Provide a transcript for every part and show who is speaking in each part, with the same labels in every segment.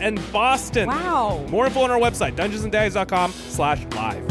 Speaker 1: and Boston.
Speaker 2: Wow.
Speaker 1: More info on our website, dungeonsanddice.com slash live.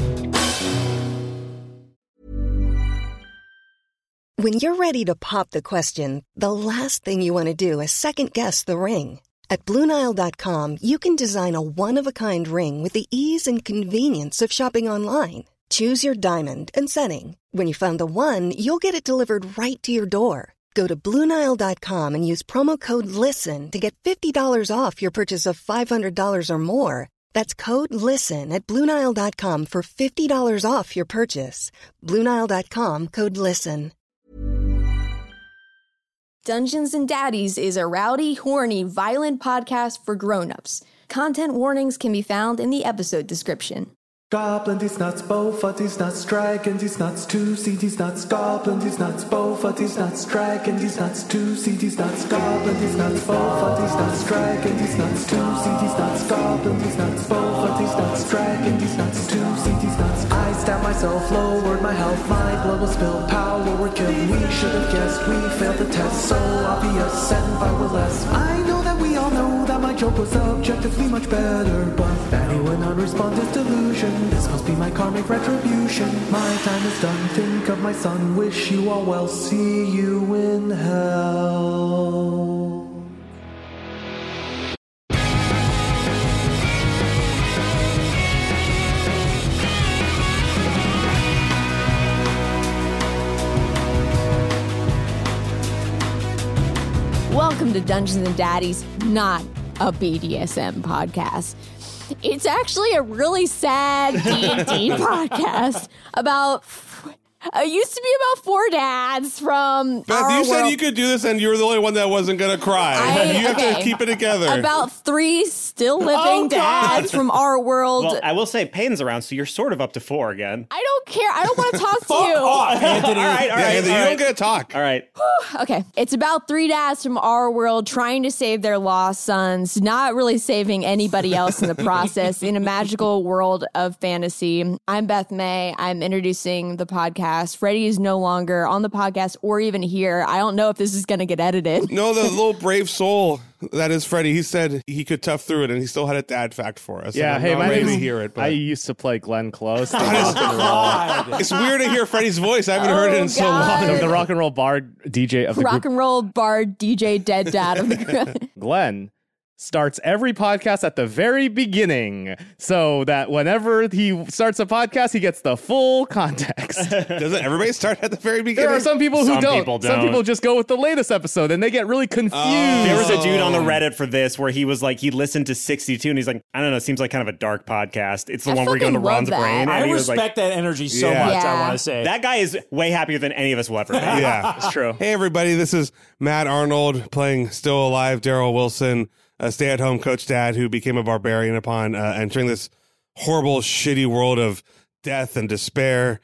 Speaker 3: When you're ready to pop the question, the last thing you want to do is second guess the ring. At Bluenile.com, you can design a one of a kind ring with the ease and convenience of shopping online. Choose your diamond and setting. When you find the one, you'll get it delivered right to your door. Go to Bluenile.com and use promo code LISTEN to get $50 off your purchase of $500 or more. That's code LISTEN at Bluenile.com for $50 off your purchase. Bluenile.com code LISTEN.
Speaker 2: Dungeons and Daddies is a rowdy, horny, violent podcast for grown-ups. Content warnings can be found in the episode description.
Speaker 4: Goblin these nuts, bofa these nuts, dragon these nuts, two see these nuts, goblin these nuts, bofa these nuts, dragon these nuts, two see these nuts, goblin these nuts, bofa these nuts, dragon these nuts, two see these nuts, goblin these nuts, bofa these nuts, dragon these nuts, two see these nuts. I stabbed myself, lowered my health, my blood was spilled, power were killed. We should have guessed, we failed the test, so obvious, and by were less. I know that we all know that my joke was objectively much better, but anyone unresponsive is delusion. This must be my karmic retribution. My time is done. Think of my son. Wish you all well. See you in hell.
Speaker 2: Welcome to Dungeons and Daddies, not a BDSM podcast. It's actually a really sad D&D podcast about it used to be about four dads from
Speaker 5: Beth,
Speaker 2: our
Speaker 5: you said
Speaker 2: world.
Speaker 5: you could do this, and you were the only one that wasn't going to cry.
Speaker 2: I-
Speaker 5: you have
Speaker 2: okay.
Speaker 5: to keep it together.
Speaker 2: about three still living
Speaker 5: Oh, God.
Speaker 2: dads from our world.
Speaker 6: Well, I will say Payne's around, so you're sort of up to four again.
Speaker 2: I don't care. I don't want to talk to you.
Speaker 6: all right,
Speaker 5: yeah,
Speaker 6: all right,
Speaker 5: Anthony,
Speaker 6: all
Speaker 5: you
Speaker 6: right.
Speaker 5: don't get to talk.
Speaker 6: All right.
Speaker 2: Okay. It's about three dads from our world trying to save their lost sons, not really saving anybody else in the process in a magical world of fantasy. I'm Beth May. I'm introducing the podcast. Freddie is no longer on the podcast or even here. I don't know if this is going to get edited.
Speaker 5: No, the little brave soul that is Freddie. He said he could tough through it, and he still had a dad fact for us.
Speaker 7: Yeah,
Speaker 5: and
Speaker 7: hey,
Speaker 5: I'm
Speaker 7: my
Speaker 5: not ready
Speaker 7: name's-
Speaker 5: to hear it, but
Speaker 7: I used to play Glenn Close, the,
Speaker 5: it's weird to hear Freddie's voice. I haven't heard it in so
Speaker 2: God.
Speaker 5: long.
Speaker 7: the- the rock and roll bard DJ of the
Speaker 2: Rock
Speaker 7: group.
Speaker 2: and roll bard DJ dead dad of the group.
Speaker 7: Glenn starts every podcast at the very beginning, so that whenever he starts a podcast, he gets the full context.
Speaker 5: Doesn't everybody start at the very beginning?
Speaker 7: There are some people who
Speaker 6: Some
Speaker 7: don't.
Speaker 6: people
Speaker 7: Some
Speaker 6: don't. Oh,
Speaker 7: people just go with the latest episode, and they get really confused.
Speaker 6: There was a dude on the Reddit for this where he was like, he listened to 62 and he's like, I don't know, it seems like kind of a dark podcast. It's the
Speaker 2: I
Speaker 6: one where you go into
Speaker 2: fucking love
Speaker 6: Ron's
Speaker 2: that.
Speaker 6: brain. And
Speaker 2: I
Speaker 8: I
Speaker 6: he was
Speaker 8: respect
Speaker 6: like,
Speaker 8: that energy so
Speaker 5: Yeah.
Speaker 8: much.
Speaker 2: Yeah.
Speaker 8: I want to say
Speaker 6: that guy is way happier than any of us will ever be.
Speaker 5: yeah, it's true. Hey, everybody, this is Matt Arnold playing Still Alive, Daryl Wilson, a stay at home coach dad who became a barbarian upon uh, entering this horrible, shitty world of death and despair.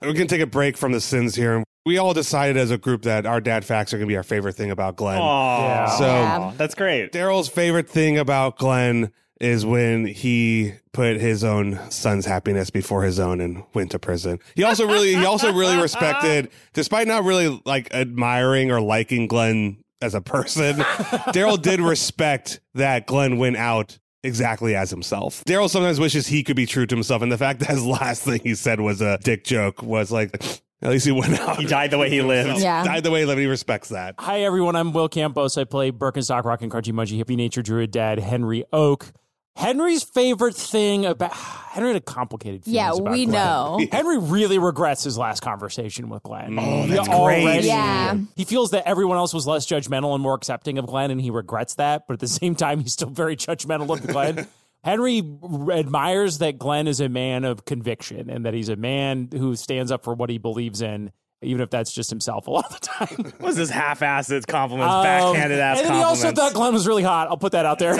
Speaker 5: And We're going to take a break from the sins here. And we all decided as a group that our dad facts are going to be our favorite thing about Glenn.
Speaker 6: Aw,
Speaker 5: So,
Speaker 2: Yeah.
Speaker 6: that's great.
Speaker 5: Daryl's favorite thing about Glenn is when he put his own son's happiness before his own and went to prison. He also really he also really respected despite not really like admiring or liking Glenn as a person, Daryl did respect that Glenn went out exactly as himself. Daryl sometimes wishes he could be true to himself and the fact that his last thing he said was a dick joke was like at least he went out.
Speaker 6: He died the way he lived.
Speaker 2: Yeah.
Speaker 5: Died the way he lived. He respects that.
Speaker 8: Hi everyone, I'm Will Campos. I play Birkenstock Rock and Crunchy Munchy Hippie Nature Druid Dad Henry Oak. Henry's favorite thing about Henry had a complicated feelings
Speaker 2: Yeah,
Speaker 8: about
Speaker 2: we
Speaker 8: Glenn.
Speaker 2: know.
Speaker 8: Henry really regrets his last conversation with Glenn. Oh,
Speaker 6: that's great.
Speaker 2: Yeah.
Speaker 8: He feels that everyone else was less judgmental and more accepting of Glenn, and he regrets that. But at the same time, he's still very judgmental of Glenn. Henry admires that Glenn is a man of conviction and that he's a man who stands up for what he believes in even if that's just himself a lot of the time.
Speaker 7: What is this half-assed compliments,
Speaker 8: Um,
Speaker 7: backhanded ass
Speaker 8: And then he
Speaker 7: compliments?
Speaker 8: also thought Glenn was really hot. I'll put that out there.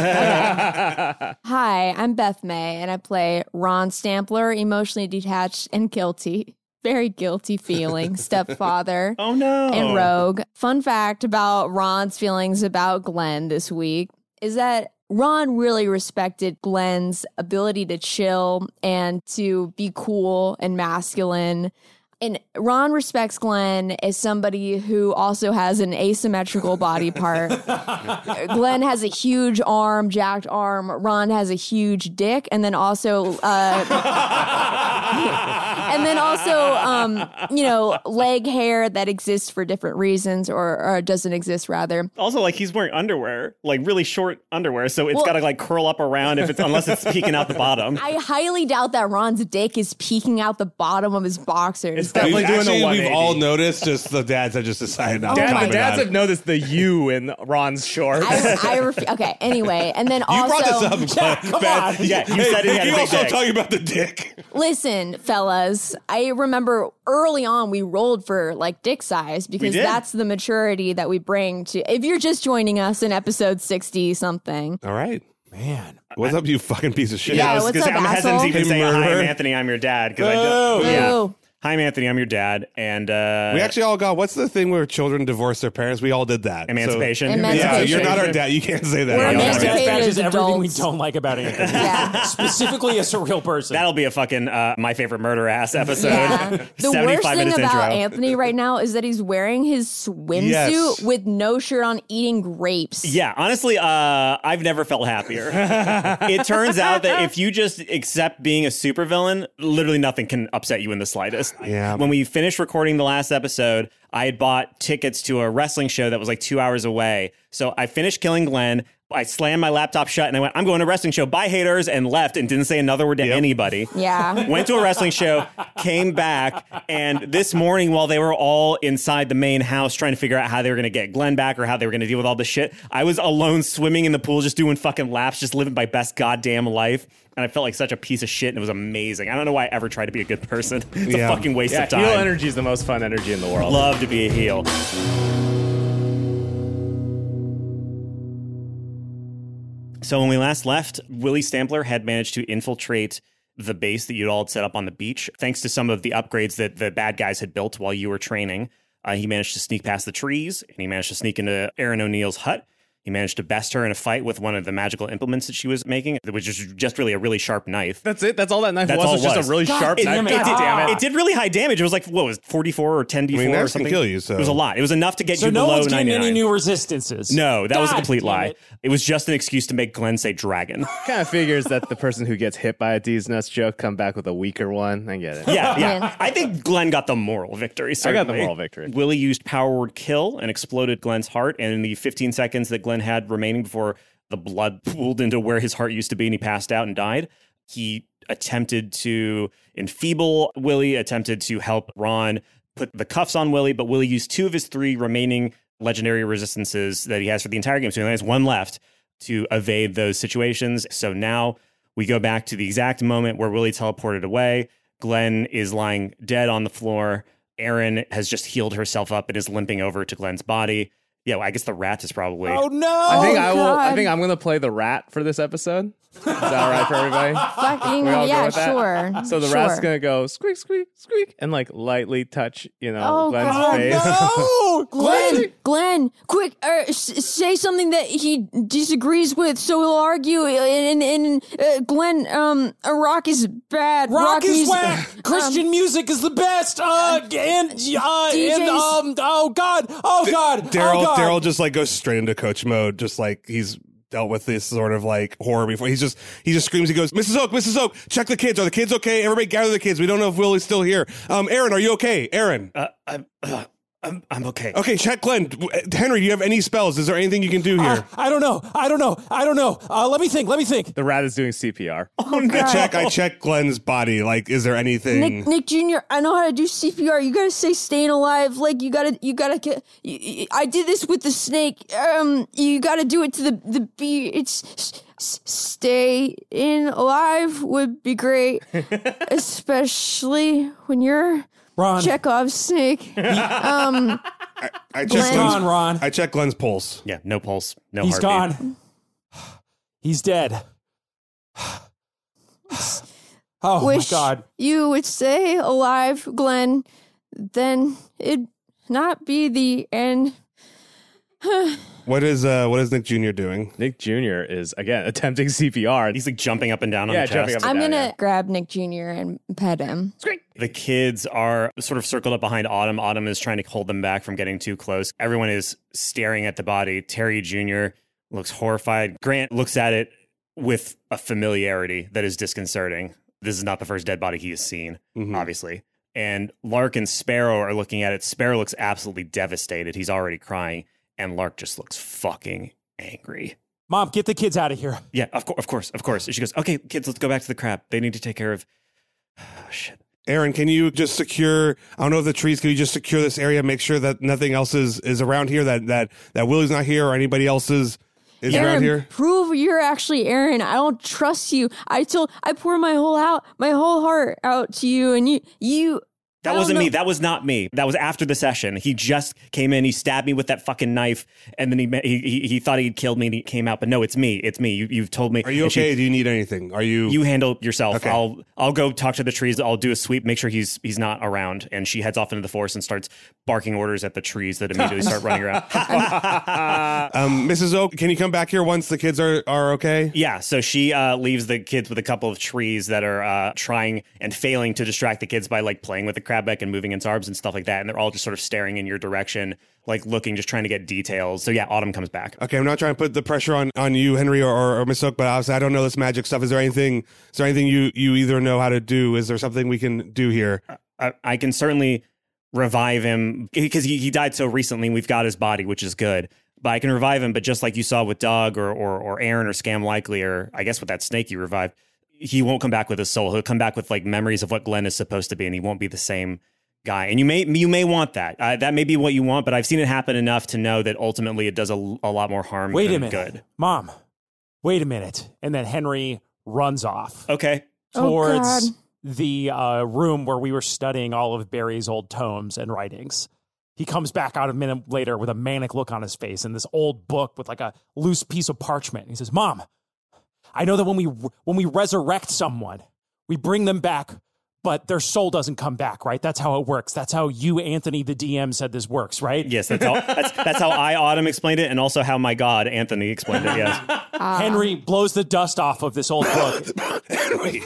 Speaker 2: Hi, I'm Beth May, and I play Ron Stampler, emotionally detached and guilty. Very guilty feeling, stepfather.
Speaker 6: Oh no.
Speaker 2: and Rogue. Fun fact about Ron's feelings about Glenn this week is that Ron really respected Glenn's ability to chill and to be cool and masculine. And Ron respects Glenn as somebody who also has an asymmetrical body part. Glenn has a huge arm, jacked arm. Ron has a huge dick, and then also uh, and then also, um, you know, leg hair that exists for different reasons or, or doesn't exist, rather.
Speaker 6: Also, like he's wearing underwear, like really short underwear, so it's
Speaker 2: Well-
Speaker 6: got to like curl up around if it's unless it's peeking out the bottom.
Speaker 2: I highly doubt that Ron's dick is peeking out the bottom of his boxers.
Speaker 7: It's definitely
Speaker 5: We've-
Speaker 7: doing
Speaker 5: actually,
Speaker 7: the
Speaker 5: we've
Speaker 7: 180.
Speaker 5: all noticed just the dads have just decided not to
Speaker 7: Dad,
Speaker 5: comment
Speaker 7: the Oh dads
Speaker 5: on
Speaker 7: have
Speaker 5: it.
Speaker 7: noticed the U in Ron's shorts.
Speaker 2: I, I ref- okay. Anyway, and then
Speaker 5: You
Speaker 2: also
Speaker 5: brought this up, Glenn.
Speaker 8: come
Speaker 5: Beth.
Speaker 8: on.
Speaker 6: Yeah, you
Speaker 5: Hey,
Speaker 6: said he had a
Speaker 5: you
Speaker 6: big
Speaker 5: also
Speaker 6: dick.
Speaker 5: talking about the dick.
Speaker 2: Listen, fellas, I remember early on we rolled for like dick size because
Speaker 6: did.
Speaker 2: that's the maturity that we bring to. If you're just joining us in episode 60 something,
Speaker 5: All right.
Speaker 8: Man.
Speaker 5: What's up, you fucking piece of shit?
Speaker 2: Yeah,
Speaker 6: I was
Speaker 2: what's
Speaker 6: gonna
Speaker 2: up,
Speaker 6: say, I'm hesitant to
Speaker 2: asshole?
Speaker 6: even
Speaker 5: Hey,
Speaker 6: say hi.
Speaker 5: murderer."
Speaker 6: I'm Anthony. I'm your dad because I don't.
Speaker 8: Boo.
Speaker 6: Yeah.
Speaker 2: Boo.
Speaker 6: Hi, I'm Anthony. I'm your dad, and uh,
Speaker 5: We actually all got what's the thing where children divorce their parents? We all did that. So-
Speaker 6: emancipation.
Speaker 2: Emancipation.
Speaker 5: yeah, you're not our dad. You can't say that.
Speaker 2: We're
Speaker 5: Yeah.
Speaker 8: That's
Speaker 2: emancipated as
Speaker 8: everything we
Speaker 2: adults.
Speaker 8: don't like about Anthony.
Speaker 2: Yeah.
Speaker 8: Specifically as a real person.
Speaker 6: That'll be a fucking uh, my favorite murder ass episode.
Speaker 2: Yeah. The worst
Speaker 6: 75
Speaker 2: thing
Speaker 6: minutes
Speaker 2: about
Speaker 6: intro.
Speaker 2: Anthony right now is that he's wearing his swimsuit
Speaker 5: Yes.
Speaker 2: with no shirt on, eating grapes.
Speaker 6: Yeah, honestly, uh, I've never felt happier. it turns out that if you just accept being a supervillain, literally nothing can upset you in the slightest.
Speaker 5: Yeah.
Speaker 6: When we finished recording the last episode, I had bought tickets to a wrestling show that was like two hours away. So I finished killing Glenn. I slammed my laptop shut and I went, I'm going to a wrestling show. Bye, haters, and left and didn't say another word to anybody.
Speaker 2: Yeah.
Speaker 6: went to a wrestling show, came back, and this morning while they were all inside the main house trying to figure out how they were going to get Glenn back or how they were going to deal with all this shit, I was alone swimming in the pool, just doing fucking laps, just living my best goddamn life. And I felt like such a piece of shit, and it was amazing. I don't know why I ever tried to be a good person. It's
Speaker 5: Yeah.
Speaker 6: a fucking waste
Speaker 7: yeah,
Speaker 6: of time.
Speaker 7: heel energy is the most fun energy in the world.
Speaker 6: Love to be a heel. So when we last left, Willie Stampler had managed to infiltrate the base that you'd all set up on the beach, thanks to some of the upgrades that the bad guys had built while you were training. Uh, he managed to sneak past the trees, and he managed to sneak into Aaron O'Neill's hut. He managed to best her in a fight with one of the magical implements that she was making, which is just really a really sharp knife.
Speaker 7: That's it. That's all that knife
Speaker 6: That's
Speaker 7: was.
Speaker 6: all
Speaker 7: was
Speaker 6: it
Speaker 7: just
Speaker 6: was.
Speaker 7: a really sharp
Speaker 6: It,
Speaker 7: knife.
Speaker 6: it did,
Speaker 7: God damn
Speaker 6: it did really high damage. It was like what was it, 44 or 10d4
Speaker 5: I mean,
Speaker 6: or
Speaker 5: knives can
Speaker 6: something.
Speaker 5: kill you, so-
Speaker 6: It was a lot. It was enough to get
Speaker 8: so
Speaker 6: you
Speaker 8: no
Speaker 6: below
Speaker 8: one's getting
Speaker 6: 99.
Speaker 8: any new resistances.
Speaker 6: no, that was a
Speaker 8: God
Speaker 6: complete
Speaker 8: damn
Speaker 6: lie.
Speaker 8: it.
Speaker 6: It was just an excuse to make Glenn say dragon.
Speaker 7: kind of figures that the person who gets hit by a D's nuts joke come back with a weaker one. I get it.
Speaker 6: Yeah,
Speaker 2: Man.
Speaker 6: yeah. I think Glenn got the moral victory.
Speaker 7: I
Speaker 6: Certainly.
Speaker 7: got the moral victory.
Speaker 6: Willie used power word kill and exploded Glenn's heart. And in the 15 seconds that Glenn had remaining before the blood pooled into where his heart used to be and he passed out and died, he attempted to enfeeble Willie, attempted to help Ron put the cuffs on Willie, but Willie used two of his three remaining legendary resistances that he has for the entire game. So he only has one left to evade those situations. So now we go back to the exact moment where Willie teleported away. Glenn is lying dead on the floor. Erin has just healed herself up and is limping over to Glenn's body. Yeah, well, I guess the rat is probably.
Speaker 8: Oh no.
Speaker 7: I think
Speaker 2: Oh,
Speaker 7: I will. I
Speaker 2: God.
Speaker 7: think I'm gonna play the rat for this episode. Is that all right for everybody?
Speaker 2: Fucking
Speaker 7: We all go
Speaker 2: yeah,
Speaker 7: with that?
Speaker 2: sure.
Speaker 7: So the
Speaker 2: sure.
Speaker 7: rat's gonna go squeak, squeak, squeak, and like lightly touch, you know,
Speaker 2: Oh,
Speaker 7: Glenn's
Speaker 2: God.
Speaker 7: face.
Speaker 8: Oh,
Speaker 2: Glenn, Glenn, quick, er, s- say something that he disagrees with, so he'll argue. And, and uh, Glenn, um, uh, rock is bad.
Speaker 8: Rock is
Speaker 2: needs- um,
Speaker 8: whack. Christian music is the best. Uh, and uh, and
Speaker 2: DJs.
Speaker 8: um, oh god, oh god,
Speaker 5: Daryl
Speaker 8: oh god.
Speaker 5: Daryl just like goes straight into coach mode, just like he's dealt with this sort of like horror before. He's just he just screams, he goes, Mrs. Oak, Mrs. Oak, check the kids. Are the kids okay? Everybody gather the kids. We don't know if Willie's still here. Um, Aaron, are you okay? Aaron.
Speaker 6: Uh, I'm, uh, I'm, I'm okay.
Speaker 5: Okay, check Glenn. W- Henry, do you have any spells? Is there anything you can do
Speaker 8: Uh,
Speaker 5: here?
Speaker 8: I don't know. I don't know. I don't know. Uh, let me think. Let me think.
Speaker 7: The rat is doing CPR.
Speaker 8: oh,
Speaker 5: I check I check Glenn's body. Like, is there anything
Speaker 8: Mm.
Speaker 2: Nick, Nick Jr., I know how to do CPR. You gotta stay staying alive. Like you gotta, you gotta. get- You, you- I did this with the snake. Um, you gotta do it to the the bee. It's s- s- stay in alive would be great, especially when you're
Speaker 8: Ron.
Speaker 2: Chekhov's snake. um,
Speaker 5: I checked
Speaker 8: He's
Speaker 2: Glenn.
Speaker 8: gone,
Speaker 5: Glenn's,
Speaker 8: Ron.
Speaker 5: I checked Glenn's pulse.
Speaker 6: Yeah, no pulse, no
Speaker 8: He's
Speaker 6: heartbeat.
Speaker 8: gone. He's dead. Oh
Speaker 2: wish
Speaker 8: my god.
Speaker 2: you would stay alive, Glenn. Then it'd not be the end.
Speaker 5: What is uh what is Nick Jr. doing?
Speaker 7: Nick Jr. is again attempting CPR.
Speaker 6: He's like jumping up and down on
Speaker 7: Yeah,
Speaker 6: the chest.
Speaker 7: jumping up.
Speaker 2: I'm
Speaker 7: Yeah,
Speaker 2: gonna
Speaker 7: yeah.
Speaker 2: grab Nick Jr. and pet him.
Speaker 6: The kids are sort of circled up behind Autumn. Autumn is trying to hold them back from getting too close. Everyone is staring at the body. Terry Jr. looks horrified. Grant looks at it with a familiarity that is disconcerting. This is not the first dead body he has seen,
Speaker 5: Mhm.
Speaker 6: obviously. And Lark and Sparrow are looking at it. Sparrow looks absolutely devastated. He's already crying. And Lark just looks fucking angry.
Speaker 8: Mom, get the kids out of here.
Speaker 6: Yeah, of, course, of course, of course. And she goes, okay, kids, let's go back to the crab. They need to take care of. shit.
Speaker 5: Aaron, can you just secure? I don't know if the trees. Can you just secure this area? Make sure that nothing else is is around here. That that that Willie's not here or anybody else is is around
Speaker 2: Aaron,
Speaker 5: here.
Speaker 2: prove you're actually Aaron. I don't trust you. I told I pour my whole out my whole heart out to you and you you I
Speaker 6: That
Speaker 2: don't
Speaker 6: wasn't me.
Speaker 2: know-
Speaker 6: That was not me. That was after the session. He just came in. He stabbed me with that fucking knife, and then he ma- he, he, he thought he'd killed me, and he came out. But no, it's me. It's me. You, you've told me.
Speaker 5: Are you
Speaker 6: And she-
Speaker 5: okay? Do you need anything? Are you?
Speaker 6: you handle yourself.
Speaker 5: Okay.
Speaker 6: I'll I'll go talk to the trees. I'll do a sweep, make sure he's he's not around. And she heads off into the forest and starts barking orders at the trees that immediately start running around.
Speaker 5: um, Mrs. Oak, can you come back here once the kids are are okay?
Speaker 6: Yeah, so she uh, leaves the kids with a couple of trees that are uh, trying and failing to distract the kids by like playing with the crab back and moving its arms and stuff like that. And they're all just sort of staring in your direction, like looking, just trying to get details. So yeah, Autumn comes back.
Speaker 5: Okay, I'm not trying to put the pressure on on you, Henry, or, or, or Miss Oak, but obviously I don't know this magic stuff. Is there anything? Is there anything you you either know how to do? Is there something we can do here?
Speaker 6: I, I can certainly revive him because he, he died so recently. We've got his body, which is good. But I can revive him. But just like you saw with Doug or or, or Aaron or Scam Likely or I guess with that snake you revived, he won't come back with his soul. He'll come back with like memories of what Glenn is supposed to be, and he won't be the same guy. And you may you may want that. Uh, that may be what you want. But I've seen it happen enough to know that ultimately it does a, a lot more harm.
Speaker 8: Wait a
Speaker 6: than
Speaker 8: minute.
Speaker 6: Good.
Speaker 8: Mom, wait a minute. And then Henry runs off
Speaker 6: Okay.
Speaker 2: Oh,
Speaker 8: towards
Speaker 2: God.
Speaker 8: the uh, room where we were studying all of Barry's old tomes and writings. He comes back out a minute later with a manic look on his face and this old book with like a loose piece of parchment. He says, "Mom, I know that when we when we resurrect someone, we bring them back, but their soul doesn't come back, right? That's how it works. That's how you, Anthony, the DM, said this works, right?
Speaker 6: Yes, that's how that's, that's how I Autumn explained it, and also how my God Anthony explained it. Yes.
Speaker 2: Ah.
Speaker 8: Henry blows the dust off of this old book.
Speaker 5: Henry,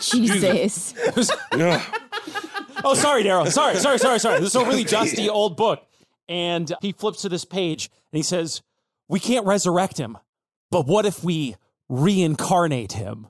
Speaker 2: Jesus.
Speaker 5: Ugh.
Speaker 8: Oh, sorry, Daryl. Sorry, sorry, sorry, sorry. This is a really dusty old book. And he flips to this page and he says, We can't resurrect him, but what if we reincarnate him?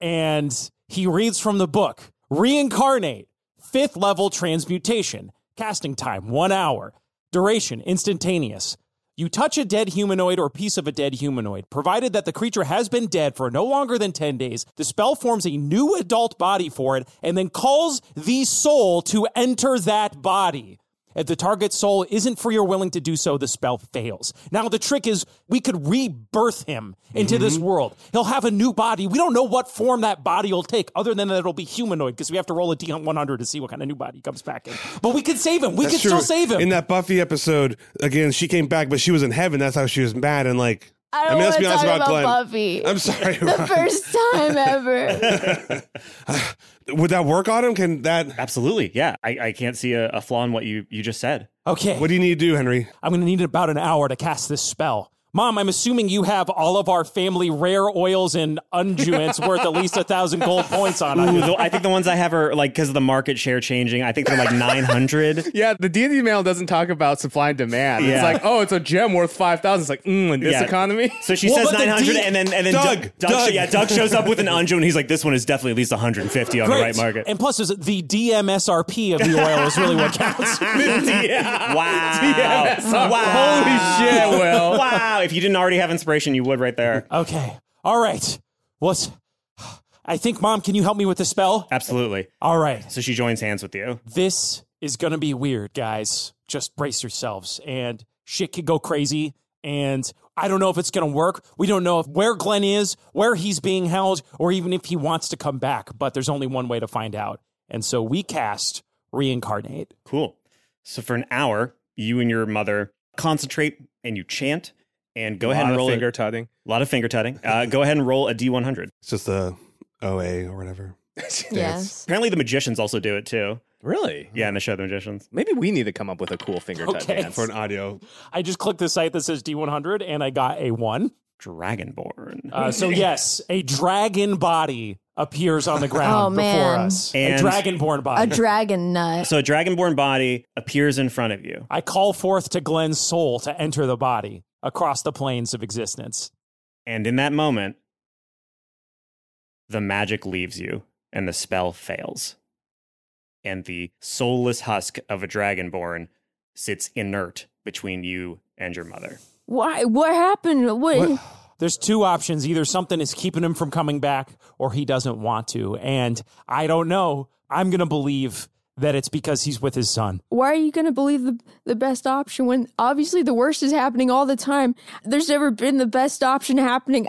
Speaker 8: And he reads from the book Reincarnate, fifth level transmutation, casting time, one hour, duration, instantaneous. You touch a dead humanoid or piece of a dead humanoid, provided that the creature has been dead for no longer than 10 days. The spell forms a new adult body for it and then calls the soul to enter that body. If the target soul isn't free or willing to do so, the spell fails. Now, the trick is we could rebirth him into
Speaker 5: Mm-hmm.
Speaker 8: this world. He'll have a new body. We don't know what form that body will take, other than that it'll be humanoid, because we have to roll a D100 to see what kind of new body he comes back in. But we can save him. We can
Speaker 5: That's
Speaker 8: still
Speaker 5: true.
Speaker 8: save him.
Speaker 5: In that Buffy episode, again, she came back, but she was in heaven. That's how she was mad. And like,
Speaker 9: I don't
Speaker 5: let's
Speaker 9: want to
Speaker 5: be
Speaker 9: talk
Speaker 5: honest
Speaker 9: about,
Speaker 5: about Glenn.
Speaker 9: Buffy.
Speaker 5: I'm sorry.
Speaker 9: the first time ever.
Speaker 5: Would that work on him? Can that?
Speaker 6: Absolutely. Yeah. I, I can't see a, a flaw in what you, you just said.
Speaker 8: okay.
Speaker 5: What do you need to do, Henry?
Speaker 8: I'm going to need about an hour to cast this spell. Mom, I'm assuming you have all of our family rare oils and unguents worth at least a thousand gold points on.
Speaker 6: Ooh,
Speaker 8: us.
Speaker 6: the- I think the ones I have are like because of the market share changing. I think they're like 900.
Speaker 7: Yeah, the D&D mail doesn't talk about supply and demand.
Speaker 6: Yeah.
Speaker 7: It's like, oh, it's a gem worth 5,000. It's like, mm, in this
Speaker 6: Yeah.
Speaker 7: economy?
Speaker 6: So she
Speaker 8: Well,
Speaker 6: says
Speaker 8: but the
Speaker 6: 900
Speaker 8: D-
Speaker 6: and then and then
Speaker 5: Doug, Doug.
Speaker 6: sho- yeah, Doug shows up with an Anju and he's like, this one is definitely at least 150 on the right market.
Speaker 8: And plus, is the DMSRP of the oil is really what counts.
Speaker 6: yeah. Wow. wow.
Speaker 7: Holy shit, Will.
Speaker 6: Wow. If you didn't already have inspiration, you would right there.
Speaker 8: okay. All right. What's. I think, Mom, can you help me with the spell?
Speaker 6: Absolutely.
Speaker 8: All right.
Speaker 6: So she joins hands with you.
Speaker 8: This is going to be weird, guys. Just brace yourselves. And shit could go crazy. And I don't know if it's going to work. We don't know if where Glenn is, where he's being held, or even if he wants to come back. But there's only one way to find out. And so we cast Reincarnate.
Speaker 6: Cool. So for an hour, you and your mother concentrate and you chant and go ahead and roll
Speaker 7: finger
Speaker 6: a
Speaker 7: tutting.
Speaker 6: lot of finger tutting. Uh, go ahead and roll a D100.
Speaker 5: It's just the OA or whatever. Dance.
Speaker 2: Yes.
Speaker 6: Apparently, the magicians also do it too.
Speaker 8: Mm-hmm.
Speaker 7: Really?
Speaker 6: Yeah, in the show, The Magicians.
Speaker 7: Maybe we need to come up with a cool finger tut
Speaker 8: Okay.
Speaker 7: dance.
Speaker 5: For an audio.
Speaker 8: I just clicked the site that says D100 and I got a one.
Speaker 6: Dragonborn.
Speaker 8: Uh, so, yes, a dragon body appears on the ground
Speaker 2: Oh, man.
Speaker 8: before us. a
Speaker 6: And-
Speaker 8: dragonborn
Speaker 2: A
Speaker 8: body.
Speaker 2: dragon nut.
Speaker 6: so a dragonborn body appears in front of you.
Speaker 8: I call forth to Glenn's soul to enter the body across the planes of existence.
Speaker 6: And in that moment, the magic leaves you and the spell fails. And the soulless husk of a dragonborn sits inert between you and your mother.
Speaker 2: Why? What happened? What?
Speaker 8: There's two options. Either something is keeping him from coming back or he doesn't want to. And I don't know. I'm going to believe that it's because he's with his son.
Speaker 2: Why are you going to believe the the best option when obviously the worst is happening all the time? There's never been the best option happening.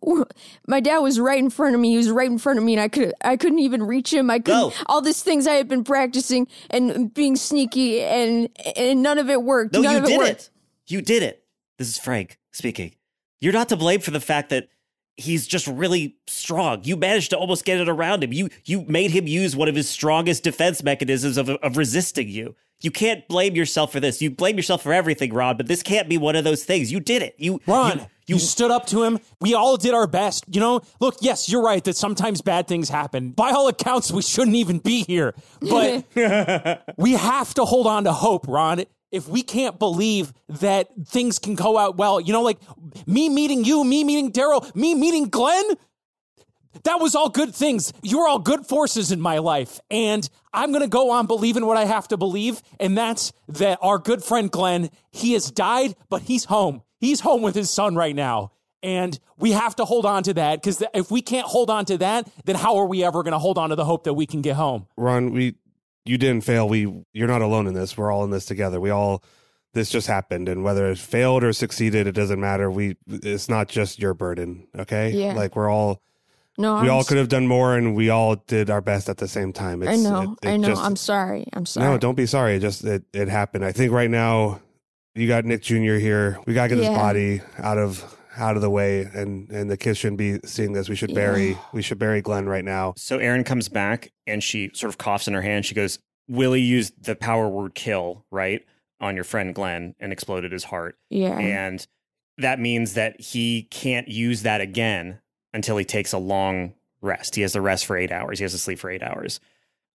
Speaker 2: My dad was right in front of me. He was right in front of me, and I could I couldn't even reach him. I couldn't.
Speaker 6: No.
Speaker 2: All these things I had been practicing and being sneaky, and and none of it worked.
Speaker 6: No,
Speaker 2: none
Speaker 6: you
Speaker 2: of it
Speaker 6: did
Speaker 2: worked.
Speaker 6: it. You did it. This is Frank speaking. You're not to blame for the fact that he's just really strong. You managed to almost get it around him. You you made him use one of his strongest defense mechanisms of, of resisting you. You can't blame yourself for this. You blame yourself for everything, Ron, but this can't be one of those things. You did it. You
Speaker 8: Ron,
Speaker 6: you-
Speaker 8: you, stood up to him. We all did our best. You know, look, yes, you're right that sometimes bad things happen. By all accounts, we shouldn't even be here. But we have to hold on to hope, Ron. If we can't believe that things can go out well, you know, like me meeting you, me meeting Daryl, me meeting Glenn, that was all good things. You were all good forces in my life. And I'm going to go on believing what I have to believe. And that's that our good friend Glenn, he has died, but he's home. He's home with his son right now. And we have to hold on to that because if we can't hold on to that, then how are we ever going to hold on to the hope that we can get home?
Speaker 5: Ron, we you didn't fail. We you're not alone in this. We're all in this together. We all this just happened and whether it failed or succeeded, it doesn't matter. We it's not just your burden, okay?
Speaker 2: Yeah.
Speaker 5: Like we're all
Speaker 2: No,
Speaker 5: we
Speaker 2: I'm
Speaker 5: all
Speaker 2: s-
Speaker 5: could have done more and we all did our best at the same time.
Speaker 2: I know.
Speaker 5: it- it
Speaker 2: I know.
Speaker 5: just-
Speaker 2: I'm sorry. I'm sorry.
Speaker 5: No, don't be sorry. It just it, it happened. I think right now you got Nick Jr. here. We gotta get
Speaker 2: Yeah.
Speaker 5: his body out of out of the way and and the kids shouldn't be seeing this. We should bury we should bury Glenn right now.
Speaker 6: So Erin comes back and she sort of coughs in her hand. She goes, Willie used the power word kill, right? On your friend Glenn and exploded his heart.
Speaker 2: Yeah.
Speaker 6: And that means that he can't use that again until he takes a long rest. He has to rest for eight hours. He has to sleep for eight hours.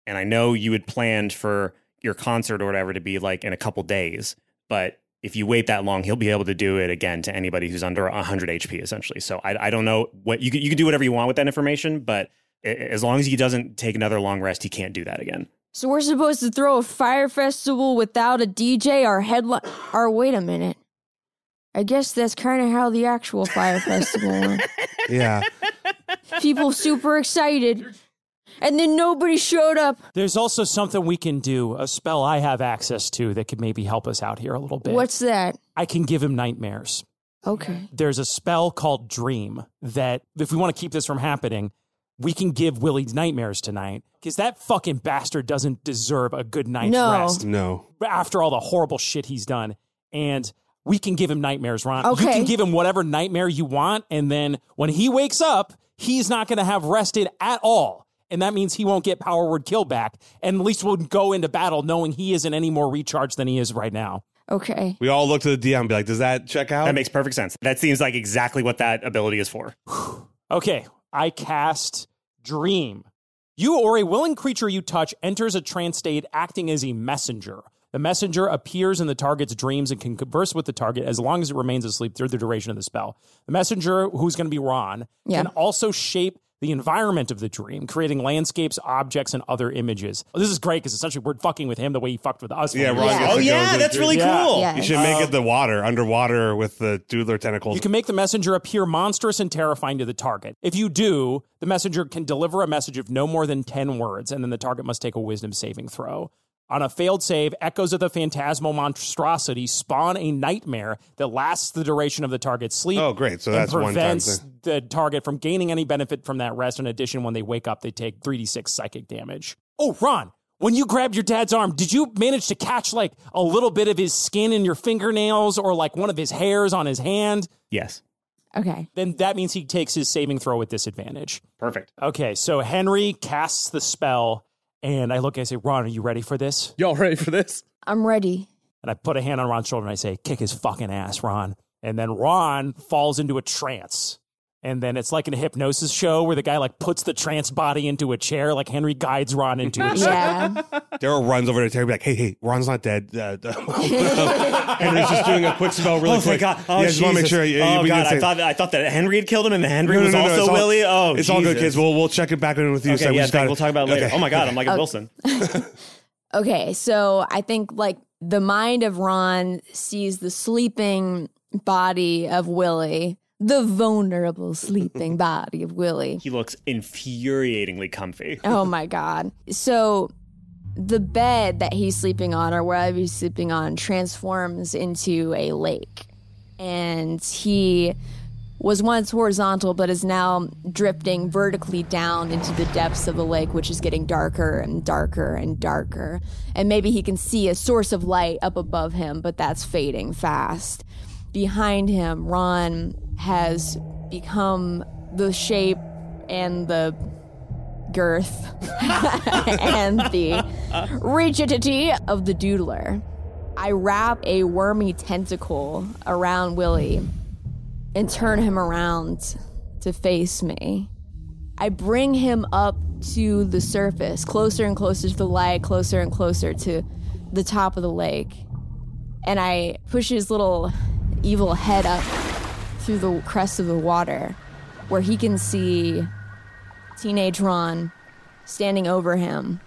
Speaker 6: And I know you had planned for your concert or whatever to be like in a couple days, but if you wait that long, he'll be able to do it again to anybody who's under 100 HP, essentially. So I, I don't know what you can, you can do whatever you want with that information, but a- as long as he doesn't take another long rest, he can't do that again.
Speaker 2: So we're supposed to throw a fire festival without a DJ or headline. Or wait a minute. I guess that's kind of how the actual fire festival went.
Speaker 5: Yeah.
Speaker 2: People super excited, and then nobody showed up.
Speaker 8: There's also something we can do, a spell I have access to that could maybe help us out here a little bit.
Speaker 2: What's that?
Speaker 8: I can give him nightmares.
Speaker 2: Okay.
Speaker 8: there's a spell called Dream that, if we want to keep this from happening, we can give Willie nightmares tonight because that fucking bastard doesn't deserve a good night's
Speaker 2: No.
Speaker 8: rest
Speaker 5: no.
Speaker 8: after all the horrible shit he's done. And we can give him nightmares, Ron. You
Speaker 2: Okay.
Speaker 8: can give him whatever nightmare you want. And then when he wakes up, he's not going to have rested at all. And that means he won't get Power Word Kill back. And at least we'll go into battle knowing he isn't any more recharged than he is right now.
Speaker 2: Okay.
Speaker 5: We all look to the DM and be like, does that check out?
Speaker 6: That makes perfect sense. That seems like exactly what that ability is for.
Speaker 8: Okay, I cast Dream. You or a willing creature you touch enters a trance state acting as a messenger. The messenger appears in the target's dreams and can converse with the target as long as it remains asleep through the duration of the spell. The messenger, who's going to be Ron,
Speaker 2: Yeah.
Speaker 8: can also shape the environment of the dream, creating landscapes, objects, and other images. This is great because essentially we're fucking with him the way he fucked with us. when
Speaker 5: Yeah,
Speaker 8: we
Speaker 5: Ron
Speaker 2: Yeah.
Speaker 5: gets to
Speaker 6: Oh,
Speaker 5: go
Speaker 6: yeah,
Speaker 5: to-
Speaker 6: that's really
Speaker 8: Yeah.
Speaker 6: cool.
Speaker 2: Yeah.
Speaker 5: You should make it the water, underwater with the doodler tentacles.
Speaker 8: You can make the messenger appear monstrous and terrifying to the target. If you do, the messenger can deliver a message of no more than 10 words, and then the target must take a wisdom saving throw. On a failed save, echoes of the phantasmal monstrosity spawn a nightmare that lasts the duration of the target's sleep.
Speaker 5: Oh, great. So
Speaker 8: and
Speaker 5: that's one time
Speaker 8: prevents
Speaker 5: thing.
Speaker 8: the target from gaining any benefit from that rest. In addition, when they wake up, they take 3d6 psychic damage. Oh, Ron, when you grabbed your dad's arm, did you manage to catch like a little bit of his skin in your fingernails or like one of his hairs on his hand?
Speaker 6: Yes.
Speaker 2: Okay.
Speaker 8: Then that means he takes his saving throw with disadvantage.
Speaker 6: Perfect.
Speaker 8: Okay, so Henry casts the spell, and I look and I say, Ron, are you ready for this?
Speaker 7: Y'all ready for this?
Speaker 2: I'm ready.
Speaker 8: And I put a hand on Ron's shoulder and I say, kick his fucking ass, Ron. And then Ron falls into a trance. And then it's like in a hypnosis show where the guy like puts the trance body into a chair, like Henry guides Ron into a chair.
Speaker 2: Yeah.
Speaker 5: Daryl runs over to Terry, be like, "Hey, hey, Ron's not dead." Uh, Henry's just doing a quick spell, really
Speaker 6: oh my
Speaker 5: quick.
Speaker 6: god! Oh,
Speaker 5: yeah, just want to make
Speaker 6: Jesus.
Speaker 5: sure. yeah, yeah,
Speaker 6: oh
Speaker 5: we
Speaker 6: god!
Speaker 5: didn't say-
Speaker 6: I thought I thought that Henry had killed him, and Henry
Speaker 5: No, no,
Speaker 6: was
Speaker 5: no, no,
Speaker 6: also
Speaker 5: it's all-
Speaker 6: Willie. Oh,
Speaker 5: it's all good,
Speaker 6: Jesus.
Speaker 5: kids. We'll we'll check it back in with you.
Speaker 6: Okay,
Speaker 5: so we
Speaker 6: yeah,
Speaker 5: just gotta-
Speaker 6: we'll talk about it later.
Speaker 5: Okay.
Speaker 6: Oh my god! I'm like a Wilson.
Speaker 2: Okay. So I think like the mind of Ron sees the sleeping body of Willie, the vulnerable sleeping body of Willie.
Speaker 6: He looks infuriatingly comfy.
Speaker 2: Oh my God. So the bed that he's sleeping on or wherever he's sleeping on transforms into a lake. And he was once horizontal but is now drifting vertically down into the depths of the lake which is getting darker and darker and darker and maybe he can see a source of light up above him but that's fading fast behind him ron has become the shape and the girth and the rigidity of the doodler i wrap a wormy tentacle around willie and turn him around to face me. I bring him up to the surface, closer and closer to the light, closer and closer to the top of the lake. And I push his little evil head up through the crest of the water where he can see teenage Ron standing over him.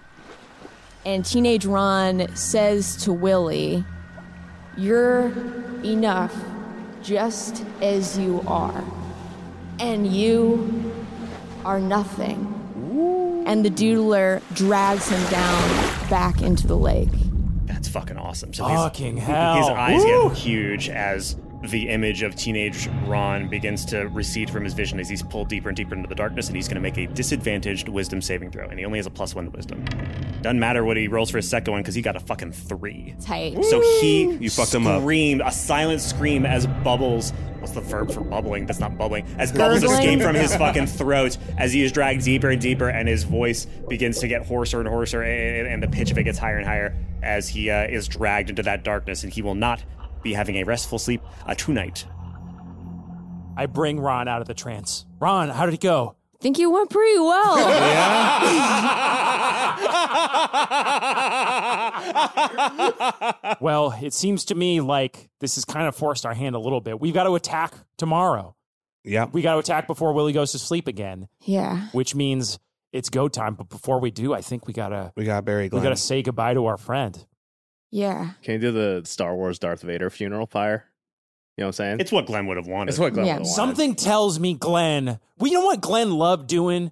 Speaker 2: And teenage Ron says to Willie, You're enough just as you are. And you are nothing. And the doodler drags him down back into the lake.
Speaker 6: That's fucking awesome. So his-
Speaker 8: Fucking hell.
Speaker 6: His eyes
Speaker 8: Woo!
Speaker 6: get huge as the image of teenage Ron begins to recede from his vision as he's pulled deeper and deeper into the darkness, and he's going to make a disadvantaged wisdom saving throw, and he only has a plus one to wisdom. Doesn't matter what he rolls for his second one because he got a fucking three.
Speaker 2: Tight.
Speaker 6: So he
Speaker 5: You fucked him up.
Speaker 6: screamed a silent scream as bubbles. What's the verb for bubbling? That's not bubbling. As bubbles
Speaker 2: Gurgling?
Speaker 6: escape from his fucking throat as he is dragged deeper and deeper, and his voice begins to get hoarser and hoarser, and, and the pitch of it gets higher and higher as he uh, is dragged into that darkness, and he will not be having a restful sleep uh, tonight.
Speaker 8: I bring Ron out of the trance. Ron, how did it go?
Speaker 2: Think you went pretty well.
Speaker 8: Well, it seems to me like this has kind of forced our hand a little bit. We've got to attack tomorrow.
Speaker 5: Yeah.
Speaker 8: We got to attack before Willie goes to sleep again,
Speaker 2: yeah.
Speaker 8: which means it's go time. But before we do, I think we got to
Speaker 5: We got Barry
Speaker 8: we
Speaker 5: Glenn.
Speaker 8: got to say goodbye to our friend.
Speaker 2: Yeah.
Speaker 7: Can you do the Star Wars Darth Vader funeral pyre? You know what I'm saying?
Speaker 6: It's what Glenn would have wanted.
Speaker 7: It's what Glenn
Speaker 2: Yeah.
Speaker 7: would want.
Speaker 8: Something tells me Glenn. We you know what Glenn loved doing?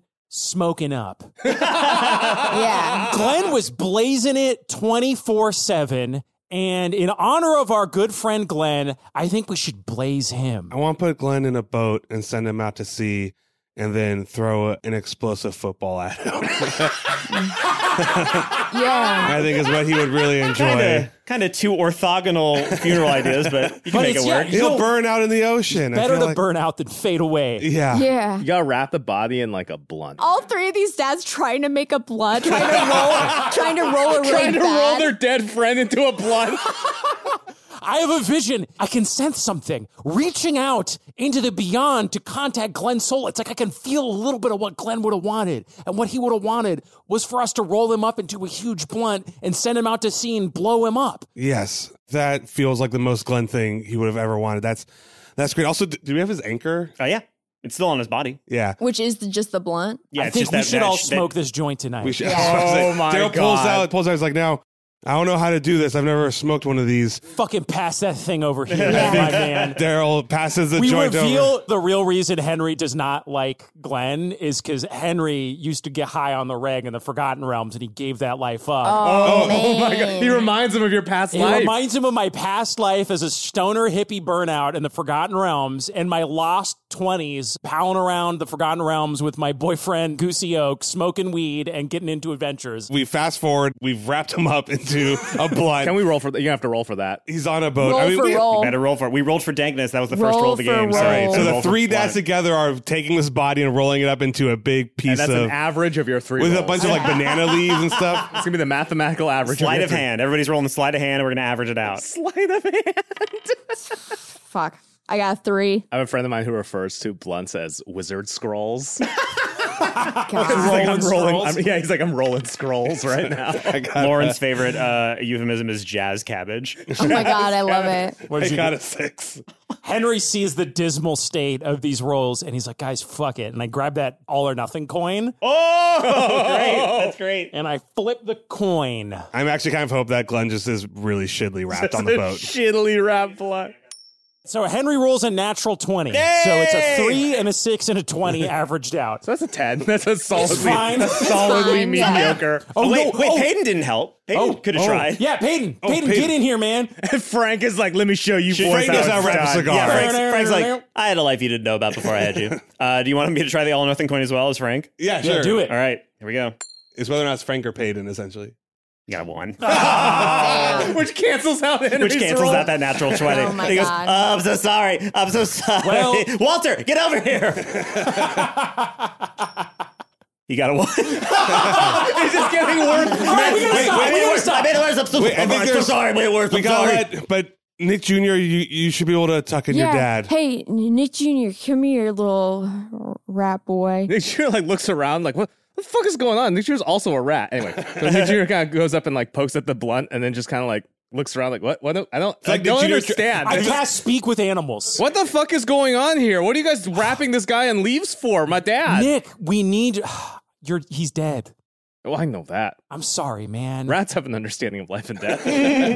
Speaker 8: Smoking up.
Speaker 2: Yeah.
Speaker 8: Glenn was blazing it 24 7. And in honor of our good friend Glenn, I think we should blaze him.
Speaker 5: I want to put Glenn in a boat and send him out to sea, and then throw an explosive football at him.
Speaker 2: Yeah.
Speaker 5: I think is what he would really enjoy.
Speaker 6: Kind of two orthogonal funeral ideas, but you can
Speaker 8: But
Speaker 6: make it
Speaker 8: it's- yeah,
Speaker 6: work.
Speaker 8: you
Speaker 5: He'll
Speaker 8: know,
Speaker 5: burn out in the ocean. I
Speaker 8: Better
Speaker 5: feel
Speaker 8: to
Speaker 5: like-
Speaker 8: burn out than fade away.
Speaker 5: Yeah.
Speaker 2: Yeah.
Speaker 7: You gotta wrap the body in like a blunt.
Speaker 2: All three of these dads trying to make a blood, trying to roll, trying to roll a really
Speaker 7: Trying to
Speaker 2: bad.
Speaker 7: roll their dead friend into a blunt.
Speaker 8: I have a vision. I can sense something reaching out into the beyond to contact Glenn Soul. It's like I can feel a little bit of what Glenn would have wanted. And what he would have wanted was for us to roll him up into a huge blunt and send him out to sea and blow him up.
Speaker 5: Yes, that feels like the most Glenn thing he would have ever wanted. That's that's great. Also, d- do we have his anchor?
Speaker 6: Oh, yeah. It's still on his body.
Speaker 5: Yeah.
Speaker 2: which is the, just the blunt.
Speaker 6: Yeah,
Speaker 8: I
Speaker 6: it's
Speaker 8: think
Speaker 6: just
Speaker 8: we
Speaker 6: that-
Speaker 8: should
Speaker 6: that
Speaker 8: all
Speaker 6: sh- that-
Speaker 8: smoke this joint tonight.
Speaker 5: We should.
Speaker 7: Yeah.
Speaker 5: I was
Speaker 7: Oh
Speaker 5: gonna say,
Speaker 7: my
Speaker 5: Daryl pulls
Speaker 7: God.
Speaker 5: out. Pulls out. He's like, now I don't know how to do this. I've never smoked one of these.
Speaker 8: Fucking pass that thing over here,
Speaker 2: Yeah.
Speaker 8: my man.
Speaker 5: Daryl passes the
Speaker 8: We
Speaker 5: joint
Speaker 8: reveal
Speaker 5: over.
Speaker 8: the real reason Henry does not like Glenn is because Henry used to get high on the reg in the Forgotten Realms, and he gave that life up.
Speaker 7: Oh, my god. He reminds him of your past
Speaker 8: It
Speaker 7: life.
Speaker 8: reminds him of my past life as a stoner hippie burnout in the Forgotten Realms and my lost 20s, palling around the Forgotten Realms with my boyfriend, Goosey Oak, smoking weed and getting into adventures.
Speaker 5: We fast forward. We've wrapped him up into a blunt.
Speaker 7: Can we roll for that? You have to roll for that.
Speaker 5: He's on a boat.
Speaker 2: Roll
Speaker 5: Oh, I mean,
Speaker 2: for
Speaker 5: we-
Speaker 2: roll.
Speaker 6: Better roll for it. We rolled for dankness. That was the first
Speaker 2: Roll
Speaker 6: roll of the
Speaker 2: for
Speaker 6: game.
Speaker 2: roll.
Speaker 6: So,
Speaker 5: All right, so
Speaker 6: roll
Speaker 5: the
Speaker 6: for
Speaker 5: three dads
Speaker 6: blunt.
Speaker 5: together are taking this body and rolling it up into a big piece
Speaker 7: And that's
Speaker 5: of
Speaker 7: an average of your three.
Speaker 5: uh, with a
Speaker 7: rolls.
Speaker 5: bunch of like banana leaves and stuff.
Speaker 7: It's gonna be the mathematical average.
Speaker 6: Sleight
Speaker 7: your
Speaker 6: of
Speaker 7: three.
Speaker 6: hand. Everybody's rolling the sleight of hand, and we're going to average it out.
Speaker 7: Sleight of hand.
Speaker 2: Fuck. I got a three.
Speaker 7: I have a friend of mine who refers to blunts as wizard scrolls.
Speaker 2: God.
Speaker 7: He's like, I'm rolling.
Speaker 8: scrolls?
Speaker 7: I'm- yeah, he's like, I'm rolling scrolls right now.
Speaker 5: I got,
Speaker 6: Lauren's favorite uh, euphemism is jazz cabbage.
Speaker 2: Oh my god, I love it.
Speaker 5: I got a six.
Speaker 8: Henry sees the dismal state of these rolls and he's like, guys, fuck it. And I grab that all or nothing coin
Speaker 6: oh, great. That's great.
Speaker 8: and I flip the coin.
Speaker 5: I'm actually kind of hope that Glenn just is really shiddly wrapped on the boat.
Speaker 7: Shittily wrapped blunt.
Speaker 8: So Henry rolls a natural 20. So it's a three and a six and a 20 averaged out.
Speaker 7: So that's a ten. That's a solidly,
Speaker 8: fine.
Speaker 7: that's solidly
Speaker 2: fine.
Speaker 7: mediocre.
Speaker 8: Oh,
Speaker 6: wait,
Speaker 8: no.
Speaker 6: wait.
Speaker 8: Oh.
Speaker 6: Peyton didn't help. Peyton could have tried.
Speaker 8: Yeah, Peyton,
Speaker 5: Peyton.
Speaker 8: Peyton, get in here, man.
Speaker 7: Frank is like, let me show you. boys
Speaker 5: Frank knows
Speaker 7: it's
Speaker 5: how to wrap a
Speaker 7: done."
Speaker 5: cigar.
Speaker 6: Yeah, Frank's,
Speaker 8: Alright.
Speaker 6: Frank's like, I had a life you didn't know about before I had you. Uh, do you want me to try the all or nothing coin as well as Frank?
Speaker 5: Yeah,
Speaker 8: Yeah,
Speaker 5: sure.
Speaker 8: do it.
Speaker 6: All right, here we go.
Speaker 5: It's whether or not it's Frank or Payton, essentially.
Speaker 6: You got a one,
Speaker 2: Damn.
Speaker 7: which cancels out.
Speaker 6: which
Speaker 7: Henry's
Speaker 6: cancels
Speaker 7: roll.
Speaker 6: out that natural 20.
Speaker 2: Oh my
Speaker 6: he goes,
Speaker 2: God.
Speaker 6: "Oh, I'm so sorry. I'm so sorry.
Speaker 8: Well-
Speaker 6: Walter, get over here. you got a one.
Speaker 7: It's just getting worse.
Speaker 8: we gotta stop. we gotta stop.
Speaker 6: I made it worse. I'm so,
Speaker 5: Wait, I
Speaker 6: I'm
Speaker 5: think
Speaker 6: so
Speaker 5: there's-
Speaker 6: sorry. I made it worse.
Speaker 5: We
Speaker 6: I'm
Speaker 5: got
Speaker 6: sorry.
Speaker 5: that, but Nick Jr., you, you should be able to tuck in
Speaker 2: yeah.
Speaker 5: your dad.
Speaker 2: Hey, Nick Jr., come here, little rat boy.
Speaker 7: Nick Jr. like looks around like what the fuck is going on? Nick Jr.'s also a rat. Anyway, so Nick Jr. kind of goes up and like pokes at the blunt and then just kind of like looks around like what? What? do- I don't. I
Speaker 5: like
Speaker 7: don't
Speaker 5: Nick Jr.
Speaker 7: understand.
Speaker 8: I can't speak with animals.
Speaker 7: what the fuck is going on here? What are you guys wrapping this guy in leaves for? My dad.
Speaker 8: Nick, we need you're he's dead.
Speaker 7: Well, I know that
Speaker 8: I'm sorry, man.
Speaker 7: rats have an understanding of life and death.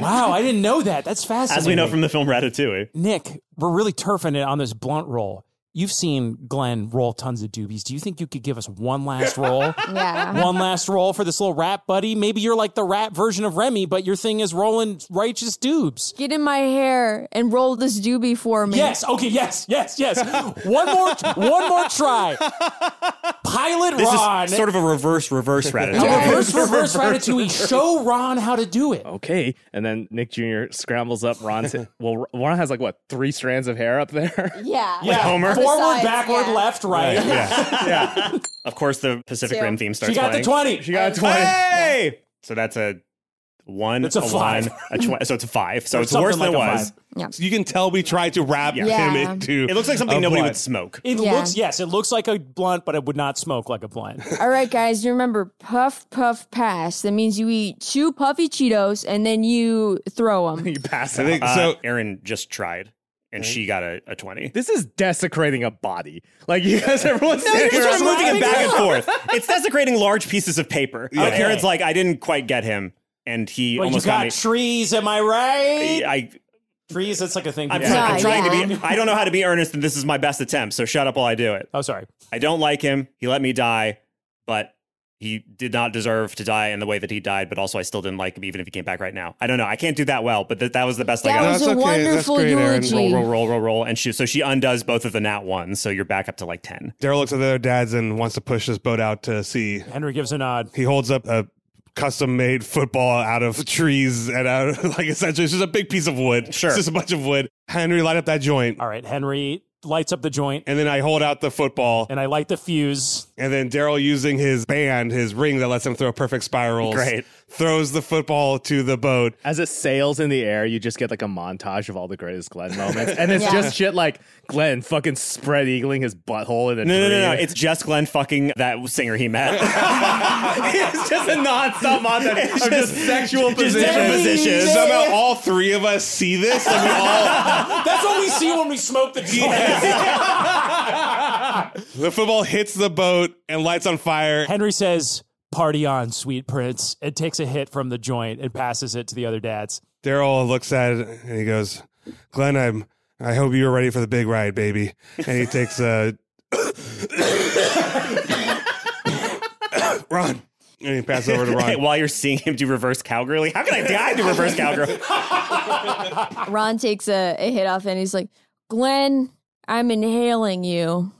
Speaker 8: Wow, I didn't know that. That's fascinating.
Speaker 6: As we know from the film Ratatouille.
Speaker 8: Nick, we're really turfing it on this blunt roll. You've seen Glenn roll tons of doobies. Do you think you could give us one last roll?
Speaker 2: Yeah.
Speaker 8: one last roll for this little rat buddy. Maybe you're like the rat version of Remy, but your thing is rolling righteous dubes.
Speaker 2: Get in my hair and roll this doobie for me.
Speaker 8: Yes. Okay. Yes. Yes. Yes. One more. One more try. Pilot
Speaker 6: This
Speaker 8: Ron.
Speaker 6: is sort of a reverse, reverse Ratatouille.
Speaker 8: a reverse, reverse Ratatouille. Show Ron how to do it.
Speaker 7: okay, and then Nick Jr. scrambles up Ron's. well, Ron has like what three strands of hair up there.
Speaker 2: Yeah.
Speaker 6: Like Homer.
Speaker 8: Forward,
Speaker 2: Besides,
Speaker 8: backward,
Speaker 2: yeah.
Speaker 8: left, right.
Speaker 6: Of course, the Pacific
Speaker 2: Two.
Speaker 6: Rim theme starts
Speaker 8: She got the
Speaker 6: playing.
Speaker 8: twenty.
Speaker 7: She got a twenty.
Speaker 6: Hey! So that's a one.
Speaker 8: It's a five.
Speaker 6: one, a tw- so it's a five. So
Speaker 8: Or
Speaker 6: it's worse
Speaker 8: something
Speaker 6: than it
Speaker 8: like a
Speaker 6: was.
Speaker 8: five.
Speaker 5: So you can tell we tried to wrap
Speaker 2: Yeah.
Speaker 5: him into.
Speaker 6: It looks like something
Speaker 5: a
Speaker 6: nobody
Speaker 5: blunt.
Speaker 6: would smoke.
Speaker 8: It
Speaker 2: Yeah.
Speaker 8: looks yes, it looks like a blunt, but it would not smoke like a blunt.
Speaker 2: All right, guys, remember puff, puff, pass. That means you eat two puffy Cheetos and then you throw them.
Speaker 7: You pass
Speaker 5: I
Speaker 7: out.
Speaker 5: think so.
Speaker 6: So Uh, Erin just tried, and she got a, a twenty.
Speaker 7: This is desecrating a body. Like you guys, everyone's
Speaker 6: You're
Speaker 7: standing
Speaker 6: just
Speaker 7: around-
Speaker 6: moving
Speaker 2: laughing
Speaker 6: it back and
Speaker 2: now.
Speaker 6: forth. It's desecrating large pieces of paper. Yeah.
Speaker 8: Okay.
Speaker 6: Aaron's like, I didn't quite get him, and he
Speaker 8: But you
Speaker 6: almost
Speaker 8: got
Speaker 6: me.
Speaker 8: trees, am I right?
Speaker 6: I,
Speaker 8: Trees, that's like a thing.
Speaker 6: I'm,
Speaker 8: people
Speaker 6: try- I'm
Speaker 2: Yeah,
Speaker 8: say.
Speaker 6: trying
Speaker 2: yeah.
Speaker 6: to be. I don't know how to be earnest, and this is my best attempt. So shut up while I do it.
Speaker 8: Oh, sorry.
Speaker 6: I don't like him. He let me die, but he did not deserve to die in the way that he died. But also, I still didn't like him, even if he came back right now. I don't know. I can't do that well, but th- that was the best I
Speaker 2: That
Speaker 6: got.
Speaker 2: was
Speaker 5: That's
Speaker 2: a
Speaker 5: okay. That's
Speaker 2: wonderful
Speaker 5: great, Aaron.
Speaker 2: eulogy.
Speaker 6: roll, roll, roll, roll, roll, and she. So she undoes both of the nat ones. So you're back up to like ten.
Speaker 5: Daryl looks at the other dads and wants to push his boat out to sea.
Speaker 8: Henry gives a nod.
Speaker 5: He holds up a custom made football out of trees and out of, like essentially it's just a big piece of wood.
Speaker 6: Sure.
Speaker 5: It's just a bunch of wood. Henry, light up that joint.
Speaker 8: All right, Henry lights up the joint
Speaker 5: And then I hold out the football.
Speaker 8: and I light the fuse.
Speaker 5: And then Daryl using his band, his ring that lets him throw perfect spirals.
Speaker 6: Great.
Speaker 5: Throws the football to the boat.
Speaker 7: As it sails in the air, you just get like a montage of all the greatest Glenn moments, and it's
Speaker 2: Yeah.
Speaker 7: just shit like Glenn fucking spread eagling his butthole in a
Speaker 6: No, no,
Speaker 7: dream.
Speaker 6: no, no. It's just Glenn fucking that singer he met.
Speaker 7: it's just a nonstop montage of just, sexual
Speaker 6: just
Speaker 7: positions.
Speaker 6: different positions.
Speaker 5: Somehow all three of us see this and we all
Speaker 8: That's what we see when we smoke the joint.
Speaker 5: the football hits the boat and lights on fire.
Speaker 8: Henry says, Party on, sweet prince, and takes a hit from the joint and passes it to the other dads.
Speaker 5: Daryl looks at it and he goes, Glenn, I'm, I hope you're ready for the big ride, baby. And he takes a. Ron. And he passes over to Ron.
Speaker 6: While you're seeing him do reverse cowgirl, like, how can I die to reverse cowgirl?
Speaker 2: Ron takes a, a hit off and he's like, Glenn, I'm inhaling you,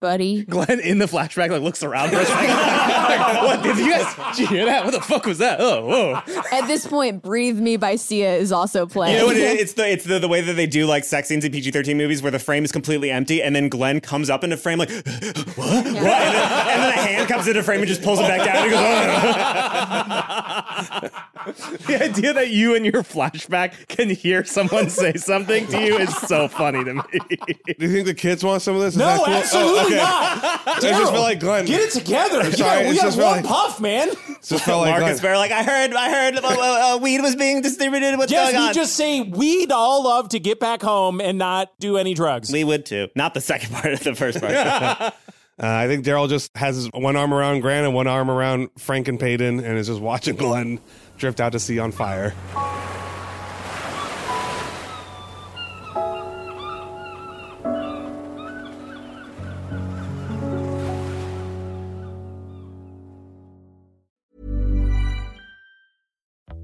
Speaker 2: buddy.
Speaker 1: Glenn in the flashback like looks around for a second. Like, what did you guys did you hear that? What the fuck was that? Oh, whoa.
Speaker 2: At this point, Breathe Me by Sia is also playing.
Speaker 6: You know what? It, it's the it's the, the way that they do like sex scenes in PG thirteen movies where the frame is completely empty, and then Glenn comes up into frame like what? What? And, then, and then a hand comes into frame and just pulls it back down. And he goes, "Ugh."
Speaker 1: The idea that you in your flashback can hear someone say something to you is so funny to me.
Speaker 5: Do you think the kids want some of this? Is
Speaker 8: No,
Speaker 5: that cool? Oh,
Speaker 8: absolutely
Speaker 5: okay.
Speaker 8: not.
Speaker 5: I just feel like Glenn.
Speaker 8: Get it together. You
Speaker 5: sorry,
Speaker 8: got- we
Speaker 5: it's
Speaker 8: got
Speaker 5: just
Speaker 8: one
Speaker 5: really-
Speaker 8: puff, man.
Speaker 5: Just felt like
Speaker 6: Marcus
Speaker 5: Glenn.
Speaker 6: Bear like I heard I heard uh, uh, weed was being distributed. What's
Speaker 8: Yes,
Speaker 6: going on?
Speaker 8: you just say we'd all love to get back home and not do any drugs.
Speaker 6: we would too. Not the second part of the first part.
Speaker 5: Uh, I think Daryl just has his one arm around Grant and one arm around Frank and Peyton and is just watching Glenn drift out to sea on fire.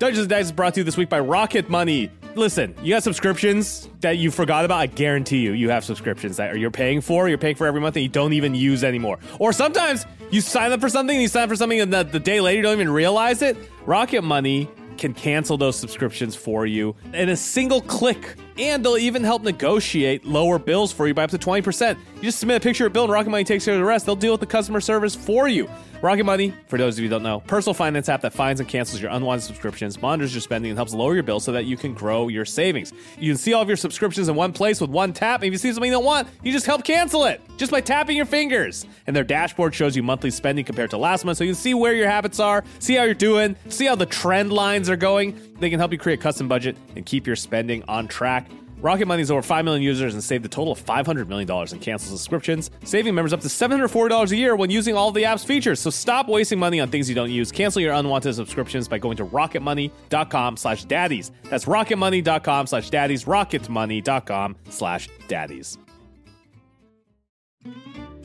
Speaker 1: Dungeons and Dice is brought to you this week by Rocket Money. Listen, you got subscriptions that you forgot about. I guarantee you, you have subscriptions that you're paying for, you're paying for every month, and you don't even use anymore. Or sometimes you sign up for something and you sign up for something, and the, the day later you don't even realize it. Rocket Money can cancel those subscriptions for you in a single click, and they'll even help negotiate lower bills for you by up to 20%. You just submit a picture of a bill, and Rocket Money takes care of the rest. They'll deal with the customer service for you. Rocket Money, for those of you who don't know, personal finance app that finds and cancels your unwanted subscriptions, monitors your spending, and helps lower your bills so that you can grow your savings. You can see all of your subscriptions in one place with one tap. If you see something you don't want, you just help cancel it just by tapping your fingers. And their dashboard shows you monthly spending compared to last month, so you can see where your habits are, see how you're doing, see how the trend lines are going. They can help you create a custom budget and keep your spending on track. Rocket Money has over 5 million users and saved a total of $500 million in canceled subscriptions, saving members up to $740 a year when using all of the app's features. So stop wasting money on things you don't use. Cancel your unwanted subscriptions by going to rocketmoney.com slash daddies. That's rocketmoney.com slash daddies, rocketmoney.com slash daddies.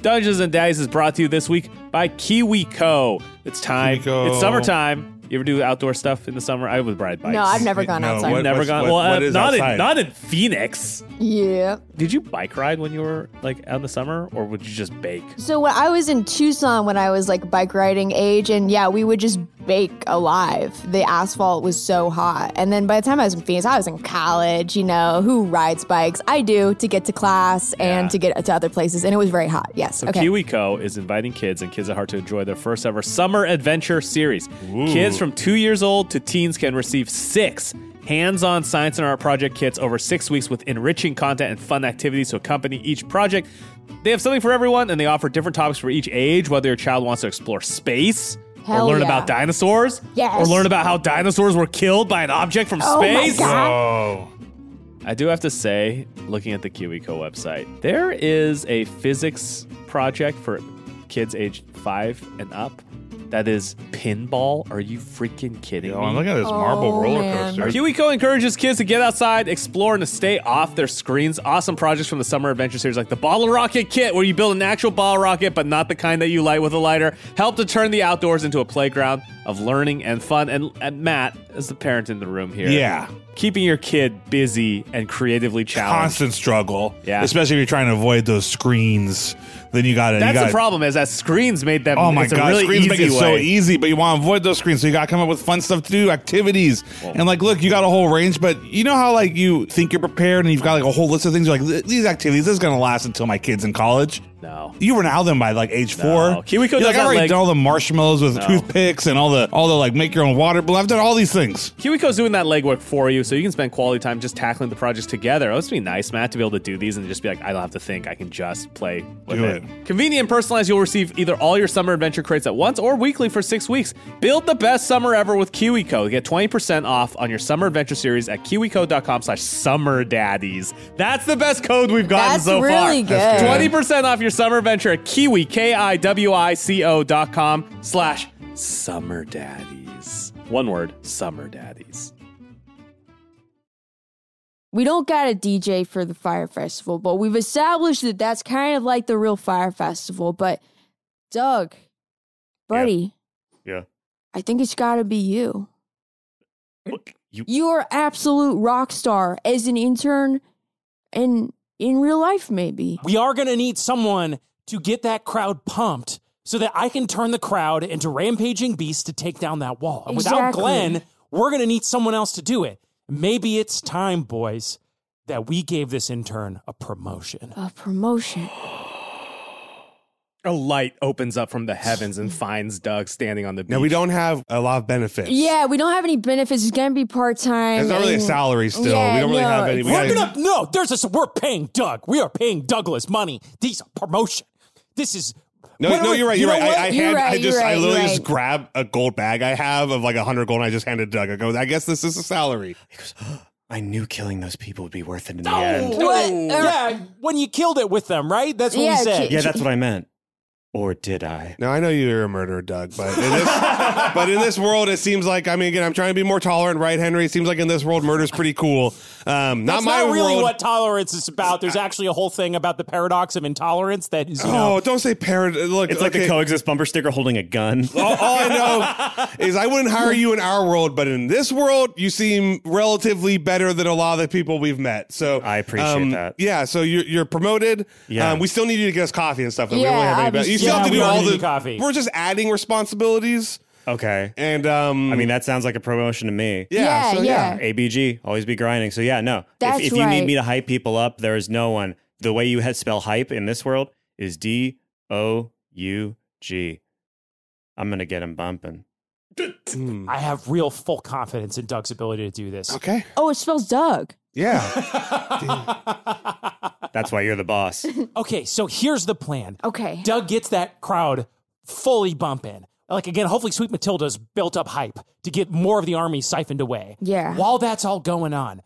Speaker 1: Dungeons and Daddies is brought to you this week by KiwiCo. It's time.
Speaker 5: KiwiCo.
Speaker 1: It's summertime. You ever do outdoor stuff in the summer? I would ride bikes.
Speaker 2: no, I've never gone
Speaker 5: No,
Speaker 2: outside.
Speaker 5: what-
Speaker 1: never
Speaker 5: What's-
Speaker 1: gone.
Speaker 5: what-
Speaker 1: well,
Speaker 5: what
Speaker 1: uh,
Speaker 5: is
Speaker 1: not in
Speaker 5: outside?
Speaker 1: not in Phoenix.
Speaker 2: Yeah.
Speaker 1: Did you bike ride when you were like out in the summer, or would you just bake?
Speaker 2: So when I was in Tucson when I was like bike riding age and yeah, we would just bake alive. The asphalt was so hot. And then by the time I was in Phoenix, I was in college, you know, who rides bikes? I do to get to class and to get to other places and it was very hot. Yes.
Speaker 1: So
Speaker 2: okay.
Speaker 1: KiwiCo is inviting kids and kids at heart to enjoy their first ever summer adventure series. Kids from two years old to teens can receive six hands-on science and art project kits over six weeks with enriching content and fun activities to accompany each project. They have something for everyone, and they offer different topics for each age. Whether your child wants to explore space.
Speaker 2: Hell
Speaker 1: or learn
Speaker 2: yeah.
Speaker 1: about dinosaurs,
Speaker 2: Yes.
Speaker 1: or learn about how dinosaurs were killed by an object from
Speaker 2: Oh my
Speaker 1: space.
Speaker 2: God.
Speaker 5: Oh.
Speaker 1: I do have to say, looking at the KiwiCo website, there is a physics project for kids aged five and up that is pinball. Are you freaking kidding me?
Speaker 5: look at this
Speaker 2: marble Oh, roller man. coaster.
Speaker 1: KiwiCo encourages kids to get outside, explore, and to stay off their screens. Awesome projects from the Summer Adventure series, like the Bottle Rocket Kit, where you build an actual bottle rocket, but not the kind that you light with a lighter, help to turn the outdoors into a playground of learning and fun. And, and Matt, as the parent in the room here,
Speaker 10: Yeah.
Speaker 1: keeping your kid busy and creatively challenged.
Speaker 10: Constant struggle.
Speaker 1: Yeah.
Speaker 10: Especially if you're trying to avoid those screens. Then you gotta you
Speaker 1: That's
Speaker 10: gotta,
Speaker 1: the problem is that screens made them.
Speaker 10: Oh my
Speaker 1: it's a
Speaker 10: god,
Speaker 1: really
Speaker 10: screens
Speaker 1: easy
Speaker 10: make it
Speaker 1: way.
Speaker 10: so easy, but you want to avoid those screens, so you gotta come up with fun stuff to do, activities, and like, look, you got a whole range, but you know how like you think you're prepared, and you've got like a whole list of things. You're like, these activities this is gonna last until my kids in college.
Speaker 7: No.
Speaker 11: You were now them by like age four.
Speaker 7: Kiwi Co
Speaker 11: You're
Speaker 7: does
Speaker 11: like,
Speaker 7: that
Speaker 11: I've already
Speaker 7: leg-
Speaker 11: done all the marshmallows with
Speaker 7: No.
Speaker 11: toothpicks and all the all the like make your own water. balloon. I've done all these things.
Speaker 7: Kiwiko's doing that legwork for you, so you can spend quality time just tackling the projects together. It would be nice, Matt, to be able to do these and just be like, I don't have to think. I can just play with
Speaker 11: Do
Speaker 7: it.
Speaker 11: it.
Speaker 7: Convenient and personalized, you'll receive either all your summer adventure crates at once or weekly for six weeks. Build the best summer ever with KiwiCo. Get 20% off on your summer adventure series at kiwico.com slash summer daddies. That's the best code we've gotten
Speaker 2: That's
Speaker 7: so
Speaker 2: really
Speaker 7: far.
Speaker 2: good. That's good.
Speaker 7: 20% off your summer adventure at kiwi, K-I-W-I-C-O dot com slash summer daddies. One word, summer daddies.
Speaker 2: we don't got a DJ for the Fire Festival, but we've established that that's kind of like the real Fire Festival. But Doug, buddy,
Speaker 6: Yeah.
Speaker 2: I think it's got to be you.
Speaker 6: Look, you
Speaker 2: You are absolute rock star as an intern and in real life, maybe.
Speaker 8: We are going to need someone to get that crowd pumped so that I can turn the crowd into rampaging beasts to take down that wall. And Without
Speaker 2: Exactly.
Speaker 8: Glenn, we're going to need someone else to do it. Maybe it's time, boys, that we gave this intern a promotion.
Speaker 2: A promotion.
Speaker 7: A light opens up from the heavens and finds Doug standing on the beach.
Speaker 5: Now we don't have a lot of benefits.
Speaker 2: Yeah, we don't have any benefits. It's gonna be part time.
Speaker 5: It's not really a salary still. we don't really have any. We
Speaker 8: We're
Speaker 5: gotta-
Speaker 8: gonna no. There's a we're paying Doug. We are paying Douglas money. These are promotion. This is
Speaker 5: No,
Speaker 8: What
Speaker 5: no,
Speaker 8: are we-
Speaker 5: you're right. You're
Speaker 8: know
Speaker 5: right.
Speaker 8: what?
Speaker 5: I, I,
Speaker 2: You're
Speaker 5: hand,
Speaker 2: right,
Speaker 5: I
Speaker 2: you're
Speaker 5: just, I
Speaker 2: right,
Speaker 5: literally
Speaker 2: you're
Speaker 5: just
Speaker 2: right.
Speaker 5: grab a gold bag I have of like a hundred gold, and I just handed Doug. I go, I guess this is a salary.
Speaker 6: I knew killing those people would be worth it in the
Speaker 8: No.
Speaker 6: end.
Speaker 2: What?
Speaker 8: yeah. When you killed it with them, right? That's what
Speaker 2: uh, Yeah,
Speaker 8: we said.
Speaker 2: ki-
Speaker 6: Yeah, that's what I meant. Or did I?
Speaker 5: Now I know you're a murderer, Doug, but in this, but in this world, it seems like I mean, again, I'm trying to be more tolerant, right, Henry? It seems like in this world, murder's pretty cool. Um, not
Speaker 8: That's
Speaker 5: my
Speaker 8: not really
Speaker 5: world.
Speaker 8: what tolerance is about. There's actually a whole thing about the paradox of intolerance that is, you
Speaker 5: oh,
Speaker 8: know,
Speaker 5: don't say parent. Look,
Speaker 6: It's like the
Speaker 5: okay.
Speaker 6: coexist bumper sticker holding a gun.
Speaker 8: Oh.
Speaker 5: all, all I know is I wouldn't hire you in our world, but in this world, you seem relatively better than a lot of the people we've met. So
Speaker 6: I appreciate
Speaker 5: um,
Speaker 6: that.
Speaker 5: Yeah, so you're you're promoted.
Speaker 6: Yeah.
Speaker 5: um, we still need you to get us coffee and stuff. And we
Speaker 2: Yeah,
Speaker 5: don't really have any.
Speaker 2: obviously.
Speaker 5: you still have
Speaker 8: Yeah,
Speaker 5: to
Speaker 8: we
Speaker 5: do
Speaker 8: don't
Speaker 5: all
Speaker 8: need
Speaker 5: the
Speaker 8: coffee.
Speaker 5: We're just adding responsibilities,
Speaker 6: Okay.
Speaker 5: and um,
Speaker 6: I mean, that sounds like a promotion to me.
Speaker 2: Yeah,
Speaker 5: yeah, so,
Speaker 2: yeah.
Speaker 6: ABG, always be grinding. So yeah, no.
Speaker 2: That's
Speaker 6: if if you need
Speaker 2: right.
Speaker 6: me to hype people up, there is no one. The way you had spell hype in this world is D O U G. I'm gonna get him bumping.
Speaker 5: Hmm.
Speaker 8: I have real full confidence in Doug's ability to do this.
Speaker 5: Okay.
Speaker 2: Oh, it spells Doug.
Speaker 5: Yeah.
Speaker 6: That's why you're the boss.
Speaker 8: Okay, so here's the plan.
Speaker 2: Okay.
Speaker 8: Doug gets that crowd fully bumping. Like again, hopefully Sweet Matilda's built up hype to get more of the army siphoned away.
Speaker 2: Yeah.
Speaker 8: While that's all going on,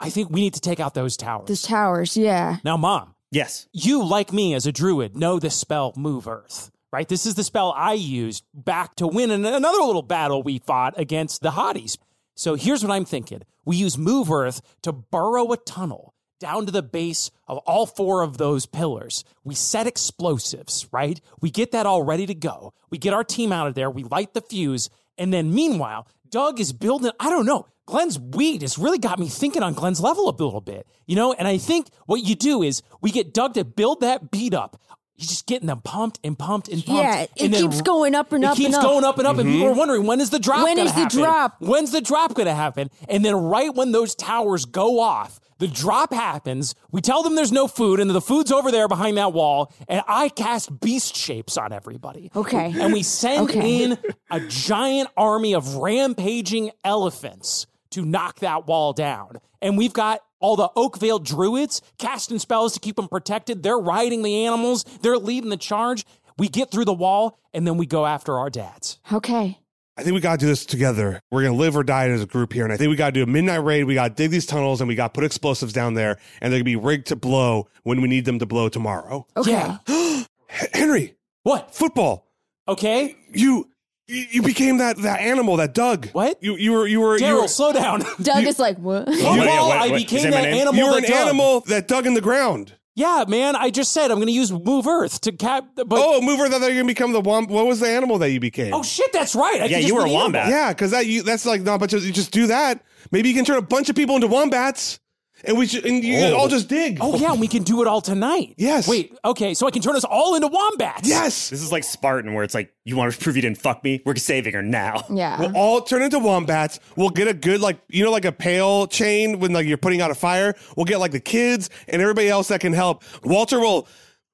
Speaker 8: I think we need to take out those towers.
Speaker 2: Those towers, yeah.
Speaker 8: now, Mom,
Speaker 6: yes.
Speaker 8: you like me as a druid know the spell Move Earth, right? This is the spell I used back to win in another little battle we fought against the Hotties. So here's what I'm thinking: we use Move Earth to burrow a tunnel down to the base of all four of those pillars. We set explosives, right? We get that all ready to go. We get our team out of there. We light the fuse, and then meanwhile, Doug is building. I don't know. Glenn's weed has really got me thinking on Glenn's level a little bit, you know? And I think what you do is we get Doug to build that beat up. He's just getting them pumped and pumped and pumped.
Speaker 2: Yeah, it
Speaker 8: and then
Speaker 2: keeps going up and
Speaker 8: it
Speaker 2: up
Speaker 8: keeps
Speaker 2: and up.
Speaker 8: going up and up. And people are wondering when is the drop
Speaker 2: When
Speaker 8: gonna
Speaker 2: is the
Speaker 8: happen?
Speaker 2: drop?
Speaker 8: When's the drop going to happen? And then right when those towers go off, the drop happens. We tell them there's no food, and the food's over there behind that wall. And I cast beast shapes on everybody.
Speaker 2: Okay.
Speaker 8: And we send
Speaker 2: Okay.
Speaker 8: in a giant army of rampaging elephants to knock that wall down. And we've got all the Oakvale druids casting spells to keep them protected. They're riding the animals, they're leading the charge. We get through the wall, and then we go after our dads.
Speaker 2: Okay.
Speaker 5: I think we got to do this together. We're going to live or die as a group here. And I think we got to do a midnight raid. We got to dig these tunnels and we got to put explosives down there. And they're going to be rigged to blow when we need them to blow tomorrow.
Speaker 2: Okay.
Speaker 8: Yeah.
Speaker 5: H- Henry,
Speaker 8: What?
Speaker 5: football.
Speaker 8: Okay.
Speaker 5: You. You you became that, that animal, that Doug.
Speaker 8: What?
Speaker 5: You you were you were you were,
Speaker 8: Daryl, slow down.
Speaker 2: Doug is like, what?
Speaker 8: Football,
Speaker 6: yeah, what-
Speaker 8: I
Speaker 6: what- is
Speaker 8: became
Speaker 6: that my
Speaker 8: that
Speaker 6: name?
Speaker 8: animal.
Speaker 5: you were an
Speaker 8: that dug.
Speaker 5: animal that dug in the ground.
Speaker 8: Yeah, man. I just said I'm going to use Move Earth to cap. But oh,
Speaker 5: oh, mover that they're gonna become the womp. What was the animal that you became?
Speaker 8: shit, that's right. I
Speaker 6: Yeah,
Speaker 8: could just
Speaker 6: you were
Speaker 8: be
Speaker 6: a
Speaker 8: an animal.
Speaker 6: wombat.
Speaker 5: yeah, because that you that's like not a bunch of you just do that. Maybe you can turn a bunch of people into wombats, and we should and you
Speaker 6: Oh.
Speaker 5: all just dig.
Speaker 8: Oh yeah, and we can do it all tonight.
Speaker 5: Yes.
Speaker 8: Wait. Okay, so I can turn us all into wombats.
Speaker 5: yes,
Speaker 6: This is like Spartan, where it's like, you want to prove you didn't fuck me? We're saving her now.
Speaker 2: yeah.
Speaker 5: We'll all turn into wombats. We'll get a good like you know like a pail chain when like you're putting out a fire. We'll get like the kids and everybody else that can help. Walter will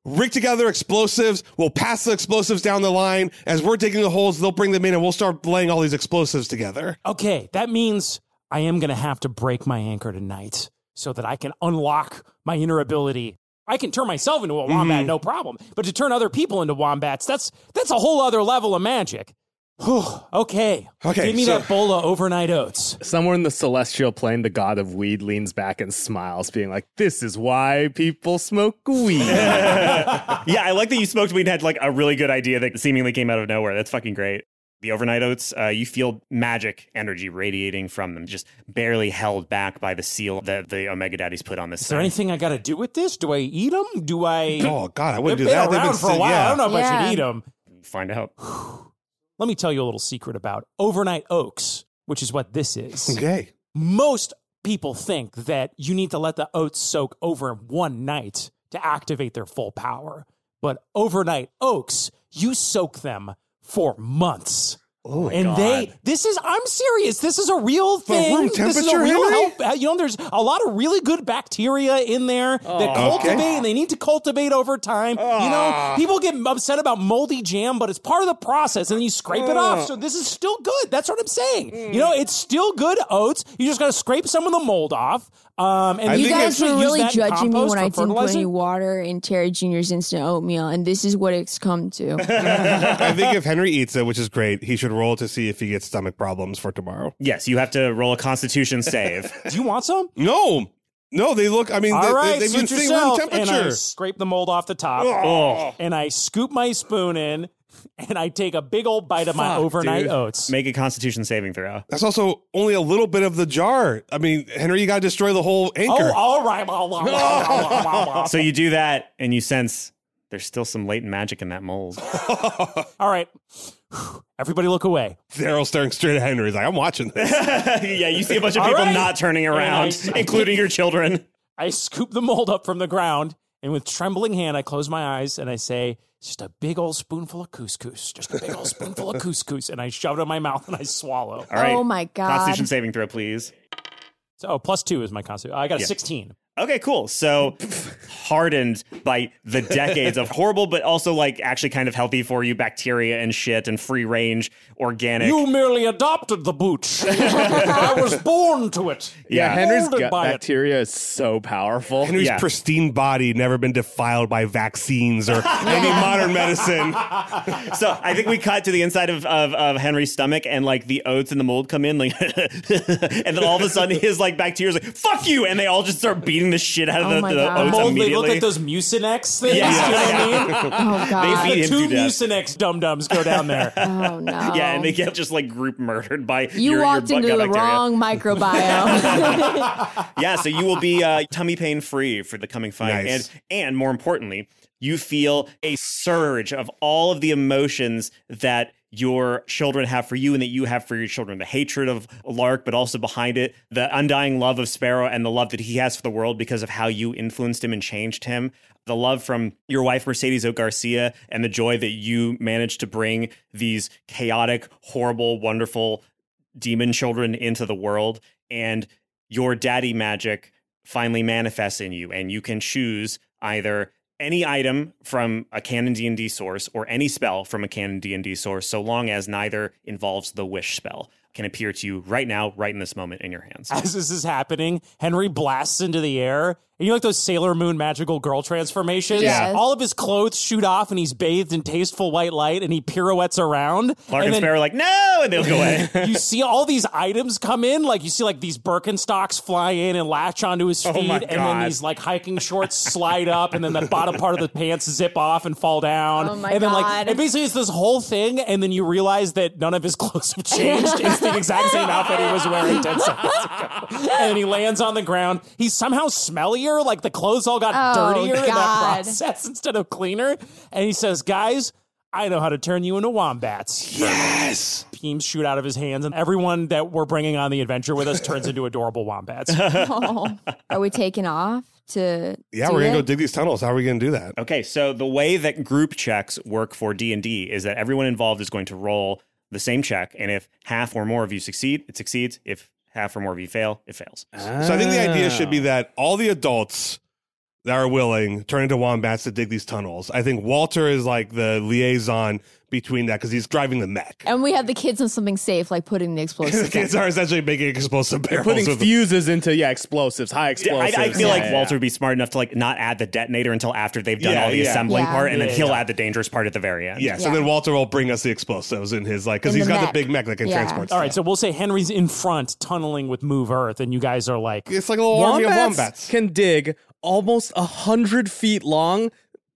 Speaker 5: rig together explosives. We'll pass the explosives down the line. As we're digging the holes, they'll bring them in and we'll start laying all these explosives together.
Speaker 8: Okay, that means I am going to have to break my anchor tonight so that I can unlock my inner ability. I can turn myself into a
Speaker 5: Mm-hmm.
Speaker 8: wombat, no problem. But to turn other people into wombats, that's that's a whole other level of magic. Whew, okay.
Speaker 5: Okay,
Speaker 8: Give me
Speaker 5: so-
Speaker 8: that bowl of overnight oats.
Speaker 7: Somewhere in the celestial plane, the god of weed leans back and smiles, being like, "This is why people smoke weed."
Speaker 6: yeah, I like that you smoked weed and had like a really good idea that seemingly came out of nowhere. That's fucking great. The overnight oats, uh, you feel magic energy radiating from them, just barely held back by the seal that the Omega Daddies put on this.
Speaker 8: Is there
Speaker 6: thing.
Speaker 8: anything I got to do with this? Do I eat them? Do I?
Speaker 5: Oh, God, I
Speaker 8: They've
Speaker 5: wouldn't
Speaker 8: been
Speaker 5: do that. They've been
Speaker 8: around for a
Speaker 5: sit-
Speaker 8: while.
Speaker 5: yeah.
Speaker 8: I don't know if I
Speaker 2: Yeah.
Speaker 8: should eat them.
Speaker 6: Find out.
Speaker 8: Let me tell you a little secret about overnight oats, which is what this is.
Speaker 5: Okay.
Speaker 8: most people think that you need to let the oats soak over one night to activate their full power. But overnight oaks, you soak them for months. Oh and they this is I'm serious. This is a real thing.
Speaker 5: room
Speaker 8: this is a
Speaker 5: temperature,
Speaker 8: real
Speaker 5: Henry?
Speaker 8: help. You know, there's a lot of really good bacteria in there
Speaker 5: Oh.
Speaker 8: that cultivate and they need to cultivate over time.
Speaker 5: Ah.
Speaker 8: You know, people get upset about moldy jam, but it's part of the process and then you scrape it
Speaker 5: Mm.
Speaker 8: off. So this is still good. That's what I'm saying. You know, it's still good oats. You just gotta scrape some of the mold off. Um and
Speaker 5: I
Speaker 8: you
Speaker 5: think it's-
Speaker 8: guys
Speaker 2: guys
Speaker 8: can
Speaker 2: were
Speaker 8: use
Speaker 2: really
Speaker 8: that
Speaker 2: judging me
Speaker 8: compost
Speaker 2: when
Speaker 8: for
Speaker 2: I didn't put
Speaker 8: fertilizer.
Speaker 2: any water in Terry Jr.'s instant oatmeal, and this is what it's come to.
Speaker 5: I think if Henry eats it, which is great, he should roll to see if he gets stomach problems for tomorrow.
Speaker 6: Yes, you have to roll a Constitution save.
Speaker 8: Do you want some?
Speaker 5: No, no, they look. I mean,
Speaker 8: All
Speaker 5: they,
Speaker 8: right,
Speaker 5: they, have been
Speaker 8: suit
Speaker 5: sitting room
Speaker 8: yourself. And I
Speaker 5: temperature.
Speaker 8: scrape the mold off the top, and I scoop my spoon in, and I take a big old bite of my overnight
Speaker 6: dude.
Speaker 8: oats.
Speaker 6: Make a Constitution saving throw.
Speaker 5: That's also only a little bit of the jar. I mean, Henry, you got to destroy the whole anchor.
Speaker 8: Oh, all right. Blah, blah, blah, blah, blah, blah, blah.
Speaker 6: So you do that, and you sense there's still some latent magic in that mold.
Speaker 8: all right, everybody, look away.
Speaker 5: Daryl's staring straight at Henry. He's like, I'm watching this.
Speaker 6: yeah, you see a bunch of
Speaker 8: All
Speaker 6: people
Speaker 8: right.
Speaker 6: not turning around,
Speaker 8: And I-
Speaker 6: including your children.
Speaker 8: I scoop the mold up from the ground, and with trembling hand, I close my eyes and I say, "Just a big old spoonful of couscous. Just a big old spoonful of couscous." And I shove it in my mouth and I swallow.
Speaker 6: All right.
Speaker 2: Oh my God.
Speaker 6: Constitution saving throw, please.
Speaker 8: So, oh, plus two is my concept. I got a sixteen.
Speaker 6: Okay, cool. So hardened by the decades of horrible, but also like actually kind of healthy for you bacteria and shit and free range organic.
Speaker 8: You merely adopted the boot. I was born to it.
Speaker 7: yeah, Henry's
Speaker 8: Molded
Speaker 7: gut
Speaker 8: by it.
Speaker 7: bacteria is so powerful.
Speaker 5: Henry's
Speaker 6: Yeah.
Speaker 5: pristine body never been defiled by vaccines or any modern medicine.
Speaker 6: so I think we cut to the inside of, of, of Henry's stomach and like the oats and the mold come in, like, and then all of a sudden his like bacteria's like, fuck you. And they all just start beating the shit out of
Speaker 2: Oh
Speaker 6: the,
Speaker 2: my
Speaker 6: the
Speaker 2: God.
Speaker 6: oats
Speaker 8: Mold, they
Speaker 6: immediately.
Speaker 8: look like those Mucinex things.
Speaker 6: Yeah.
Speaker 8: You know what I mean?
Speaker 2: Oh
Speaker 6: They
Speaker 2: God!
Speaker 6: feed
Speaker 8: the
Speaker 6: him
Speaker 8: two
Speaker 6: to death.
Speaker 8: Mucinex dum dums go down there.
Speaker 2: Oh no!
Speaker 6: Yeah, and they get just like group murdered by
Speaker 2: you
Speaker 6: your, your
Speaker 2: walked
Speaker 6: butt
Speaker 2: into the
Speaker 6: gut bacteria.
Speaker 2: wrong microbiome.
Speaker 6: yeah, so you will be uh, tummy pain free for the coming fight,
Speaker 5: Nice.
Speaker 6: and and more importantly, you feel a surge of all of the emotions that your children have for you and that you have for your children the hatred of lark but also behind it the undying love of sparrow and the love that he has for the world because of how you influenced him and changed him the love from your wife mercedes o garcia and the joy that you managed to bring these chaotic horrible wonderful demon children into the world and your daddy magic finally manifests in you and you can choose either any item from a canon d&d source or any spell from a canon d&d source so long as neither involves the wish spell can appear to you right now right in this moment in your hands
Speaker 8: As this is happening, Henry blasts into the air. And you know, like those Sailor Moon magical girl transformations?
Speaker 2: Yeah.
Speaker 8: All of his clothes shoot off and he's bathed in tasteful white light and he pirouettes around.
Speaker 6: clark and,
Speaker 8: and then
Speaker 6: sparrow are like no and they'll go away
Speaker 8: you see all these items come in, like you see like these Birkenstocks fly in and latch onto his feet,
Speaker 6: Oh my
Speaker 8: and then
Speaker 6: God.
Speaker 8: these like hiking shorts slide up, and then the bottom part of the pants zip off and fall down.
Speaker 2: Oh, my
Speaker 8: and then like
Speaker 2: God.
Speaker 8: and basically it's this whole thing, and then you realize that none of his clothes have changed. it's the exact same outfit he was wearing ten seconds ago. And then he lands on the ground. He's somehow smellier, like the clothes all got
Speaker 2: Oh,
Speaker 8: dirtier in that
Speaker 2: God.
Speaker 8: process instead of cleaner. And he says, Guys, I know how to turn you into wombats
Speaker 5: Yes.
Speaker 8: beams shoot out of his hands, and everyone that we're bringing on the adventure with us turns into adorable wombats.
Speaker 2: Oh. Are we taking off to?
Speaker 5: Yeah,
Speaker 2: do
Speaker 5: we're going to
Speaker 2: it?
Speaker 5: go dig these tunnels. How are we going to do that?
Speaker 6: Okay, so the way that group checks work for D&D is that everyone involved is going to roll the same check and if half or more of you succeed, it succeeds. If half or more of you fail, it fails.
Speaker 5: So I think the idea should be that all the adults that are willing turn into wombats to dig these tunnels. I think Walter is like the liaison between that because he's driving the mech.
Speaker 2: And we have the kids on something safe, like putting the explosives.
Speaker 5: the kids are essentially making explosive barrels.
Speaker 7: Putting
Speaker 5: with
Speaker 7: fuses into yeah explosives, high
Speaker 6: Yeah, I,
Speaker 7: explosives.
Speaker 6: I feel
Speaker 7: Yeah,
Speaker 6: like
Speaker 7: yeah,
Speaker 6: Walter would be smart enough to like not add the detonator until after they've done
Speaker 5: Yeah,
Speaker 6: all the
Speaker 5: yeah.
Speaker 6: assembling
Speaker 2: Yeah.
Speaker 6: part, and
Speaker 5: Yeah,
Speaker 6: then he'll add the dangerous part at the very end.
Speaker 5: Yes, and then Walter will bring us the explosives in his like because
Speaker 2: In
Speaker 5: he's
Speaker 2: the
Speaker 5: got
Speaker 2: mech.
Speaker 5: the big mech that can
Speaker 2: Yeah.
Speaker 5: transport.
Speaker 8: All
Speaker 5: Stuff.
Speaker 8: right, so we'll say Henry's in front, tunneling with Move Earth, and you guys are like,
Speaker 5: it's like a little army of
Speaker 7: Wombats,
Speaker 5: wombats.
Speaker 7: can dig almost 100 feet long,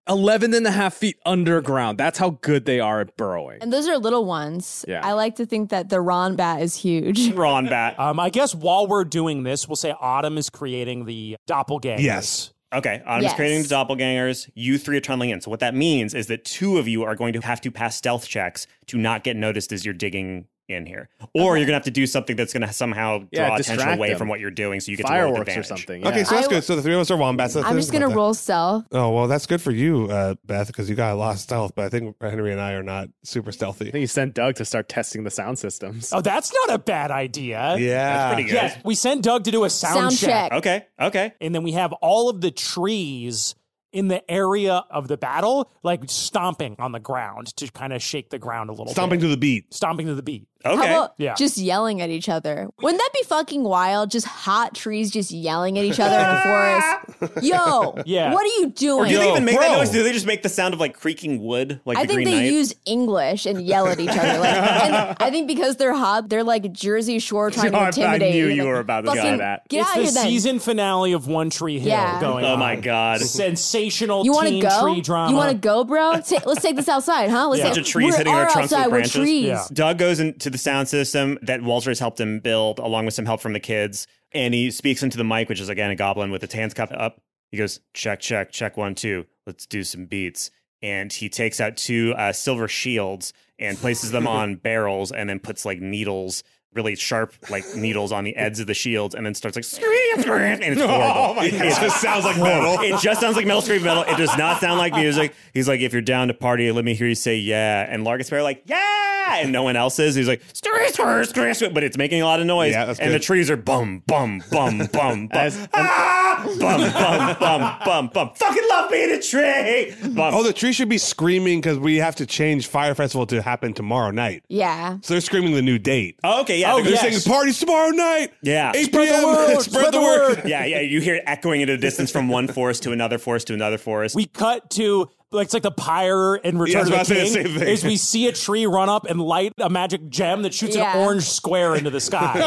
Speaker 7: 11 and a half feet underground. That's how good they are at burrowing.
Speaker 2: And those are little ones.
Speaker 7: Yeah.
Speaker 2: I like to think that the Ron bat is huge.
Speaker 6: Ron bat.
Speaker 8: um, I guess while we're doing this, we'll say Autumn is creating the doppelganger.
Speaker 5: Yes.
Speaker 6: Okay, Autumn's
Speaker 2: Yes.
Speaker 6: creating the doppelgangers. You three are tunneling in. So what that means is that two of you are going to have to pass stealth checks to not get noticed as you're digging in here, or you're gonna have to do something that's gonna somehow draw
Speaker 7: Yeah,
Speaker 6: attention
Speaker 7: distract
Speaker 6: away
Speaker 7: them.
Speaker 6: from what you're doing, so you get to roll with
Speaker 7: Fireworks or
Speaker 6: advantage.
Speaker 7: something.
Speaker 5: Okay,
Speaker 7: yeah.
Speaker 5: so that's
Speaker 2: I-
Speaker 5: good. So the three of us are wombats. That's
Speaker 2: I'm
Speaker 5: it.
Speaker 2: just gonna
Speaker 5: Okay.
Speaker 2: roll stealth.
Speaker 5: Oh well, that's good for you, uh, Beth, because you got a lot of stealth. But I think Henry and I are not super
Speaker 7: I
Speaker 5: stealthy.
Speaker 7: think he sent Doug to start testing the sound systems.
Speaker 8: Oh, that's not a bad idea.
Speaker 5: Yeah,
Speaker 6: Pretty good.
Speaker 8: Yes, we send Doug to do a sound,
Speaker 2: Sound check.
Speaker 6: Okay, okay.
Speaker 8: and then we have all of the trees in the area of the battle, like stomping on the ground to kind of shake the ground a little
Speaker 5: Stomping
Speaker 8: bit.
Speaker 5: to the beat.
Speaker 8: stomping to the beat.
Speaker 6: Okay.
Speaker 2: How about
Speaker 8: Yeah.
Speaker 2: just yelling at each other? Wouldn't that be fucking wild? Just hot trees just yelling at each other in a forest. Yo,
Speaker 8: Yeah.
Speaker 2: what are you doing?
Speaker 6: Do they
Speaker 5: Yo,
Speaker 6: even make that
Speaker 5: bro.
Speaker 6: noise? Do they just make the sound of like creaking wood, like
Speaker 2: I
Speaker 6: the
Speaker 2: think
Speaker 6: Green
Speaker 2: they
Speaker 6: Knight?
Speaker 2: use English and yell at each other. Like, and I think because they're hot, they're like Jersey Shore trying
Speaker 7: I- I
Speaker 2: to intimidate.
Speaker 7: knew you
Speaker 2: Like,
Speaker 7: were about to say
Speaker 2: "Fucking
Speaker 7: that."
Speaker 2: Get
Speaker 8: it's
Speaker 2: out of
Speaker 8: the
Speaker 2: here, then.
Speaker 8: season finale of One Tree Hill
Speaker 2: Yeah.
Speaker 8: going
Speaker 6: oh
Speaker 8: on.
Speaker 6: my god!
Speaker 8: Sensational
Speaker 2: You want to
Speaker 8: teen
Speaker 2: go?
Speaker 8: tree drama.
Speaker 2: You want to go, bro? Ta- let's take this outside, huh? Let's
Speaker 6: Yeah.
Speaker 2: take-
Speaker 6: Bunch of trees
Speaker 2: we're
Speaker 6: hitting their
Speaker 2: are
Speaker 6: trunks with
Speaker 2: outside.
Speaker 6: branches.
Speaker 2: We're trees.
Speaker 8: Yeah.
Speaker 6: Doug goes into the sound system that Walter has helped him build, along with some help from the kids, and he speaks into the mic, which is again a goblin with his hands cupped up. He goes, "Check, check, check. One, two. Let's do some beats." And he takes out two uh, silver shields and places them on barrels, and then puts like needles. Really sharp, like needles on the ends of the shields, and then starts like scream, scream, and it's horrible.
Speaker 5: Oh my god, it just sounds like metal.
Speaker 6: It just sounds like metal scream metal. It does not sound like music. He's like, if you're down to party, let me hear you say yeah. And Largus Bear like yeah, and no one else is. He's like scream, scream, scream, scream. but it's making a lot of noise.
Speaker 5: Yeah, that's
Speaker 6: and
Speaker 5: good.
Speaker 6: the trees are bum bum bum bum bum
Speaker 7: As-
Speaker 6: ah, bum bum bum bum bum. Fucking love being a tree. Bum.
Speaker 5: Oh, the tree should be screaming because we have to change Fire Festival to happen tomorrow night.
Speaker 2: Yeah.
Speaker 5: So they're screaming the new date.
Speaker 6: Oh, okay, yeah.
Speaker 5: Oh,
Speaker 6: the-
Speaker 5: they're saying the party's tomorrow night.
Speaker 6: Yeah.
Speaker 5: 8
Speaker 6: Spread
Speaker 5: p.m.
Speaker 6: the word,
Speaker 5: Spread the word.
Speaker 6: yeah, yeah. You hear it echoing into the distance from one forest to another forest to another forest.
Speaker 8: We cut to like it's like the pyre and
Speaker 5: Yeah, I
Speaker 8: Return
Speaker 5: was
Speaker 8: of
Speaker 5: about
Speaker 8: the
Speaker 5: to
Speaker 8: King.
Speaker 5: say the same thing.
Speaker 8: Is we see a tree run up and light a magic gem that shoots
Speaker 2: Yeah.
Speaker 8: an orange square into the sky,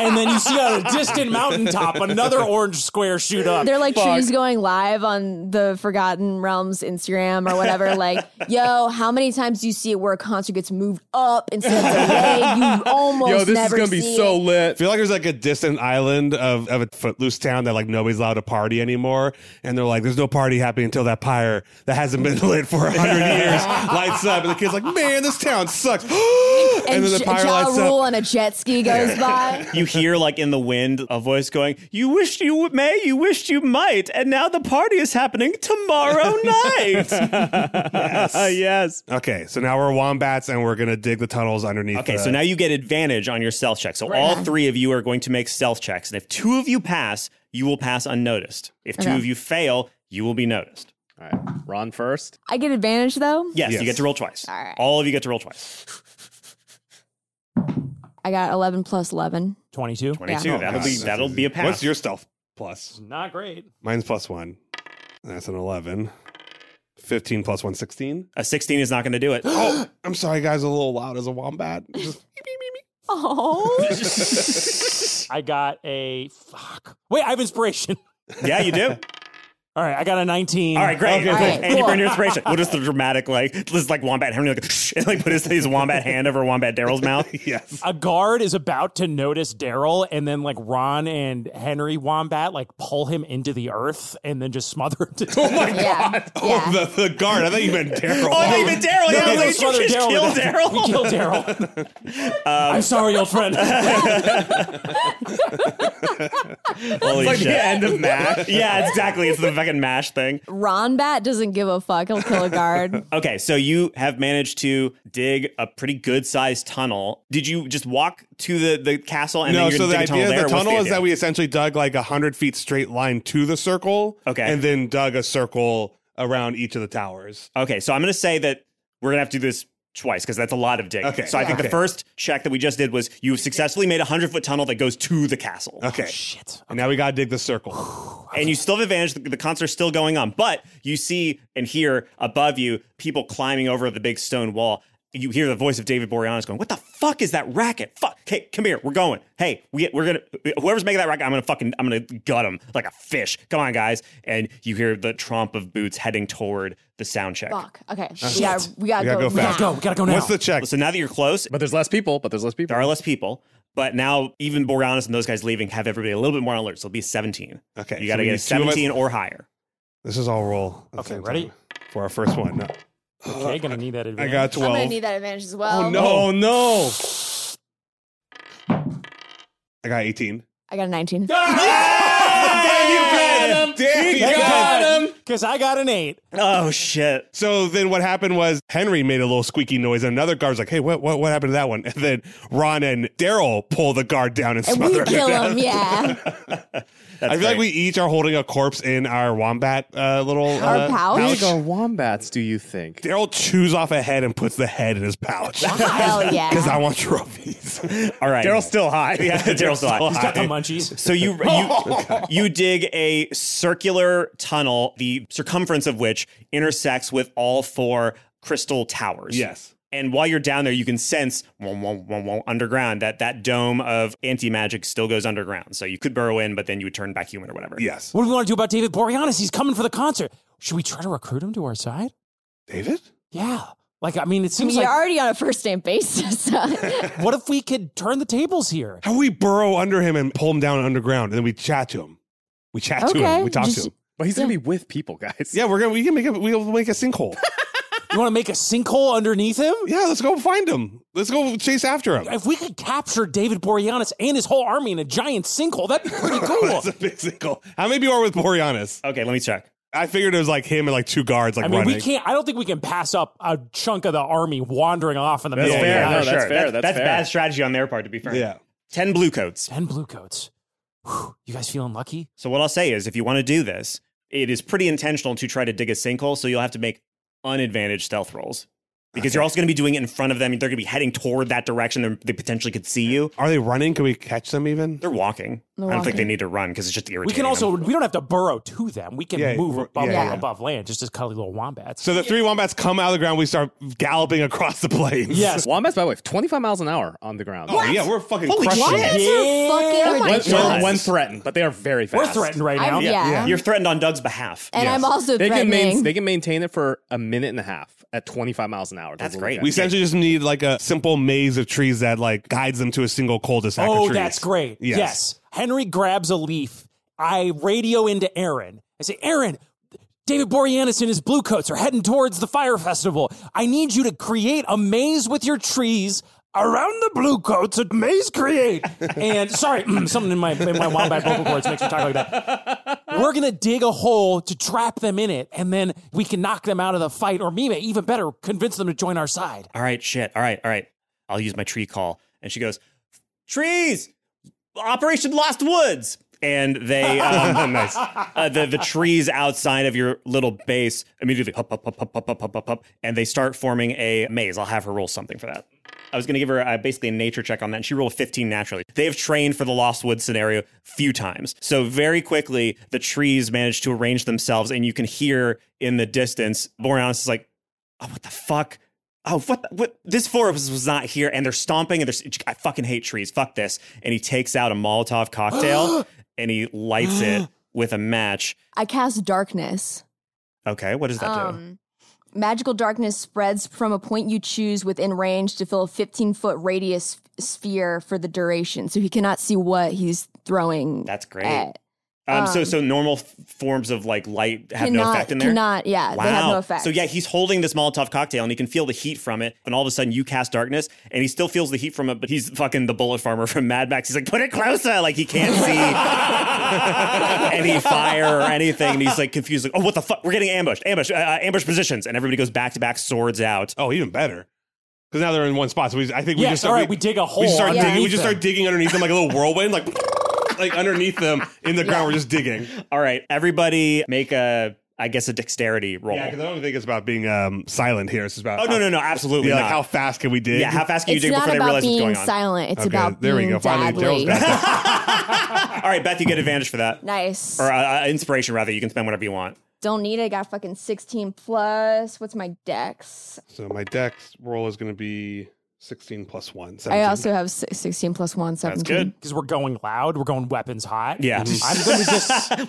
Speaker 8: and then you see on a distant mountaintop another orange square shoot up.
Speaker 2: They're like trees going live on the Forgotten Realms Instagram or whatever. like, yo, how many times do you see it where a concert gets moved up instead of delayed? You almost
Speaker 7: Yo, this is
Speaker 2: never
Speaker 7: gonna be
Speaker 2: see
Speaker 7: so
Speaker 2: it.
Speaker 5: I
Speaker 7: lit.
Speaker 5: feel like there's like a distant island of, of a footloose town that like nobody's allowed to party anymore. And they're like, there's no party happening until that pyre that hasn't been lit for 100 years lights up. And the kid's like, man, this town sucks. and,
Speaker 2: And,
Speaker 5: then the
Speaker 2: J-
Speaker 5: pyre
Speaker 2: Ja
Speaker 5: lights
Speaker 2: Rule
Speaker 5: up.
Speaker 2: on a jet ski goes by.
Speaker 6: you hear like in the wind a voice going, "You wished you may, you wished you might, and now the party is happening tomorrow night." yes.
Speaker 5: Okay, so now we're wombats and we're going to dig the tunnels underneath.
Speaker 6: Okay,
Speaker 5: the-
Speaker 6: so now you get advantage on your stealth check. So all three of you are going to make stealth checks, and if two of you pass, you will pass unnoticed. If two
Speaker 2: Okay.
Speaker 6: of you fail, you will be noticed.
Speaker 7: All right, Ron first.
Speaker 2: I get advantage though.
Speaker 6: Yes,
Speaker 5: Yes.
Speaker 6: you get to roll twice. All,
Speaker 2: right.
Speaker 6: of you get to roll twice.
Speaker 2: I got 11 plus 11.
Speaker 8: Twenty-two.
Speaker 6: Twenty-two.
Speaker 2: Yeah.
Speaker 6: that'll be
Speaker 5: Oh, God.
Speaker 6: that'll be a pass.
Speaker 5: What's your stealth plus?
Speaker 8: Not great.
Speaker 5: Mine's plus one. That's an 11. 15 plus 1, 16.
Speaker 6: a sixteen is not going to do it.
Speaker 5: Oh, I'm sorry, guys. A little loud as a wombat. Just-
Speaker 2: Oh,
Speaker 8: I got a fuck. Wait, I have inspiration.
Speaker 6: yeah, you do.
Speaker 8: All right, I got a nineteen.
Speaker 6: All right, great.
Speaker 2: All
Speaker 6: great.
Speaker 2: right,
Speaker 6: And you
Speaker 2: cool.
Speaker 6: bring your inspiration. What is the dramatic like? This is like wombat Henry like, and like put his, his wombat hand over wombat Daryl's mouth.
Speaker 5: yes.
Speaker 8: a guard is about to notice Daryl, and then like Ron and Henry Wombat like pull him into the earth and then just smother him. To oh my
Speaker 2: yeah. yeah.
Speaker 5: The, the guard. I thought you meant Daryl.
Speaker 6: Oh, I even Daryl. Yeah, I was like, you just kill
Speaker 8: We
Speaker 6: Daryl.
Speaker 8: killed Daryl. Um, I'm sorry, old friend.
Speaker 6: Holy
Speaker 7: Like the end of Mac.
Speaker 6: Yeah, exactly. It's the fucking mash thing.
Speaker 2: Ron Bat doesn't give a fuck. He'll kill a guard.
Speaker 6: Okay, so you have managed to dig a pretty good sized tunnel. Did you just walk to the, the castle and
Speaker 5: no,
Speaker 6: then you're
Speaker 5: so the
Speaker 6: gonna dig
Speaker 5: idea of
Speaker 6: a tunnel there?
Speaker 5: the
Speaker 6: What's the
Speaker 5: tunnel is
Speaker 6: idea?
Speaker 5: that we essentially dug like a hundred feet straight line to the circle,
Speaker 6: Okay.
Speaker 5: and then dug a circle around each of the towers.
Speaker 6: Okay, so I'm going to say that we're going to have to do this twice because that's a lot of digging.
Speaker 5: Okay,
Speaker 6: So I think the
Speaker 5: okay.
Speaker 6: first check that we just did was you've successfully made a 100 foot tunnel that goes to the castle.
Speaker 5: Okay,
Speaker 8: Shit.
Speaker 5: and now we gotta dig the circle.
Speaker 6: And you still have advantage. The, the concert's still going on, but you see and hear above you people climbing over the big stone wall. You hear the voice of David Boreanaz going, "What the fuck is that racket? Fuck! Hey, come here. We're going. Hey, we we're gonna whoever's making that racket. I'm gonna fucking I'm gonna gut him like a fish. Come on, guys!" And you hear the tromp of boots heading toward the sound check.
Speaker 2: fuck. Okay. We gotta, we gotta
Speaker 5: We gotta
Speaker 2: go.
Speaker 5: go
Speaker 2: now.
Speaker 5: fast.
Speaker 8: Go. We gotta go now.
Speaker 5: What's the check?
Speaker 6: So now that you're close,
Speaker 7: But there's less people, but there's less people.
Speaker 6: there are less people. But now even Boreanaz and those guys leaving have everybody a little bit more on alert. So it'll be 17.
Speaker 5: Okay,
Speaker 6: you
Speaker 5: so
Speaker 6: got to
Speaker 5: we need
Speaker 6: get a
Speaker 5: two of us-
Speaker 6: 17 or higher.
Speaker 5: This is all roll. at the
Speaker 8: Okay,
Speaker 5: same
Speaker 8: ready?
Speaker 5: time. for our first one? No.
Speaker 8: Okay, gonna need that
Speaker 5: I
Speaker 8: advantage.
Speaker 5: got
Speaker 2: I'm
Speaker 5: twelve.
Speaker 2: gonna need that advantage as well.
Speaker 5: Oh no, no! I got eighteen.
Speaker 2: I got a 19.
Speaker 5: Damn you, Damn you, got him!
Speaker 8: Because I got an eight.
Speaker 6: Oh shit.
Speaker 5: So then what happened was Henry made a little squeaky noise, and another guard was like, hey, what, what, what happened to that one? And then Ron and Daryl pull the guard down and
Speaker 2: And we
Speaker 5: smother it.
Speaker 2: kill him. Yeah.
Speaker 5: I
Speaker 6: That's
Speaker 5: feel like
Speaker 6: great.
Speaker 5: we each are holding a corpse in our wombat uh, little.
Speaker 2: Our
Speaker 5: uh,
Speaker 2: pouch.
Speaker 5: pouch.
Speaker 7: Big or wombats, do you think?
Speaker 5: Daryl chews off a head and puts the head in his pouch.
Speaker 2: Hell yeah.
Speaker 5: Because I want trophies.
Speaker 6: All right.
Speaker 7: Daryl's still high.
Speaker 6: yeah, Daryl's still
Speaker 5: Oh,
Speaker 6: high.
Speaker 8: He's got the munchies.
Speaker 6: So you you you dig a circular tunnel, the circumference of which intersects with all four crystal towers.
Speaker 5: Yes.
Speaker 6: And while you're down there, you can sense wong, wong, wong, wong, underground that that dome of anti magic still goes underground. So you could burrow in, but then you would turn back human or whatever.
Speaker 5: yes.
Speaker 8: What do we want to do about David Boreanaz? He's coming for the concert. Should we try to recruit him to our side?
Speaker 5: David?
Speaker 8: Yeah. Like, I mean,
Speaker 2: I
Speaker 8: it
Speaker 2: mean,
Speaker 8: seems
Speaker 2: you're
Speaker 8: like.
Speaker 2: already on a first name basis. so-
Speaker 8: What if we could turn the tables here?
Speaker 5: How do we burrow under him and pull him down underground? And then we chat to him. We chat to
Speaker 2: Okay,
Speaker 5: him. We talk
Speaker 2: just-
Speaker 5: to him.
Speaker 7: But he's gonna be with people, guys.
Speaker 5: Yeah, we're gonna we can make a we'll make a sinkhole.
Speaker 8: You want to make a sinkhole underneath him?
Speaker 5: yeah, let's go find him. Let's go chase after him.
Speaker 8: If we could capture David Boreanaz and his whole army in a giant sinkhole, that'd be pretty cool.
Speaker 5: That's a big sinkhole. How many people are with Boreanaz?
Speaker 6: Okay, let me check.
Speaker 5: I figured it was like him and like two guards like
Speaker 8: I mean,
Speaker 5: running.
Speaker 8: we can't. I don't think we can pass up a chunk of the army wandering off in the
Speaker 6: That's
Speaker 8: middle.
Speaker 6: fair.
Speaker 8: Of the
Speaker 6: No,
Speaker 8: night.
Speaker 6: that's
Speaker 7: that's
Speaker 6: fair. That's,
Speaker 7: fair, that's
Speaker 6: that's
Speaker 7: fair.
Speaker 6: bad strategy on their part, to be fair.
Speaker 5: Yeah.
Speaker 6: 10 blue coats.
Speaker 8: Ten bluecoats. Whew, You guys feeling lucky?
Speaker 6: So, what I'll say is if you want to do this, it is pretty intentional to try to dig a sinkhole. So, you'll have to make unadvantaged stealth rolls because you're also going to be doing it in front of them. They're going to be heading toward that direction. and They potentially could see you.
Speaker 5: Are they running? Can we catch them even?
Speaker 6: They're walking.
Speaker 2: They're
Speaker 6: I don't think they
Speaker 2: walking.
Speaker 6: need to run because it's just irritating.
Speaker 8: We can
Speaker 6: them.
Speaker 8: also. We don't have to burrow to them. We can
Speaker 5: Yeah,
Speaker 8: move
Speaker 5: yeah,
Speaker 8: above,
Speaker 5: yeah.
Speaker 8: above land, just as cuddly little wombats.
Speaker 5: So the three wombats come out of the ground. We start galloping across the plains.
Speaker 8: yes.
Speaker 7: Wombats, by the way, 25 miles an hour on the ground.
Speaker 5: Oh yeah, we're fucking
Speaker 6: Holy
Speaker 5: crushing
Speaker 6: shit.
Speaker 5: it.
Speaker 2: That's a fucking
Speaker 8: Oh
Speaker 7: One,
Speaker 2: ridiculous-
Speaker 6: God.
Speaker 7: one, one threatened, but they are very fast.
Speaker 8: We're threatened right now.
Speaker 2: I'm, yeah.
Speaker 6: You're threatened on Doug's behalf.
Speaker 2: And I'm also
Speaker 7: They can,
Speaker 2: threatening.
Speaker 7: main, they can maintain it for a minute and a half at 25 miles an hour.
Speaker 6: That's
Speaker 7: Those
Speaker 6: great.
Speaker 7: little
Speaker 5: We
Speaker 7: guys.
Speaker 5: essentially just need like a simple maze of trees that like guides them to a single cul-de-sac. of
Speaker 8: Oh,
Speaker 5: trees.
Speaker 8: that's great.
Speaker 5: Yes.
Speaker 8: Yes. Henry grabs a leaf. I radio into Aaron. I say, Aaron, David Boreanaz and his bluecoats are heading towards the fire festival. I need you to create a maze with your trees around the bluecoats at Maze Create. and sorry, something in my in my wombat vocal cords makes me talk like that. We're gonna dig a hole to trap them in it, and then we can knock them out of the fight, or maybe even better, convince them to join our side.
Speaker 6: all right, shit. All right, all right. I'll use my tree call. And she goes, trees, Operation Lost Woods. And they, um, nice. Uh, the, the trees outside of your little base immediately hop, hop, hop, hop, hop, hop, hop, hop, hop, and they start forming a maze. I'll have her roll something for that. I was going to give her uh, basically a nature check on that, and she rolled a 15 naturally. They have trained for the Lost Woods scenario few times. So, very quickly, the trees manage to arrange themselves, and you can hear in the distance, Boreanaz is like, oh, what the fuck? Oh, what? The, what? This forest was not here, and they're stomping, and they're. I fucking hate trees. Fuck this. And he takes out a Molotov cocktail, and he lights it with a match.
Speaker 2: I cast darkness.
Speaker 6: Okay, what does that do?
Speaker 2: Um, magical darkness spreads from a point you choose within range to fill a 15 foot radius sphere for the duration. So he cannot see what he's throwing
Speaker 6: That's great.
Speaker 2: at.
Speaker 6: Um, so
Speaker 2: Um,
Speaker 6: so normal f- forms of like light have no
Speaker 2: Cannot-
Speaker 6: effect in there.
Speaker 2: cannot, yeah, Uh, they
Speaker 6: Wow.
Speaker 2: have no effect.
Speaker 6: So yeah, he's holding this Molotov cocktail and he can feel the heat from it. And all of a sudden, you cast darkness, and he still feels the heat from it. But he's fucking the bullet farmer from Mad Max. He's like, put it closer, like he can't see any fire or anything. And he's like confused, like, oh, what the fuck? We're getting ambushed, ambush, uh, uh, ambush positions, and everybody goes back to back, swords out.
Speaker 5: Oh, even better. Because now they're in one spot. So we, I think we
Speaker 8: Yes,
Speaker 5: just
Speaker 8: all right, we dig a
Speaker 5: We
Speaker 8: hole
Speaker 5: just start digging. We
Speaker 8: underneath
Speaker 5: just start
Speaker 8: them.
Speaker 5: digging underneath them like a little whirlwind, like like underneath them in the ground. We're just digging.
Speaker 6: All right, everybody, make a I guess a dexterity roll.
Speaker 5: Yeah, because I don't think it's about being um, silent here. It's just about
Speaker 6: Oh, no, no, no, absolutely
Speaker 5: Yeah, like
Speaker 6: not.
Speaker 5: how fast can we dig?
Speaker 6: yeah, how fast can you
Speaker 2: It's
Speaker 6: dig
Speaker 2: not
Speaker 6: before they
Speaker 2: about
Speaker 6: realize what's
Speaker 2: being
Speaker 6: going on?
Speaker 2: silent. It's
Speaker 5: Okay,
Speaker 2: about
Speaker 5: there we
Speaker 2: being
Speaker 5: go. Finally, Daryl's
Speaker 2: deadly.
Speaker 6: All right, Beth, you get advantage for that.
Speaker 2: nice.
Speaker 6: Or uh, uh, inspiration, rather. You can spend whatever you want.
Speaker 2: Don't need it. I got fucking 16 plus. What's my dex?
Speaker 5: So my dex roll is going to be sixteen plus one.
Speaker 2: I also have si- 16 plus 1, 17.
Speaker 8: because we're going loud, we're going weapons hot.
Speaker 6: Yeah.
Speaker 8: I'm gonna just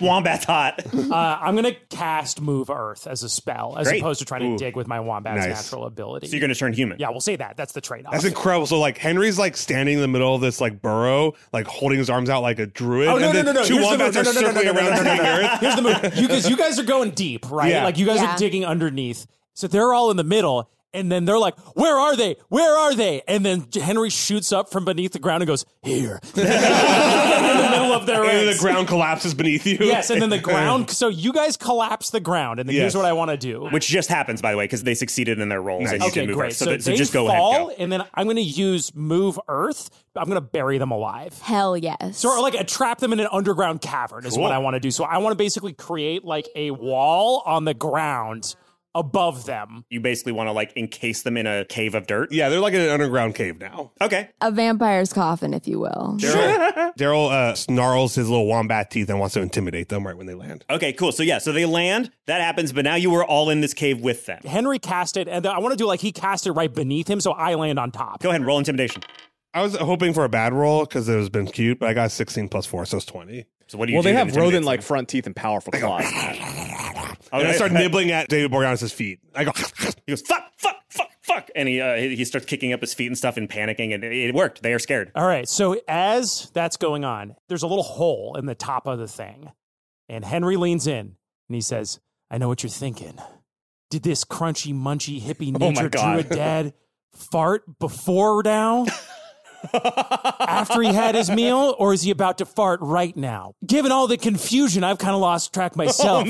Speaker 6: Wombat's hot.
Speaker 8: uh, I'm gonna cast move earth as a spell as
Speaker 6: Great.
Speaker 8: opposed to trying to dig with my wombat's
Speaker 5: Nice.
Speaker 8: natural ability.
Speaker 6: So you're going to turn human.
Speaker 8: yeah, we'll say that. That's the trade off.
Speaker 5: That's incredible. So like Henry's like standing in the middle of this like burrow, like holding his arms out like a druid.
Speaker 8: Oh no
Speaker 5: and
Speaker 8: no
Speaker 5: then
Speaker 8: no no!
Speaker 5: Two
Speaker 8: Here's the move.
Speaker 5: wombats
Speaker 8: No,
Speaker 5: are
Speaker 8: no, no, no, no,
Speaker 5: circling
Speaker 8: no, no,
Speaker 5: around
Speaker 8: no, no,
Speaker 5: turning
Speaker 8: no,
Speaker 5: earth.
Speaker 8: no. Here's the move. You guys, you guys are going deep, right?
Speaker 5: Yeah.
Speaker 8: Like you guys
Speaker 2: Yeah.
Speaker 8: are digging underneath. So they're all in the middle, and then they're like, "Where are they? Where are they?" And then Henry shoots up from beneath the ground and goes, "Here." in the middle of their
Speaker 5: And then
Speaker 8: ranks.
Speaker 5: the ground collapses beneath you.
Speaker 8: Yes, and then the ground. So you guys collapse the ground, and then
Speaker 5: Yes.
Speaker 8: here's what I want to do.
Speaker 6: Which just happens, by the way, because they succeeded in their roles and you
Speaker 8: Okay,
Speaker 6: can move
Speaker 8: great.
Speaker 6: Earth. So,
Speaker 8: So,
Speaker 6: that- so
Speaker 8: they
Speaker 6: just go
Speaker 8: fall,
Speaker 6: ahead.
Speaker 8: and then I'm going to use move Earth. I'm going to bury them alive.
Speaker 2: Hell yes.
Speaker 8: So, or like, uh, trap them in an underground cavern is what I want to do. So, I want to basically create like a wall on the ground above them.
Speaker 6: Go. You basically want to like encase them in a cave of dirt.
Speaker 5: Yeah, they're like in an underground cave now.
Speaker 6: Okay.
Speaker 2: a vampire's coffin, if you will.
Speaker 5: Daryl Daryl uh, snarls his little wombat teeth and wants to intimidate them right when they land.
Speaker 6: Okay, cool. So yeah, so they land. That happens, but now you are all in this cave with them.
Speaker 8: Henry cast it, and then I want to do like he cast it right beneath him, so I land on top.
Speaker 6: Go ahead and roll intimidation.
Speaker 5: I was hoping for a bad roll because it was been cute, but I got sixteen plus four, so it's twenty.
Speaker 6: So what do you
Speaker 7: Well,
Speaker 6: do
Speaker 7: they
Speaker 6: to
Speaker 7: have
Speaker 6: intimidate
Speaker 7: rodent
Speaker 6: them?
Speaker 7: like front teeth and powerful claws.
Speaker 6: Oh,
Speaker 5: and I
Speaker 6: no,
Speaker 5: start
Speaker 6: no.
Speaker 5: nibbling at David Boreanaz's feet. I go,
Speaker 6: He goes, fuck, fuck, fuck, fuck. And he, uh, he he starts kicking up his feet and stuff and panicking, and it, it worked. They are scared.
Speaker 8: All right. So, as that's going on, there's a little hole in the top of the thing, and Henry leans in and he says, I know what you're thinking. Did this crunchy, munchy, hippie
Speaker 6: Oh my
Speaker 8: nature
Speaker 6: God.
Speaker 8: druid dad fart before now? after he had his meal, or is he about to fart right now? Given all the confusion, I've kind of lost track
Speaker 6: Oh,
Speaker 8: myself.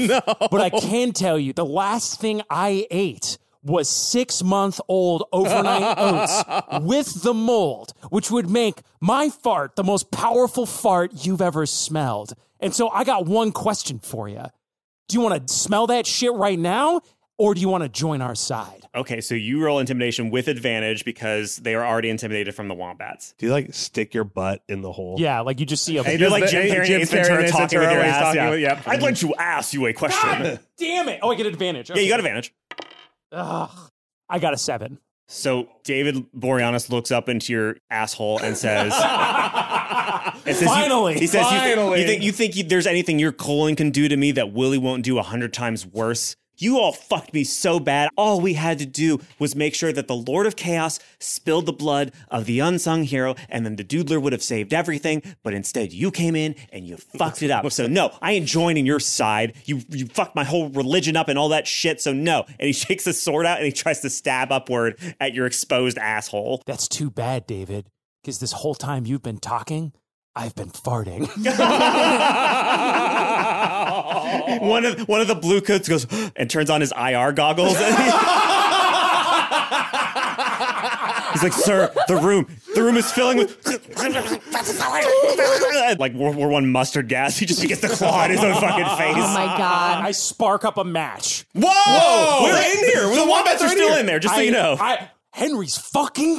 Speaker 8: But I can tell you the last thing I ate was six month old overnight oats with the mold, which would make my fart the most powerful fart you've ever smelled. And so I got one question for you Do you want to smell that shit right now, or do you want to join our side?
Speaker 6: Okay, so you roll intimidation with advantage because they are already intimidated from the wombats.
Speaker 5: do you like stick your butt in the hole?
Speaker 8: Yeah, like you just see a.
Speaker 6: You're like Jim Carrey and Ace Ventura talking with your ass. yeah.
Speaker 7: with- yep.
Speaker 6: I'd like to ask you a question.
Speaker 8: Damn it. Oh, I get advantage.
Speaker 6: Yeah,
Speaker 8: Okay.
Speaker 6: you got advantage.
Speaker 8: Ugh. I got a seven.
Speaker 6: So David Boreanaz looks up into your asshole and says, and says you-
Speaker 8: Finally.
Speaker 6: he says, you-
Speaker 7: Finally.
Speaker 6: you think you think you, there's anything your colon can do to me that Willie won't do a hundred times worse? You all fucked me so bad. All we had to do was make sure that the Lord of Chaos spilled the blood of the unsung hero, and then the Doodler would have saved everything. But instead, you came in and you fucked it up. So no, I ain't joining your side. You you fucked my whole religion up and all that shit. So no. And he shakes his sword out and he tries to stab upward at your exposed asshole.
Speaker 8: That's too bad, David, because this whole time you've been talking, I've been farting.
Speaker 6: one of one of the blue coats goes and turns on his IR goggles. And he- he's like, "Sir, the room, the room is filling with like World War One mustard gas." He just gets the claw in his own fucking face.
Speaker 2: Oh my God.
Speaker 8: I spark up a match.
Speaker 6: Whoa! We're in here. The wombats are still in there. Just so
Speaker 8: I-
Speaker 6: you know.
Speaker 8: I, Henry's fucking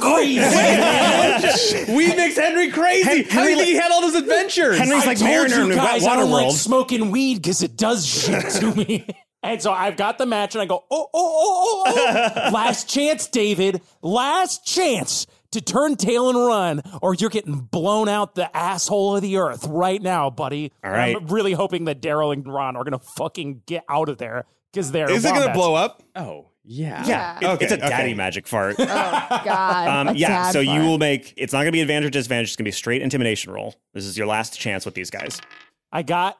Speaker 8: crazy.
Speaker 7: we makes Henry crazy.
Speaker 6: Hen-
Speaker 7: How do
Speaker 6: Henry-
Speaker 7: you think he had all those adventures?
Speaker 6: Henry's
Speaker 8: I
Speaker 6: like
Speaker 8: told
Speaker 6: Mariner
Speaker 8: you
Speaker 6: in
Speaker 8: guys I don't like
Speaker 6: Waterworld.
Speaker 8: smoking weed because it does shit to me. And so I've got the match, and I go, oh, oh, oh, oh, oh. last chance, David, last chance to turn tail and run, or you're getting blown out the asshole of the earth right now, buddy.
Speaker 6: All right.
Speaker 8: I'm really hoping that Daryl and Ron are gonna fucking get out of there because they're.
Speaker 5: Is it going to
Speaker 8: wombats.
Speaker 5: blow up?
Speaker 7: oh, yeah.
Speaker 6: yeah,
Speaker 5: Okay,
Speaker 6: it's a daddy
Speaker 5: okay.
Speaker 6: magic fart.
Speaker 2: God.
Speaker 6: Um,
Speaker 2: a
Speaker 6: yeah,
Speaker 2: tad
Speaker 6: so
Speaker 2: fart.
Speaker 6: you will make it's not gonna be advantage or disadvantage, it's gonna be a straight intimidation roll. This is your last chance with these guys.
Speaker 8: I got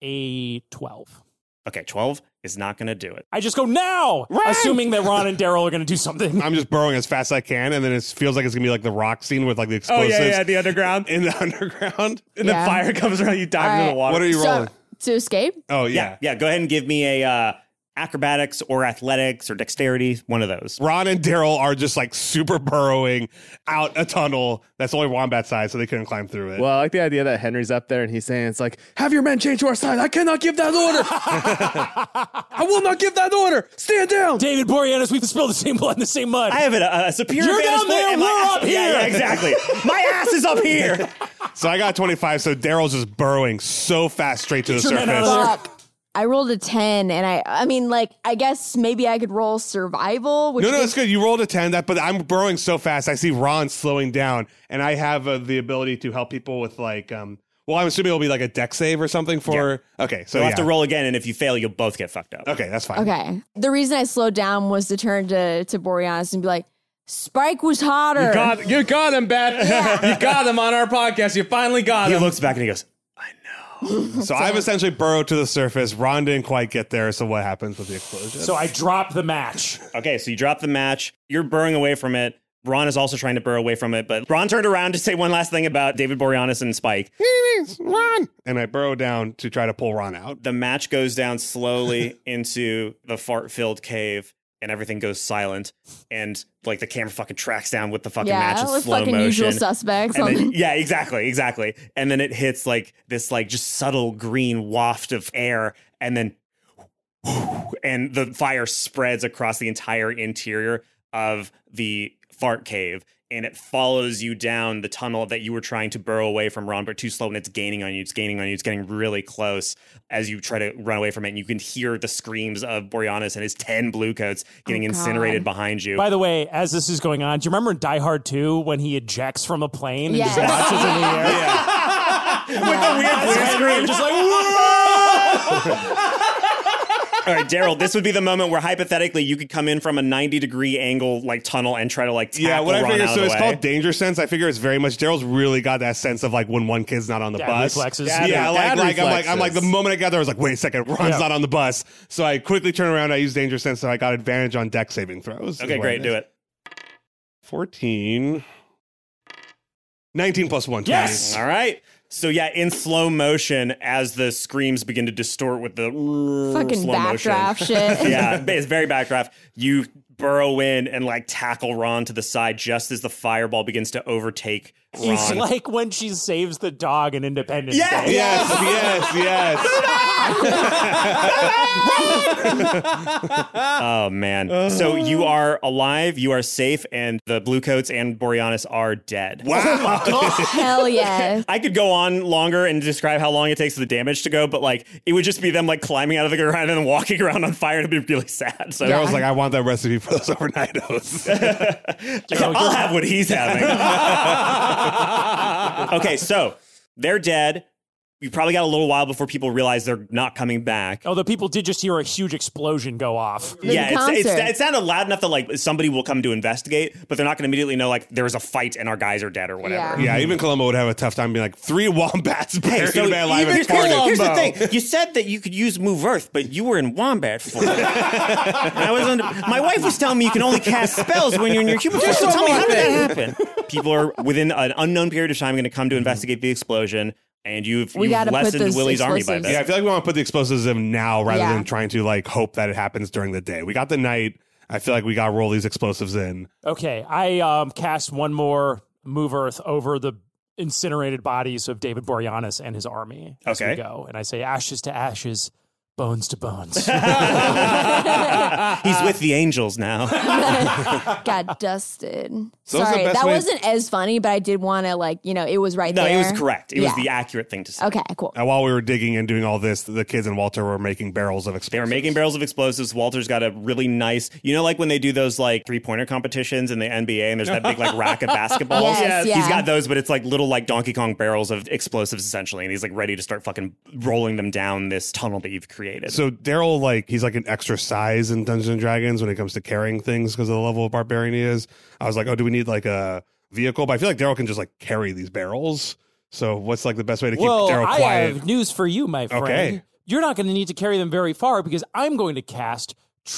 Speaker 8: a 12.
Speaker 6: Okay, 12 is not going to do it.
Speaker 8: I just go now, assuming that Ron and Daryl are going to do something.
Speaker 5: I'm just burrowing as fast as I can, and then it feels like it's gonna be like the rock scene with like the
Speaker 1: Oh,
Speaker 5: explosives
Speaker 1: yeah, yeah, the underground.
Speaker 5: in the underground.
Speaker 1: And
Speaker 2: Yeah.
Speaker 1: the fire comes around, you dive
Speaker 2: All
Speaker 1: into
Speaker 2: right.
Speaker 1: the water.
Speaker 5: What are you
Speaker 2: So
Speaker 5: rolling?
Speaker 2: to escape,
Speaker 5: Oh
Speaker 6: Yeah,
Speaker 5: yeah.
Speaker 6: yeah. Go ahead and give me a uh, acrobatics or athletics or dexterity, one of those.
Speaker 5: Ron and Daryl are just like super burrowing out a tunnel that's only wombat size, so they couldn't climb through it.
Speaker 7: Well, I like the idea that Henry's up there and he's saying, it's like, have your men change to our side. I cannot give that order. I will not give that order. Stand down.
Speaker 8: David Boreanaz, we've spilled the same blood in the same mud.
Speaker 6: I have a, a superior.
Speaker 8: You're
Speaker 6: vantage
Speaker 8: down there,
Speaker 6: point, and my
Speaker 8: we're
Speaker 6: ass-
Speaker 8: up
Speaker 6: yeah,
Speaker 8: here.
Speaker 6: yeah, exactly. my ass is up here.
Speaker 5: so I got 25. So Daryl's just burrowing so fast straight to the
Speaker 8: your
Speaker 5: surface.
Speaker 8: men out of there.
Speaker 2: fuck. I rolled a 10 and I I mean like I guess maybe I could roll survival which
Speaker 5: No, no,
Speaker 2: gives-
Speaker 5: it's good. You rolled a 10, that, but I'm burrowing so fast. I see Ron slowing down, and I have uh, the ability to help people with like, um, well, I'm assuming it'll be like a deck save or something for. Okay, so
Speaker 6: You'll
Speaker 5: yeah.
Speaker 6: have to roll again, and if you fail, you'll both get fucked up.
Speaker 5: Okay, that's fine.
Speaker 2: Okay. The reason I slowed down was to turn to to Boreanaz and be like, Spike was hotter.
Speaker 7: God, you got him, Beth. You got him on our podcast. You finally got
Speaker 6: He
Speaker 7: him.
Speaker 6: looks back and he goes,
Speaker 5: So I've essentially burrowed to the surface. Ron didn't quite get there, so what happens with the explosion?
Speaker 8: so I drop the match.
Speaker 6: Okay, so you drop the match. You're burrowing away from it. Ron is also trying to burrow away from it, but Ron turned around to say one last thing about David Boreanaz and Spike.
Speaker 5: Ron! And I burrow down to try to pull Ron out.
Speaker 6: The match goes down slowly into the fart filled cave, and everything goes silent. And like the camera fucking tracks down with the fucking match
Speaker 2: yeah,
Speaker 6: in
Speaker 2: with
Speaker 6: slow
Speaker 2: fucking
Speaker 6: motion.
Speaker 2: usual suspects.
Speaker 6: and
Speaker 2: on
Speaker 6: then, yeah, exactly, exactly. And then it hits like this, like just subtle green waft of air, and then, and the fire spreads across the entire interior of the fart cave, and it follows you down the tunnel that you were trying to burrow away from Ron, but too slow, and it's gaining on you. It's gaining on you. It's getting really close as you try to run away from it. And you can hear the screams of Boreanaz and his ten bluecoats getting
Speaker 2: Oh, God.
Speaker 6: incinerated behind you.
Speaker 8: By the way, as this is going on, do you remember in Die Hard 2 when he ejects from a plane and
Speaker 2: Yes.
Speaker 8: just launches in the air?
Speaker 6: With the weird blue screen,
Speaker 8: Just like, "Whoa!"
Speaker 6: All right, Daryl, this would be the moment where hypothetically you could come in from a 90 degree angle like tunnel and try to like tackle
Speaker 5: Yeah, what I
Speaker 6: Ron
Speaker 5: figure
Speaker 6: out
Speaker 5: so
Speaker 6: of
Speaker 5: it's
Speaker 6: the way.
Speaker 5: called danger sense. I figure it's very much Daryl's really got that sense of like when one kid's not on the
Speaker 8: Dad
Speaker 5: bus.
Speaker 8: reflexes.
Speaker 5: Yeah,
Speaker 8: Dad-
Speaker 5: like,
Speaker 7: dad
Speaker 5: like I'm like I'm like the
Speaker 7: reflexes.
Speaker 5: moment I got there, I was like, wait a second, Ron's
Speaker 8: Yeah.
Speaker 5: not on the bus. So I quickly turn around, I use danger sense, so I got advantage on deck saving throws.
Speaker 6: Okay, great, do it.
Speaker 5: 14. 19 plus 1. 20.
Speaker 8: Yes!
Speaker 6: All right. So yeah, in slow motion as the screams begin to distort with the
Speaker 2: fucking
Speaker 6: slow motion.
Speaker 2: backdraft shit.
Speaker 6: yeah, it's very backdraft. You burrow in and like tackle Ron to the side just as the fireball begins to overtake Ron.
Speaker 8: It's like when she saves the dog in Independence
Speaker 6: Yeah.
Speaker 8: Day.
Speaker 5: Yes, yes, yes.
Speaker 6: Oh man. So you are alive, you are safe, and the bluecoats and Boreanaz are dead.
Speaker 2: Hell yeah.
Speaker 6: I could go on longer and describe how long it takes for the damage to go, but like it would just be them like climbing out of the ground and then walking around on fire. It'd be really sad. So
Speaker 5: Daryl's like, I want that recipe for those overnight oats.
Speaker 6: I'll have what he's having. okay, so they're dead. You probably got a little while before people realize they're not coming back.
Speaker 2: Oh,
Speaker 8: Although people did just hear a huge explosion go off.
Speaker 2: Like a
Speaker 6: yeah, it's, it's,
Speaker 2: concert.
Speaker 6: it sounded loud enough that like somebody will come to investigate, but they're not going to immediately know like there was a fight and our guys are dead or whatever.
Speaker 2: Yeah.
Speaker 5: yeah, even Colombo would have a tough time being like, three wombats buried in a man alive
Speaker 6: even
Speaker 5: and farted.
Speaker 6: here's the thing. You said that you could use Move Earth, but you were in wombat form. I was under, my wife was telling me you can only cast spells when you're in your human form. So tell me, how did that happen? People are within an unknown period of time going to come to investigate the explosion, and you've,
Speaker 2: We
Speaker 6: you've
Speaker 2: gotta put
Speaker 6: lessened
Speaker 2: those
Speaker 6: Willie's army by
Speaker 2: explosives-
Speaker 6: then.
Speaker 5: Yeah, I feel like we want to put the explosives in now rather
Speaker 2: Yeah.
Speaker 5: than trying to like hope that it happens during the day. We got the night. I feel like we got to roll these explosives in.
Speaker 8: Okay, I um, cast one more Move Earth over the incinerated bodies of David Boreanaz and his army. as we
Speaker 6: Okay.
Speaker 8: go. And I say ashes to ashes, bones to bones.
Speaker 6: He's with the angels now.
Speaker 2: Got dusted.
Speaker 5: So what's the
Speaker 2: Sorry,
Speaker 5: best
Speaker 2: that
Speaker 5: way-
Speaker 2: wasn't as funny, but I did want to like, you know, it was right
Speaker 6: No,
Speaker 2: there.
Speaker 6: it was correct. It was
Speaker 2: Yeah.
Speaker 6: the accurate thing to say.
Speaker 2: Okay, cool.
Speaker 5: And while we were digging and doing all this, the kids and Walter were making barrels of
Speaker 6: They were
Speaker 5: explosives.
Speaker 6: making barrels of explosives. Walter's got a really nice, you know, like when they do those like three pointer competitions in the NBA and there's that big like rack of basketballs.
Speaker 2: Yes, yeah.
Speaker 6: He's got those, but it's like little like Donkey Kong barrels of explosives essentially. And he's like ready to start fucking rolling them down this tunnel that you've created.
Speaker 5: So Daryl, like, he's like an extra size in Dungeons and Dragons when it comes to carrying things because of the level of barbarian he is. I was like, oh, do we need like a vehicle? But I feel like Daryl can just like carry these barrels. So what's like the best way to keep
Speaker 8: well,
Speaker 5: Daryl
Speaker 8: I
Speaker 5: quiet?
Speaker 8: have news for you, my friend.
Speaker 5: Okay.
Speaker 8: you're not going to need to carry them very far because I'm going to cast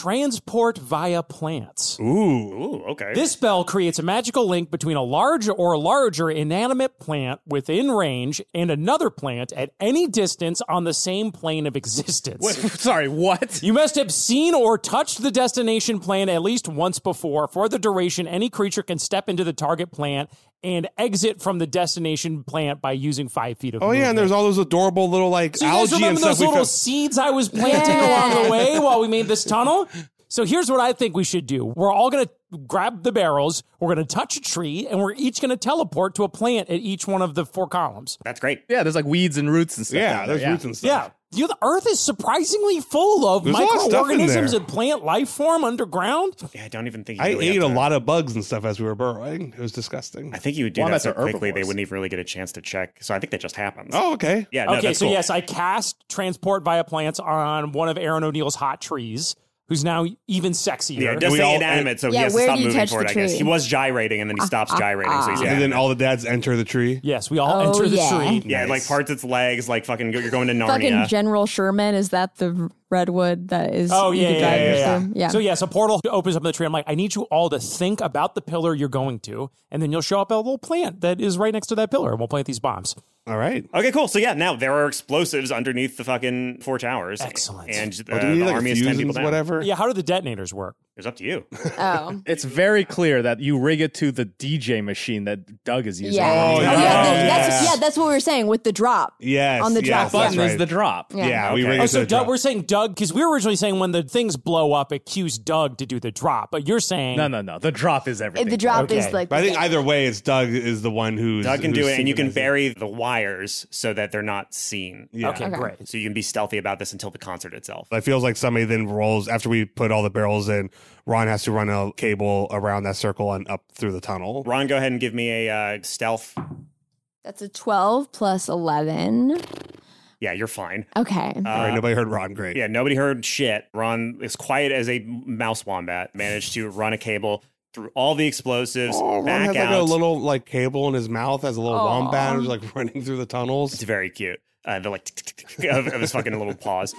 Speaker 8: transport via plants.
Speaker 6: Ooh, okay.
Speaker 8: This spell creates a magical link between a large or larger inanimate plant within range and another plant at any distance on the same plane of existence.
Speaker 1: Wait, sorry, what?
Speaker 8: You must have seen or touched the destination plant at least once before. For the duration, any creature can step into the target plant and exit from the destination plant by using five feet of
Speaker 5: Oh yeah, and there's all those adorable little like
Speaker 8: so you guys
Speaker 5: algae and
Speaker 8: remember
Speaker 5: stuff.
Speaker 8: those
Speaker 5: we
Speaker 8: little
Speaker 5: found-
Speaker 8: seeds I was planting along the way while we made this tunnel? So here's what I think we should do. We're all going to grab the barrels, we're going to touch a tree, and we're each going to teleport to a plant at each one of the four columns.
Speaker 6: That's great.
Speaker 1: Yeah, there's like weeds and roots and stuff.
Speaker 5: yeah,
Speaker 1: down there,
Speaker 5: there's roots and stuff.
Speaker 8: Yeah. You know, the earth is surprisingly full of
Speaker 5: There's a lot of stuff in
Speaker 8: microorganisms
Speaker 5: there.
Speaker 8: and plant life form underground.
Speaker 6: Yeah, I don't even think you
Speaker 5: I
Speaker 6: really
Speaker 5: ate
Speaker 6: have
Speaker 5: a
Speaker 6: to-
Speaker 5: lot of bugs and stuff as we were burrowing. It was disgusting.
Speaker 6: I think you would do that
Speaker 1: Wombats
Speaker 6: so
Speaker 1: are
Speaker 6: quickly they
Speaker 1: herbivores.
Speaker 6: wouldn't even really get a chance to check. So I think that just happens.
Speaker 5: Oh, okay.
Speaker 6: yeah. No,
Speaker 8: okay,
Speaker 6: that's
Speaker 8: so
Speaker 6: cool.
Speaker 8: yes, I cast transport via plants on one of Aaron O'Neill's hot trees, who's now even sexier.
Speaker 6: Yeah, it does
Speaker 5: We
Speaker 6: say
Speaker 5: all-
Speaker 6: inanimate, so he
Speaker 2: Yeah,
Speaker 6: has to
Speaker 2: where
Speaker 6: stop
Speaker 2: do you
Speaker 6: moving
Speaker 2: touch
Speaker 6: for it.
Speaker 2: the
Speaker 6: I guess
Speaker 2: tree? Ah,
Speaker 6: he was gyrating, and then he stops gyrating. So he's
Speaker 5: And then
Speaker 6: inanimate.
Speaker 5: all the dads enter the tree.
Speaker 8: Yes, we all
Speaker 2: Oh,
Speaker 8: enter the
Speaker 2: yeah.
Speaker 8: tree.
Speaker 6: yeah, it, like
Speaker 5: Nice.
Speaker 6: parts its legs, like fucking. go- You're going to
Speaker 2: Fucking
Speaker 6: Narnia.
Speaker 2: General Sherman is that the redwood that is?
Speaker 8: Oh
Speaker 2: you
Speaker 8: yeah,
Speaker 2: could
Speaker 8: yeah,
Speaker 2: drive
Speaker 8: yeah,
Speaker 2: into?
Speaker 8: yeah,
Speaker 2: yeah.
Speaker 8: So yes, a portal opens up in the tree. I'm like, I need you all to think about the pillar you're going to, and then you'll show up at a little plant that is right next to that pillar, and we'll plant these bombs.
Speaker 5: All right.
Speaker 6: Okay, cool. So yeah, now there are explosives underneath the fucking four towers.
Speaker 8: Excellent.
Speaker 6: And uh,
Speaker 5: Oh, do we need
Speaker 6: the
Speaker 5: like
Speaker 6: army
Speaker 5: a
Speaker 6: is
Speaker 5: fuse
Speaker 6: ten
Speaker 5: and
Speaker 6: people down.
Speaker 5: whatever?
Speaker 8: Yeah, how do the detonators work?
Speaker 6: It's up to you.
Speaker 2: Oh,
Speaker 1: It's very clear that you rig it to the DJ machine that Doug is using.
Speaker 2: yeah. yeah.
Speaker 5: Oh, yeah.
Speaker 2: that's,
Speaker 5: Yes.
Speaker 2: yeah, that's what we were saying with the drop.
Speaker 5: Yes.
Speaker 2: On the
Speaker 5: yes,
Speaker 2: drop
Speaker 5: that's
Speaker 1: Button is
Speaker 5: right.
Speaker 1: the drop.
Speaker 2: Yeah.
Speaker 5: Yeah, we
Speaker 6: Okay.
Speaker 5: ring it
Speaker 6: Oh,
Speaker 8: Oh,
Speaker 5: to
Speaker 8: so
Speaker 5: the
Speaker 8: Doug,
Speaker 5: drop.
Speaker 8: we're saying Doug because we were originally saying when the things blow up, it cues Doug to do the drop, but you're saying
Speaker 1: No, no, no. The drop is everything.
Speaker 2: The drop
Speaker 8: Okay.
Speaker 2: is like.
Speaker 5: But I think
Speaker 2: yeah.
Speaker 5: either way, it's Doug is the one who's
Speaker 6: Doug can do
Speaker 5: who's
Speaker 6: it, and you can
Speaker 5: synchronizing.
Speaker 6: bury the wires so that they're not seen.
Speaker 5: Yeah.
Speaker 8: Okay,
Speaker 2: Okay.
Speaker 8: great.
Speaker 6: So you can be stealthy about this until the concert itself.
Speaker 5: It feels like somebody then rolls after we put all the barrels in. Ron has to run a cable around that circle and up through the tunnel.
Speaker 6: Ron, go ahead and give me a uh, stealth.
Speaker 2: That's a 12 plus 11.
Speaker 6: Yeah, you're fine.
Speaker 2: Okay.
Speaker 5: all right, nobody heard Ron. Great.
Speaker 6: uh, Yeah, nobody heard shit. Ron, as quiet as a mouse wombat, managed to run a cable through all the explosives
Speaker 5: Oh, Ron
Speaker 6: back
Speaker 5: has
Speaker 6: out.
Speaker 5: like a little like cable in his mouth as a little
Speaker 2: Aw.
Speaker 5: wombat who's like running through the tunnels.
Speaker 6: It's very cute. Uh, the like tick, tick, tick, tick of, of his fucking little paws.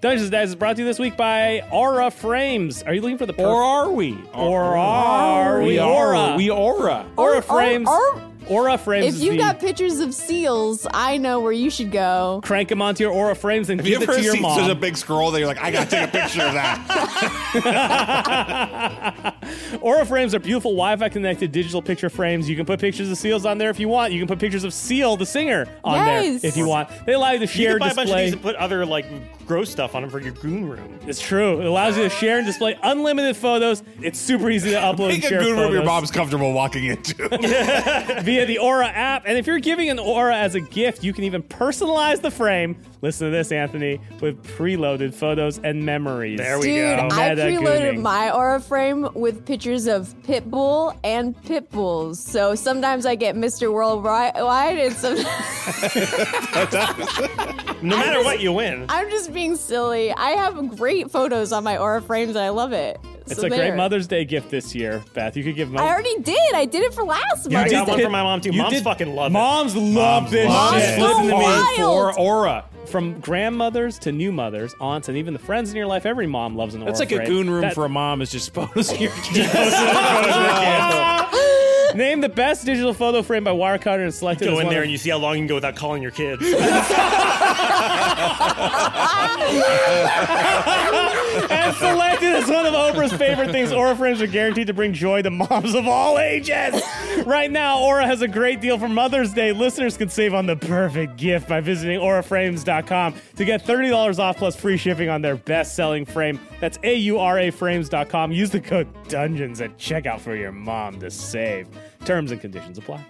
Speaker 1: Dungeons and Dice is brought to you this week by Aura Frames. Are you looking for the perf-
Speaker 8: Or are we?
Speaker 1: or are we Aura?
Speaker 8: We aura.
Speaker 1: Aura Frames.
Speaker 2: or-
Speaker 1: Aura Frames.
Speaker 2: If
Speaker 1: is
Speaker 2: you've
Speaker 1: the-
Speaker 2: got pictures of seals, I know where you should go.
Speaker 1: crank them onto your Aura Frames and
Speaker 5: Have you
Speaker 1: give it
Speaker 5: ever
Speaker 1: to your
Speaker 5: seen such a
Speaker 1: mom.
Speaker 5: big scroll that you're like, I gotta take a picture of that?
Speaker 1: Aura Frames are beautiful Wi-Fi connected digital picture frames. You can put pictures of seals on there if you want. You can put pictures of Seal, the singer, on
Speaker 2: Nice.
Speaker 1: there if you want. They allow you to
Speaker 12: You
Speaker 1: share
Speaker 12: can buy a bunch of
Speaker 1: display.
Speaker 12: these and put other like gross stuff on them for your goon room.
Speaker 1: It's true. It allows you to share and display unlimited photos. It's super easy to upload
Speaker 5: Make
Speaker 1: and
Speaker 5: a
Speaker 1: share
Speaker 5: good room your
Speaker 1: photos
Speaker 5: mom's comfortable walking into.
Speaker 1: via the Aura app. And if you're giving an Aura as a gift, you can even personalize the frame. Listen to this, Anthony, with preloaded photos and memories.
Speaker 12: There we
Speaker 2: Dude,
Speaker 12: go.
Speaker 2: I
Speaker 1: Meta
Speaker 2: preloaded
Speaker 1: gooning.
Speaker 2: my aura frame with pictures of pit bull and pit bulls. So sometimes I get Mr. Worldwide, and sometimes
Speaker 12: no matter what, you win.
Speaker 2: I'm just being silly. I have great photos on my aura frames, and I love it.
Speaker 1: It's
Speaker 2: So
Speaker 1: a
Speaker 2: there.
Speaker 1: great Mother's Day gift this year, Beth. You could give
Speaker 2: I
Speaker 1: mom.
Speaker 2: already did. I did it for last
Speaker 12: I
Speaker 2: month.
Speaker 12: got one for my mom too.
Speaker 1: You
Speaker 12: Moms
Speaker 1: did-
Speaker 12: fucking love it.
Speaker 1: Moms love this
Speaker 5: love
Speaker 1: shit.
Speaker 5: it.
Speaker 1: Listen to me.
Speaker 2: Moms
Speaker 8: Or
Speaker 2: Wild.
Speaker 8: aura.
Speaker 1: From grandmothers to new mothers, aunts, and even the friends in your life, every mom loves an aura
Speaker 8: That's like a
Speaker 1: frame.
Speaker 8: goon room
Speaker 1: That-
Speaker 8: for a mom is just photos of your kids.
Speaker 1: Name the best digital photo frame by Wirecutter and select it
Speaker 12: Go
Speaker 1: as
Speaker 12: in
Speaker 1: one
Speaker 12: there
Speaker 1: of-
Speaker 12: and you see how long you can go without calling your kids.
Speaker 1: and selected as one of Oprah's favorite things. Aura frames are guaranteed to bring joy to moms of all ages. Right now, Aura has a great deal for Mother's Day. Listeners can save on the perfect gift by visiting auraframes.com to get $30 off plus free shipping on their best-selling frame. That's A-U-R-A frames.com. Use the code DUNGEONS at checkout for your mom to save. Terms and conditions apply.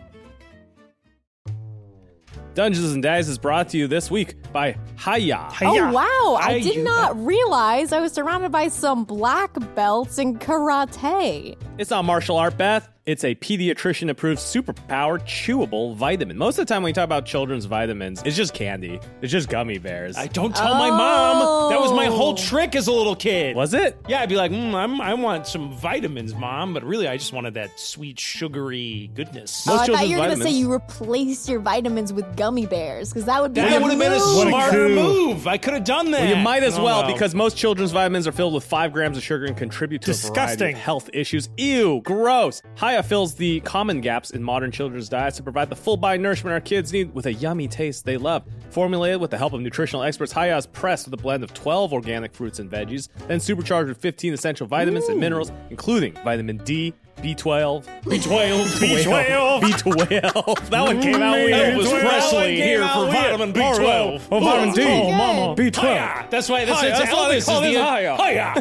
Speaker 1: Dungeons and Dice is brought to you this week by Haya.
Speaker 2: Oh
Speaker 12: Yeah.
Speaker 2: wow! I,
Speaker 12: I
Speaker 2: did
Speaker 12: use
Speaker 2: not realize I was surrounded by some black belts in karate.
Speaker 1: It's not martial art, Beth. It's a pediatrician approved superpower chewable vitamin. Most of the time when we talk about children's vitamins, it's just candy. It's just gummy bears.
Speaker 13: I don't tell my mom. That was my
Speaker 1: Oh.
Speaker 13: whole trick as a little kid.
Speaker 1: Was it?
Speaker 13: Yeah, I'd be like, mm, I'm, I want some vitamins, mom, but really, I just wanted that sweet, sugary goodness.
Speaker 14: Oh, I thought you were going to say you replaced your vitamins with gummy bears because that would be
Speaker 13: That
Speaker 14: the
Speaker 13: would have been a
Speaker 14: move.
Speaker 13: smarter move. I could have done that.
Speaker 1: Well, you might as
Speaker 13: Oh,
Speaker 1: well because most children's vitamins are filled with five grams of sugar and contribute to a variety
Speaker 13: Disgusting.
Speaker 1: of health issues. Ew, gross. Haya fills the common gaps in modern children's diets to provide the full body nourishment our kids need with a yummy taste they love. Formulated with the help of nutritional experts, Haya is pressed with a blend of 12 organic fruits and veggies, then supercharged with 15 essential vitamins and minerals, including vitamin D. B12,
Speaker 13: B12,
Speaker 1: B12, B12. That one came out
Speaker 13: Man,
Speaker 1: weird.
Speaker 13: it was Presley here for vitamin B12.
Speaker 1: Oh, vitamin D.
Speaker 13: Oh, mama.
Speaker 1: B12.
Speaker 13: Hiya. That's why that's,
Speaker 1: Hiya,
Speaker 13: that's,
Speaker 1: that's why they
Speaker 13: Elvis
Speaker 1: call
Speaker 13: is
Speaker 1: this
Speaker 13: the
Speaker 1: hiya.
Speaker 13: Hiya.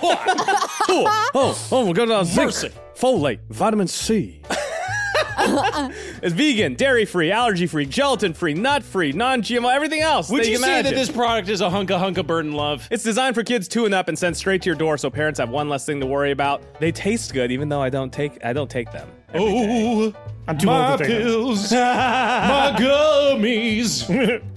Speaker 1: cool. Oh, oh, we'll go down zinc,
Speaker 13: Mercy.
Speaker 1: folate, vitamin C. it's vegan, dairy free, allergy free, gelatin free, nut free, non GMO, everything else.
Speaker 13: Would
Speaker 1: that
Speaker 13: you
Speaker 1: can
Speaker 13: say that
Speaker 1: imagine.
Speaker 13: this product is a hunka hunka burden love?
Speaker 1: It's designed for kids two and up and sent straight to your door, so parents have one less thing to worry about. They taste good, even though I don't take I don't take them.
Speaker 13: Oh,
Speaker 1: I'm
Speaker 13: my pills, my gummies.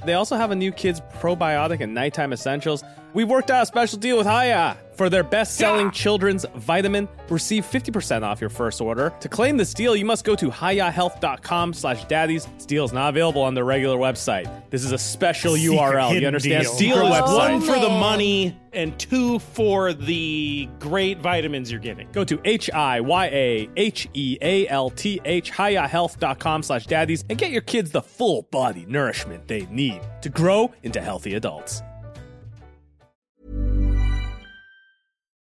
Speaker 1: They also have a new kids probiotic and nighttime essentials. We worked out a special deal with Haya for their best-selling children's vitamin. Receive 50% off your first order. To claim this deal, you must go to hayahealth.com slash daddies. This deal is not available on their regular website. This is a special
Speaker 13: Secret
Speaker 1: URL. You
Speaker 13: hidden
Speaker 1: understand?
Speaker 13: Deal,
Speaker 1: Secret
Speaker 13: Deal is
Speaker 1: website.
Speaker 13: one for the
Speaker 14: man.
Speaker 13: money and two for the great vitamins you're getting.
Speaker 1: Go to E H-I-Y-A-H-E-A-L-T-H, hayahealth.com slash daddies, and get your kids the full body nourishment they need to grow into healthy adults.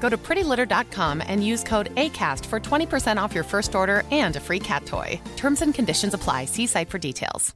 Speaker 15: Go to prettylitter.com and use code ACAST for 20% off your first order and a free cat toy. Terms and conditions apply. See site for details.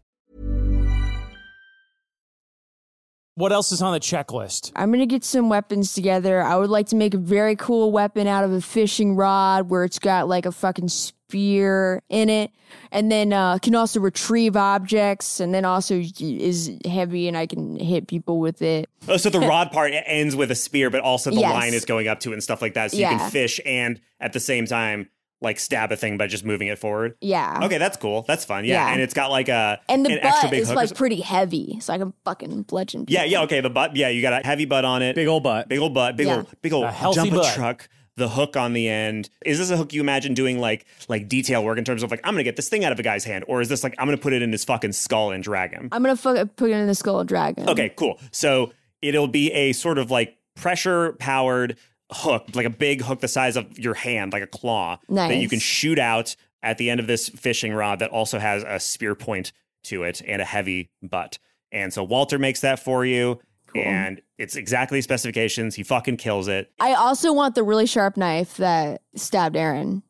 Speaker 8: What else is on the checklist?
Speaker 2: I'm gonna get some weapons together. I would like to make a very cool weapon out of a fishing rod where it's got like a fucking spear in it, and then uh, can also retrieve objects, and then also is heavy and I can hit people with it.
Speaker 6: Oh, so the rod part
Speaker 12: e-,
Speaker 6: ends with a spear, but also the
Speaker 2: Yes.
Speaker 6: line is going up to it and stuff like that. So you
Speaker 2: Yeah.
Speaker 6: can fish and at the same time, like stab a thing by just moving it forward.
Speaker 2: Yeah.
Speaker 6: Okay, that's cool. That's fun. Yeah,
Speaker 2: Yeah.
Speaker 6: and it's got like a
Speaker 2: And the
Speaker 6: an extra
Speaker 2: butt
Speaker 6: big
Speaker 2: is
Speaker 6: hook or
Speaker 2: like
Speaker 6: something.
Speaker 2: pretty heavy, so I can fucking bludgeon. People.
Speaker 6: yeah, yeah. Okay, the butt. Yeah, you got a heavy butt on it. Big
Speaker 1: old butt.
Speaker 6: Big old butt. Big
Speaker 2: Yeah.
Speaker 6: old big old
Speaker 8: A healthy
Speaker 6: jumbo
Speaker 8: butt.
Speaker 6: truck. The hook on the end. Is this a hook you imagine doing like like detail work in terms of like I'm gonna get this thing out of a guy's hand, or is this like I'm gonna put it in his fucking skull and drag him?
Speaker 2: I'm gonna fuck, put it in the skull and dragon.
Speaker 6: Okay, cool. So it'll be a sort of like pressure powered hook, like a big hook the size of your hand, like a claw that you
Speaker 2: Nice.
Speaker 6: can shoot out at the end of this fishing rod that also has a spear point to it and a heavy butt. And so Walter makes that for you. And it's exactly specifications. He fucking kills it.
Speaker 2: I also want the really sharp knife that stabbed Aaron.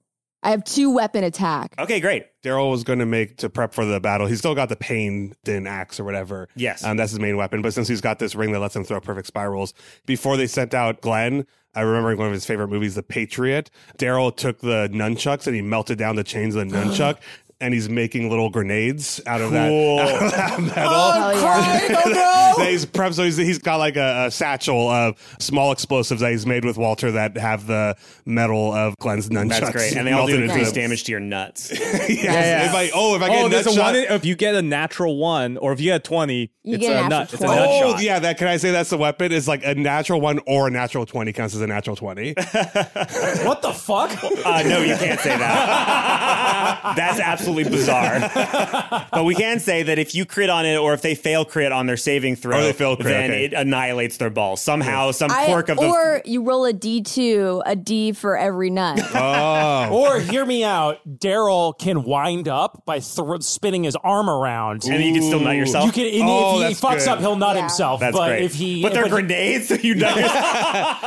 Speaker 2: I have two weapon attack.
Speaker 6: Okay, great.
Speaker 5: Daryl was going to make to prep for the battle. He's still got the pain din axe or whatever.
Speaker 6: Yes.
Speaker 5: Um, that's his main weapon. But since he's got this ring that lets him throw perfect spirals, before they sent out Glenn, I remember one of his favorite movies, The Patriot. Daryl took the nunchucks and he melted down the chains of the nunchuck. And he's making little grenades out of that,
Speaker 6: Cool.
Speaker 5: out of that metal. that he's prepped, so he's, he's got like a, a satchel of small explosives that he's made with Walter that have the metal of Glenn's nunchucks.
Speaker 6: That's great. And they all
Speaker 5: melted
Speaker 6: do
Speaker 5: into
Speaker 6: increased
Speaker 5: them.
Speaker 6: damage to your nuts.
Speaker 5: Yes. If I, oh, if I get
Speaker 1: oh,
Speaker 5: a nut
Speaker 1: there's a
Speaker 5: shot-
Speaker 1: one. in- if you get a natural one, or if you get a twenty,
Speaker 2: You
Speaker 1: it's
Speaker 2: get
Speaker 1: a
Speaker 2: an
Speaker 1: nut.
Speaker 2: actual
Speaker 1: It's a nut
Speaker 5: oh,
Speaker 1: shot.
Speaker 5: yeah. That can I say that's the weapon? It's like a natural one or a natural twenty counts as a natural twenty.
Speaker 8: What the fuck?
Speaker 6: Uh, no, you can't say that. That's absolutely bizarre. but we can say that if you crit on it, or if they fail crit on their saving throw,
Speaker 5: Oh, they fail crit,
Speaker 6: then
Speaker 5: okay.
Speaker 6: it annihilates their ball somehow. Some
Speaker 2: I-
Speaker 6: quirk of the
Speaker 2: or you roll a D two, a D for every nut.
Speaker 6: Uh-huh.
Speaker 5: oh,
Speaker 8: Or hear me out. Daryl can wind up by thro- spinning his arm around.
Speaker 6: and you can still nut yourself.
Speaker 8: You can, and
Speaker 5: Oh,
Speaker 8: if he
Speaker 5: that's
Speaker 8: fucks
Speaker 5: good.
Speaker 8: up, he'll nut
Speaker 2: Yeah.
Speaker 8: himself.
Speaker 6: That's
Speaker 8: but
Speaker 6: great.
Speaker 8: if he,
Speaker 6: but they're
Speaker 8: but
Speaker 6: grenades. You nut yourself.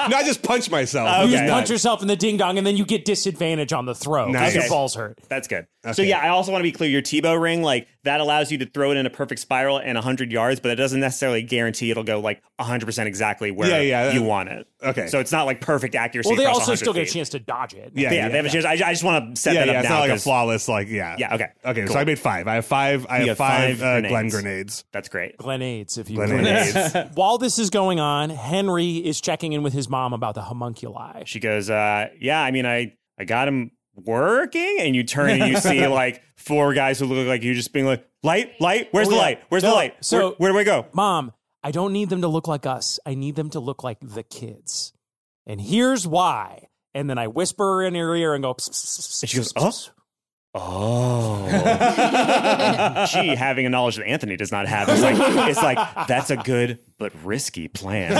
Speaker 5: no, I just punch myself.
Speaker 6: Okay.
Speaker 8: you
Speaker 5: It's
Speaker 8: just
Speaker 5: not-
Speaker 8: punch yourself in the ding dong, and then you get disadvantage on the throw because
Speaker 5: Nice.
Speaker 8: your balls hurt.
Speaker 6: That's good. So yeah, I also want to be clear. Your Tebow ring, like that, allows you to throw it in a perfect spiral and 100 yards, but it doesn't necessarily guarantee it'll go like 100 percent exactly where
Speaker 5: Yeah, yeah, that-
Speaker 6: you want it.
Speaker 5: okay.
Speaker 6: so it's not like perfect accuracy.
Speaker 8: Well, they
Speaker 6: across
Speaker 8: also
Speaker 6: 100
Speaker 8: still get a
Speaker 6: feet.
Speaker 8: chance to dodge it.
Speaker 6: Yeah, yeah, they have a chance. I, I just want to set
Speaker 5: yeah,
Speaker 6: that
Speaker 5: yeah,
Speaker 6: up
Speaker 5: it's
Speaker 6: now.
Speaker 5: not like a
Speaker 6: 'cause-
Speaker 5: flawless, like yeah,
Speaker 6: Yeah, okay.
Speaker 5: okay.
Speaker 6: Cool.
Speaker 5: So I made five. I have five. I
Speaker 6: You
Speaker 5: have
Speaker 6: have
Speaker 5: five,
Speaker 6: five
Speaker 5: uh,
Speaker 6: grenades.
Speaker 5: Glen grenades.
Speaker 6: That's great.
Speaker 8: Grenades, if you
Speaker 5: Grenades.
Speaker 8: While this is going on, Henry is checking in with his mom about the homunculi.
Speaker 6: She goes, uh, "Yeah, I mean, I I got him working." And you turn and you see like four guys who look like you just being like, "Light, light, where's
Speaker 8: Oh,
Speaker 6: the
Speaker 8: yeah.
Speaker 6: light? Where's
Speaker 8: No,
Speaker 6: the light?
Speaker 8: so-
Speaker 6: where, where do I go?"
Speaker 8: Mom, I don't need them to look like us. I need them to look like the kids. And here's why. And then I whisper in her ear and go, and she goes,
Speaker 6: "Oh." Oh, she having a knowledge that Anthony does not have. It's like it's like that's a good but risky plan.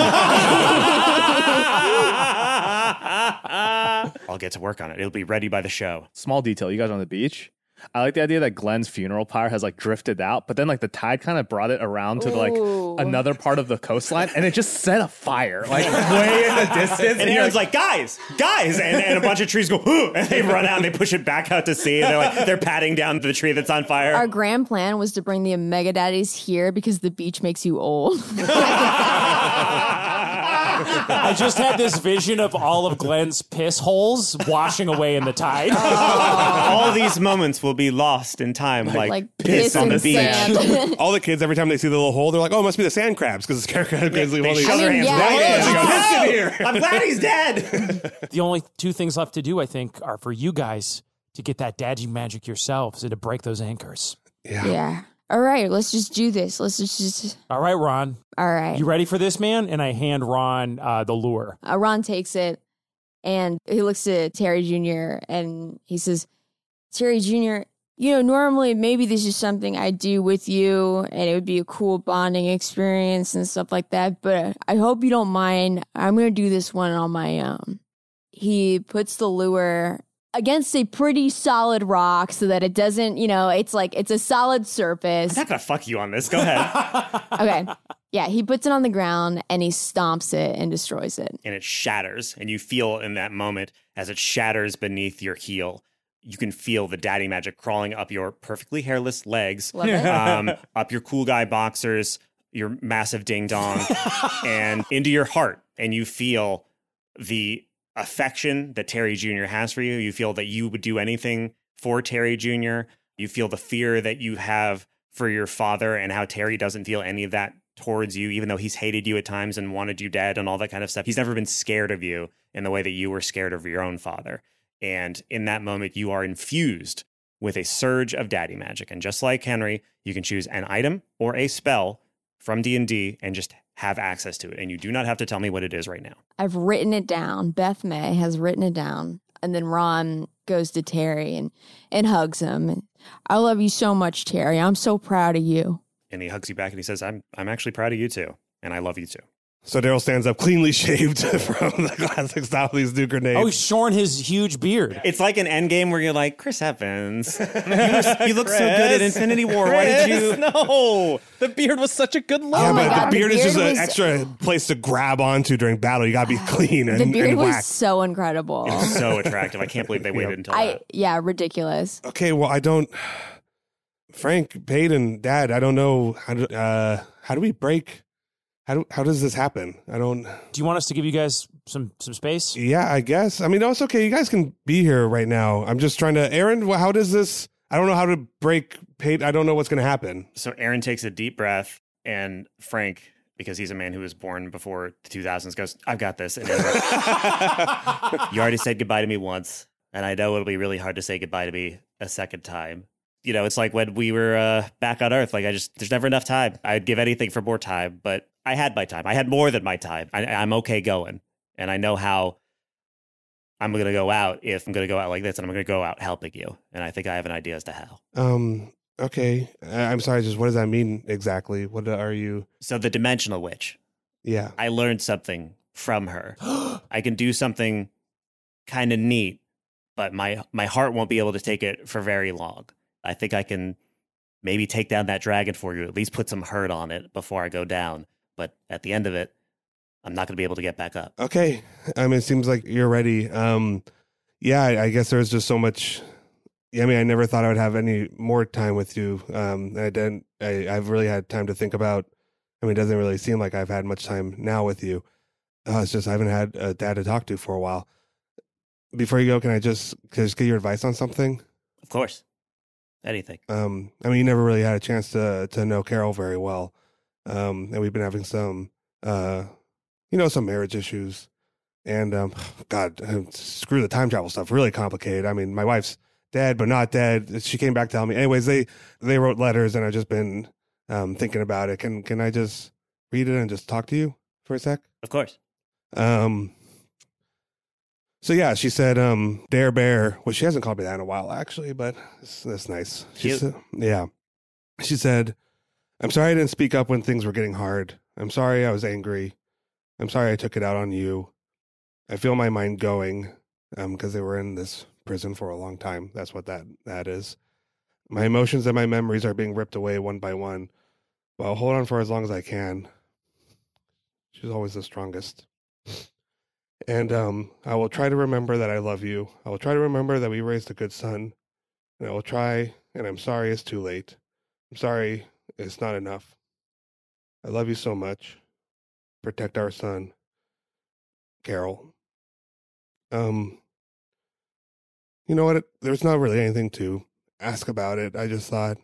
Speaker 6: I'll get to work on it. It'll be ready by the show.
Speaker 7: Small detail. You guys are on the beach. I like the idea that Glenn's funeral pyre has like drifted out, but then like the tide kind of brought it around to like
Speaker 6: Ooh.
Speaker 7: another part of the coastline, and it just set a fire like way in the distance.
Speaker 6: And,
Speaker 7: you're
Speaker 6: Aaron's like, guys, guys. And, and a bunch of trees go, "Ooh," and they run out and they push it back out to sea. And they're like, they're patting down the tree that's on fire.
Speaker 2: Our grand plan was to bring the Omega Daddies here because the beach makes you old.
Speaker 8: I just had this vision of all of Glenn's piss holes washing away in the tide.
Speaker 6: All these moments will be lost in time, like,
Speaker 2: Like
Speaker 6: piss,
Speaker 2: piss
Speaker 6: on the
Speaker 2: and
Speaker 6: beach.
Speaker 2: sand.
Speaker 5: All the kids, every time they see the little hole, they're like, "Oh, it must be the sand crabs," because the sand crabs leave all these.
Speaker 6: shove their I mean, hands yeah. right in.
Speaker 5: They go, "Piss in here."
Speaker 6: I'm glad he's dead.
Speaker 8: The only two things left to do, I think, are for you guys to get that dadgy magic yourselves and to break those anchors.
Speaker 5: Yeah.
Speaker 2: yeah. All right, let's just do this. Let's just, just
Speaker 8: All right, Ron.
Speaker 2: all right.
Speaker 8: You ready for this, man? And I hand Ron uh, the lure.
Speaker 2: Uh, Ron takes it and he looks at Terry Jr. and he says, Terry Jr., you know, normally maybe this is something I do with you and it would be a cool bonding experience and stuff like that, but I hope you don't mind. I'm going to do this one on my own. He puts the lure against a pretty solid rock so that it doesn't, you know, it's like it's a solid surface.
Speaker 6: I'm not gonna fuck you on this. Go ahead.
Speaker 2: okay. Yeah, he puts it on the ground and he stomps it and destroys it.
Speaker 6: and it shatters, and you feel in that moment as it shatters beneath your heel. You can feel the daddy magic crawling up your perfectly hairless legs,
Speaker 2: Love it.
Speaker 6: um, up your cool guy boxers, your massive ding dong, and into your heart. And you feel the affection that Terry Jr. has for you. You feel that you would do anything for Terry Jr. You feel the fear that you have for your father and how Terry doesn't feel any of that towards you, even though he's hated you at times and wanted you dead and all that kind of stuff. He's never been scared of you in the way that you were scared of your own father. And in that moment, you are infused with a surge of daddy magic. And just like Henry, you can choose an item or a spell from D&D and just have access to it. And you do not have to tell me what it is right now.
Speaker 2: I've written it down. Beth May has written it down. And then Ron goes to Terry and, and hugs him. And I love you so much, Terry. I'm so proud of you.
Speaker 6: And he hugs you back and he says, I'm, I'm actually proud of you too. And I love you too.
Speaker 5: So Daryl stands up, cleanly shaved from the classic style of these new grenades.
Speaker 8: Oh, he's shorn his huge beard.
Speaker 6: It's like an end game where you're like, Chris Evans, you, were- you look so good at
Speaker 1: Chris.
Speaker 6: Infinity War. Why did you?
Speaker 1: Chris, No, the beard was such a good look.
Speaker 5: yeah, but
Speaker 2: oh God,
Speaker 5: the
Speaker 2: the
Speaker 5: beard is just
Speaker 2: beard was-
Speaker 5: an extra place to grab onto during battle. You gotta be clean and,
Speaker 2: The beard
Speaker 5: and
Speaker 2: was
Speaker 5: wax.
Speaker 2: so incredible.
Speaker 6: so attractive. I can't believe they waited until
Speaker 2: I yeah, ridiculous.
Speaker 5: Okay, well, I don't. Frank, Peyton, Dad, I don't know how. Do, uh, how do we break? How do, how does this happen? I don't.
Speaker 8: Do you want us to give you guys some some space?
Speaker 5: Yeah, I guess. I mean, no, it's okay. You guys can be here right now. I'm just trying to. Aaron, wh- how does this? I don't know how to break Peyton. I don't know what's gonna happen.
Speaker 6: So Aaron takes a deep breath, and Frank, because he's a man who was born before the 2000s, goes, I've got this. And interrupts. you already said goodbye to me once, and I know it'll be really hard to say goodbye to me a second time. You know, it's like when we were uh, back on Earth. Like, I just, there's never enough time. I'd give anything for more time, but I had my time. I had more than my time. I, I'm okay going. And I know how I'm going to go out if I'm going to go out like this, and I'm going to go out helping you. And I think I have an idea as to how.
Speaker 5: Um. Okay. I, I'm sorry. Just what does that mean exactly? What are you?
Speaker 6: So the dimensional witch.
Speaker 5: Yeah.
Speaker 6: I learned something from her. I can do something kind of neat, but my my heart won't be able to take it for very long. I think I can maybe take down that dragon for you, at least put some hurt on it before I go down. But at the end of it, I'm not going to be able to get back up.
Speaker 5: Okay. I mean, it seems like you're ready. Um. Yeah. I, I guess there's just so much I mean, I never thought I would have any more time with you. Um, I didn't. I, I've really had time to think about. I mean, it doesn't really seem like I've had much time now with you. Uh, it's just I haven't had a dad to talk to for a while. Before you go, can I just can I just get your advice on something?
Speaker 6: Of course. Anything.
Speaker 5: Um, I mean, you never really had a chance to to know Carol very well, um, and we've been having some, uh, you know, some marriage issues, and um, God, screw the time travel stuff. Really complicated. I mean, my wife's dead, but not dead. She came back to help me. Anyways, they they wrote letters, and I've just been um, thinking about it. Can can I just read it and just talk to you for a sec?
Speaker 6: Of course.
Speaker 5: Um. So yeah, she said, um, "Dare Bear." Well, she hasn't called me that in a while, actually, but it's, that's nice. She
Speaker 6: Cute.
Speaker 5: said, "Yeah." She said, "I'm sorry I didn't speak up when things were getting hard. I'm sorry I was angry. I'm sorry I took it out on you. I feel my mind going, um, because they were in this prison for a long time. That's what that that is. My emotions and my memories are being ripped away one by one. But I'll hold on for as long as I can. She's always the strongest." And um, I will try to remember that I love you. I will try to remember that we raised a good son. And I will try, and I'm sorry it's too late. I'm sorry it's not enough. I love you so much. Protect our son, Carol. Um, you know what? There's not really anything to ask about it. I just thought,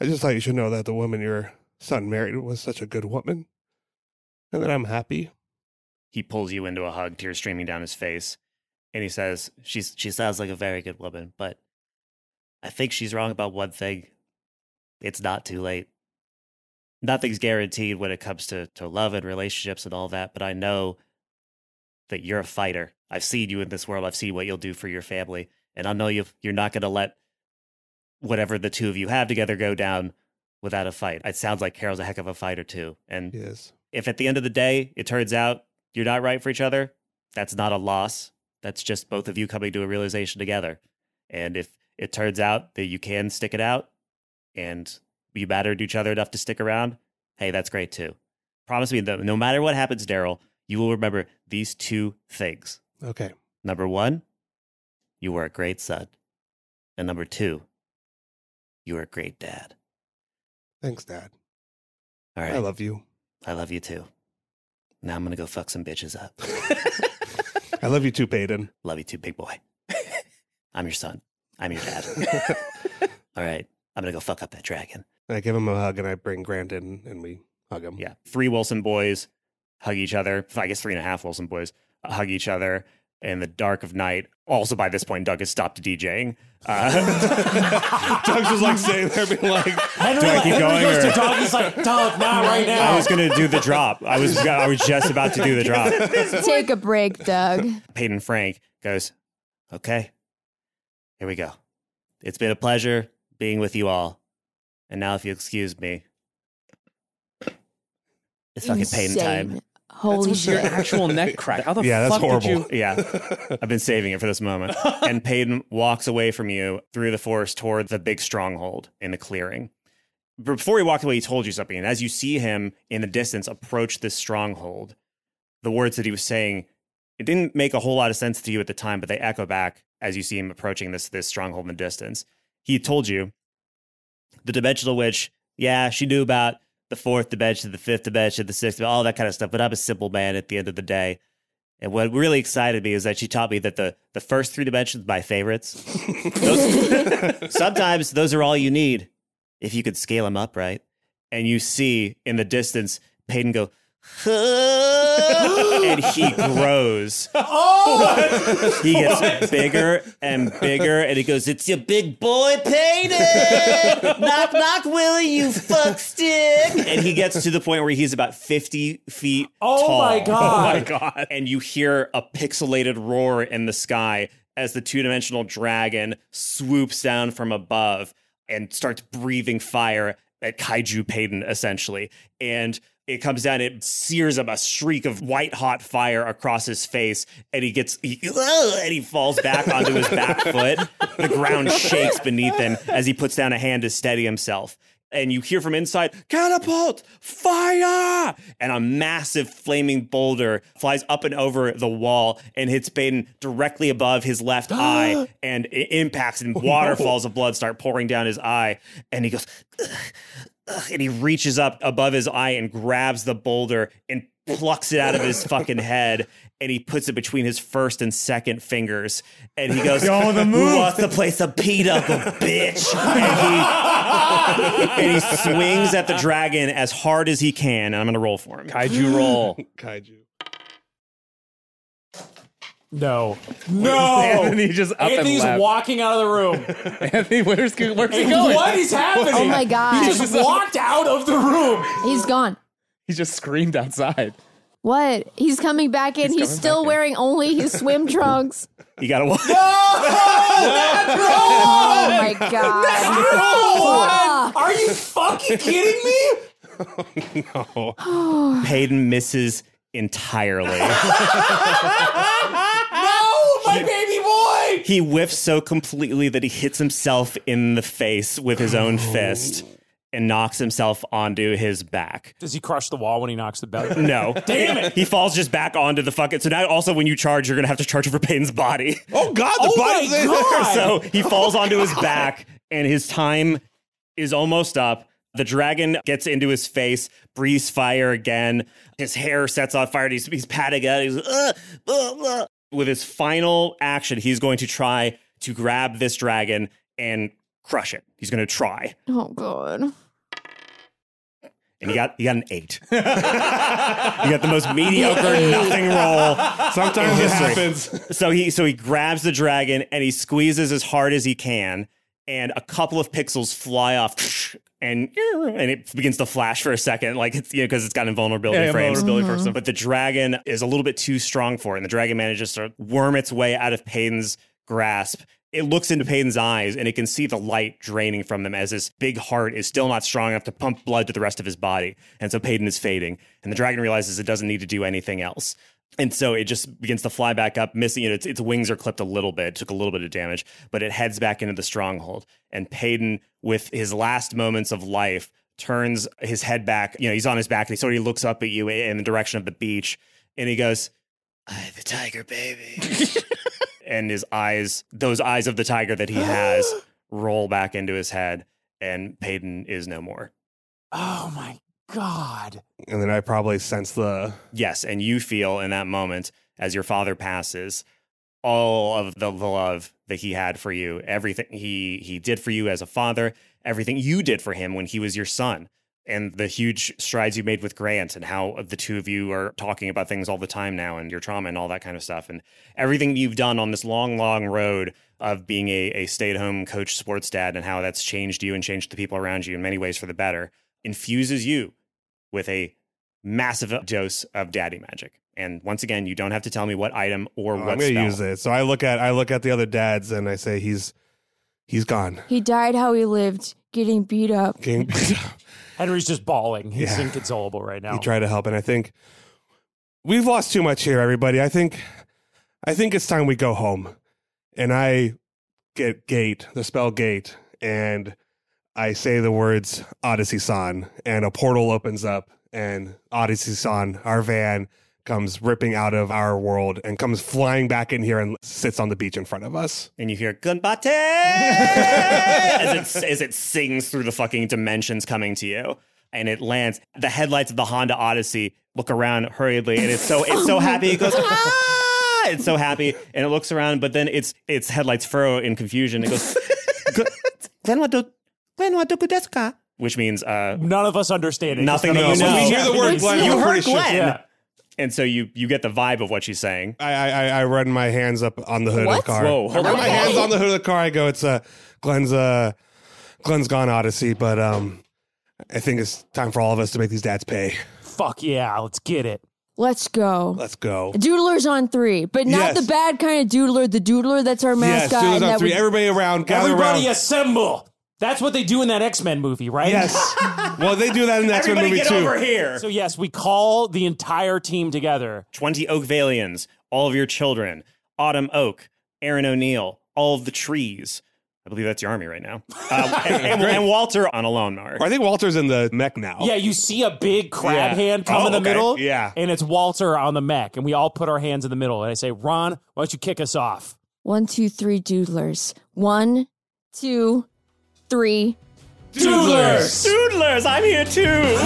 Speaker 5: I just thought you should know that the woman your son married was such a good woman, and that I'm happy.
Speaker 6: He pulls you into a hug, tears streaming down his face, and he says, "She's she sounds like a very good woman, but I think she's wrong about one thing. It's not too late. Nothing's guaranteed when it comes to to love and relationships and all that, but I know that you're a fighter. I've seen you in this world. I've seen what you'll do for your family, and I know you you're not going to let whatever the two of you have together go down without a fight. It sounds like Carol's a heck of a fighter too. And
Speaker 5: yes.
Speaker 6: if at the end of the day it turns out you're not right for each other, that's not a loss. That's just both of you coming to a realization together. And if it turns out that you can stick it out and you battered each other enough to stick around, hey, that's great too. Promise me that no matter what happens, Daryl, you will remember these two things.
Speaker 5: Okay.
Speaker 6: Number one, you were a great son. And number two, you were a great dad.
Speaker 5: Thanks, Dad.
Speaker 6: All right.
Speaker 5: I love you.
Speaker 6: I love you too. Now I'm going to go fuck some bitches up.
Speaker 5: I love you too, Peyton.
Speaker 6: Love you too, big boy. I'm your son. I'm your dad. All right. I'm going to go fuck up that dragon.
Speaker 5: I give him a hug and I bring Grant in and we hug him.
Speaker 6: Yeah. Three Wilson boys hug each other. I guess three and a half Wilson boys hug each other in the dark of night. Also, by this point, Doug has stopped DJing. Uh,
Speaker 5: Doug's just like sitting there being like,
Speaker 6: do I
Speaker 8: like-
Speaker 6: keep
Speaker 8: Henry
Speaker 6: going?
Speaker 8: goes
Speaker 6: or-
Speaker 8: to Doug, he's like, "Doug, not right now."
Speaker 6: I was going to do the drop. I was, I was just about to do the drop.
Speaker 2: Take a break, Doug.
Speaker 6: Peyton Frank goes, Okay, here we go. It's been a pleasure being with you all. And now, if you excuse me, it's fucking Peyton time.
Speaker 2: Insane. Holy
Speaker 6: That's
Speaker 2: shit.
Speaker 6: your actual neck crack. How the
Speaker 1: Yeah, that's
Speaker 6: fuck did
Speaker 1: horrible.
Speaker 6: you? Yeah, I've been saving it for this moment. and Peyton walks away from you through the forest toward the big stronghold in the clearing. Before he walked away, he told you something. And as you see him in the distance approach this stronghold, the words that he was saying, it didn't make a whole lot of sense to you at the time, but they echo back as you see him approaching this this stronghold in the distance. He told you the dimensional witch, yeah, she knew about the fourth dimension, the fifth dimension, the sixth, all that kind of stuff. But I'm a simple man at the end of the day. And what really excited me is that she taught me that the, the first three dimensions are my favorites. Those- sometimes those are all you need if you could scale them up, right? And you see in the distance Peyton go, and he grows.
Speaker 8: Oh!
Speaker 6: He gets bigger and bigger, and he goes, It's your big boy, Peyton! knock, knock, Willie, you fuck stick! And he gets to the point where he's about 50 feet
Speaker 8: Oh
Speaker 6: tall.
Speaker 8: my God.
Speaker 6: Oh my God. And you hear a pixelated roar in the sky as the two dimensional dragon swoops down from above and starts breathing fire at Kaiju Payton, essentially. And it comes down, it sears him a streak of white hot fire across his face, and he gets, he, and he falls back onto his back foot. The ground shakes beneath him as he puts down a hand to steady himself. and you hear from inside, catapult, fire! And a massive flaming boulder flies up and over the wall and hits Baden directly above his left eye and it impacts, and waterfalls of blood start pouring down his eye. And he goes, "Ugh," and he reaches up above his eye and grabs the boulder and plucks it out of his fucking head and he puts it between his first and second fingers and he goes
Speaker 16: Yo, the move.
Speaker 6: who wants to play some pete uncle bitch and he, and he swings at the dragon as hard as he can and i'm gonna roll for him
Speaker 7: Kaiju roll.
Speaker 5: Kaiju.
Speaker 8: No.
Speaker 7: No. Anthony just up and
Speaker 8: Oh. Anthony's
Speaker 7: left.
Speaker 8: walking out of the room.
Speaker 7: Anthony, where's, where's he
Speaker 8: And
Speaker 7: going?
Speaker 8: What is happening?
Speaker 9: Oh my God.
Speaker 8: He just walked out of the room.
Speaker 9: He's gone.
Speaker 7: He just screamed outside.
Speaker 9: What? He's coming back in. He's,
Speaker 7: coming
Speaker 9: still wearing only his swim trunks.
Speaker 6: you gotta watch
Speaker 9: Oh my god.
Speaker 2: Oh,
Speaker 8: Fuck. Are you fucking kidding me?
Speaker 6: no hayden misses entirely
Speaker 8: No, my baby boy.
Speaker 6: he whiffs so completely that he hits himself in the face with his own fist and knocks himself onto his back
Speaker 8: Does he crush the wall when he knocks the bell?
Speaker 6: No.
Speaker 8: Damn it.
Speaker 6: He falls just back onto the fucking. So now also when you charge, you're going to have to charge for Payne's body.
Speaker 5: Oh, God.
Speaker 8: the Oh, body's my in there. God.
Speaker 6: So he falls onto his back and his time is almost up. The dragon gets into his face, breathes fire again. His hair sets on fire. and He's, he's patting it. He's, "Ugh, ugh, ugh." With his final action, he's going to try to grab this dragon and crush it. He's going to try.
Speaker 9: Oh god.
Speaker 6: And he got, he got an eight. you got the most mediocre nothing roll
Speaker 5: Sometimes
Speaker 6: in
Speaker 5: it
Speaker 6: history.
Speaker 5: happens.
Speaker 6: So he so he grabs the dragon and he squeezes as hard as he can, and a couple of pixels fly off, and and it begins to flash for a second, like it's you know because it's got invulnerability
Speaker 7: Yeah, yeah,
Speaker 6: frames,
Speaker 7: vulnerability Mhm. frames.
Speaker 6: But the dragon is a little bit too strong for it, and the dragon manages to worm its way out of Payton's grasp. It looks into Payton's eyes and it can see the light draining from them as his big heart is still not strong enough to pump blood to the rest of his body. And so Payton is fading. And the dragon realizes it doesn't need to do anything else. And so it just begins to fly back up, missing it. Its, its wings are clipped a little bit, took a little bit of damage, but it heads back into the stronghold. And Payton, with his last moments of life, turns his head back. You know, he's on his back and he sort of looks up at you in the direction of the beach. And he goes, I, the tiger, baby. and his eyes, those eyes of the tiger that he has, roll back into his head. And Payton is no more.
Speaker 8: Oh my god.
Speaker 5: And then I probably sense the
Speaker 6: Yes, and you feel in that moment as your father passes all of the love that he had for you, everything he he did for you as a father, everything you did for him when he was your son, and the huge strides you made with Grant and how the two of you are talking about things all the time now and your trauma and all that kind of stuff and everything you've done on this long long road of being a, a stay-at-home coach sports dad and how that's changed you and changed the people around you in many ways for the better infuses you with a massive dose of daddy magic. And once again, you don't have to tell me what item or
Speaker 5: Oh, I'm
Speaker 6: what
Speaker 5: gonna
Speaker 6: spell.
Speaker 5: use it. So I look at I look at the other dads and I say he's he's gone.
Speaker 2: He died how he lived, getting beat up.
Speaker 5: King,
Speaker 8: Henry's just bawling. He's
Speaker 5: Yeah.
Speaker 8: inconsolable right now.
Speaker 5: he tried to help and I think we've lost too much here, everybody. I think I think it's time we go home. And I get gate, the spell gate, and I say the words Odyssey San and a portal opens up and Odyssey San, our van, comes ripping out of our world and comes flying back in here and sits on the beach in front of us.
Speaker 6: And you hear Gunbate as, it, as it sings through the fucking dimensions coming to you. And it lands. The headlights of the Honda Odyssey look around hurriedly, and it's so it's so happy. It goes, ah! It's so happy, and it looks around, but then its its headlights furrow in confusion. It goes, "Gu- Gunwato- Gunwato Kudesuka," which means uh,
Speaker 8: None of us understand it.
Speaker 6: nothing that you
Speaker 8: Just none
Speaker 6: know.
Speaker 8: of us understand.
Speaker 6: You heard Glenn,
Speaker 8: Yeah.
Speaker 6: and so you you get the vibe of what she's saying.
Speaker 5: I I, I- I run my hands up on the hood
Speaker 6: What?
Speaker 5: of the car.
Speaker 6: Whoa,
Speaker 5: I
Speaker 6: hold
Speaker 5: run
Speaker 6: on.
Speaker 5: my hands on the hood of the car. I go, it's uh, Glenn's uh, Glenn's gone Odyssey, but um, I think it's time for all of us to make these dads pay.
Speaker 8: Fuck yeah, let's get it.
Speaker 2: Let's go.
Speaker 5: Let's go.
Speaker 2: Doodler's on three, but not
Speaker 5: Yes.
Speaker 2: the bad kind of doodler. The doodler that's our
Speaker 5: Yes,
Speaker 2: mascot.
Speaker 5: Doodles
Speaker 2: and
Speaker 5: on
Speaker 2: that
Speaker 5: three.
Speaker 2: would-
Speaker 5: Everybody around, gather
Speaker 8: Everybody
Speaker 5: around.
Speaker 8: assemble. That's what they do in that X Men movie, right?
Speaker 5: Yes. well, they do that in the X Men
Speaker 6: Everybody
Speaker 5: movie
Speaker 6: get
Speaker 5: too.
Speaker 6: over here.
Speaker 8: So yes, we call the entire team together.
Speaker 6: 20 Oakvalians, all of your children, Autumn Oak, Aaron O'Neill, all of the trees, I believe that's your army right now. Uh, and, and- and Walter on a lawnmower.
Speaker 5: I think Walter's in the mech now.
Speaker 1: Yeah, you see a big crab
Speaker 6: Yeah.
Speaker 1: hand come
Speaker 6: Oh,
Speaker 1: in the
Speaker 6: okay.
Speaker 1: middle.
Speaker 6: Yeah.
Speaker 1: And it's Walter on the mech. And we all put our hands in the middle. And I say, Ron, why don't you kick us off?
Speaker 2: One, two, three doodlers. One, two, three.
Speaker 1: Doodlers!
Speaker 6: Doodlers, I'm here
Speaker 2: too.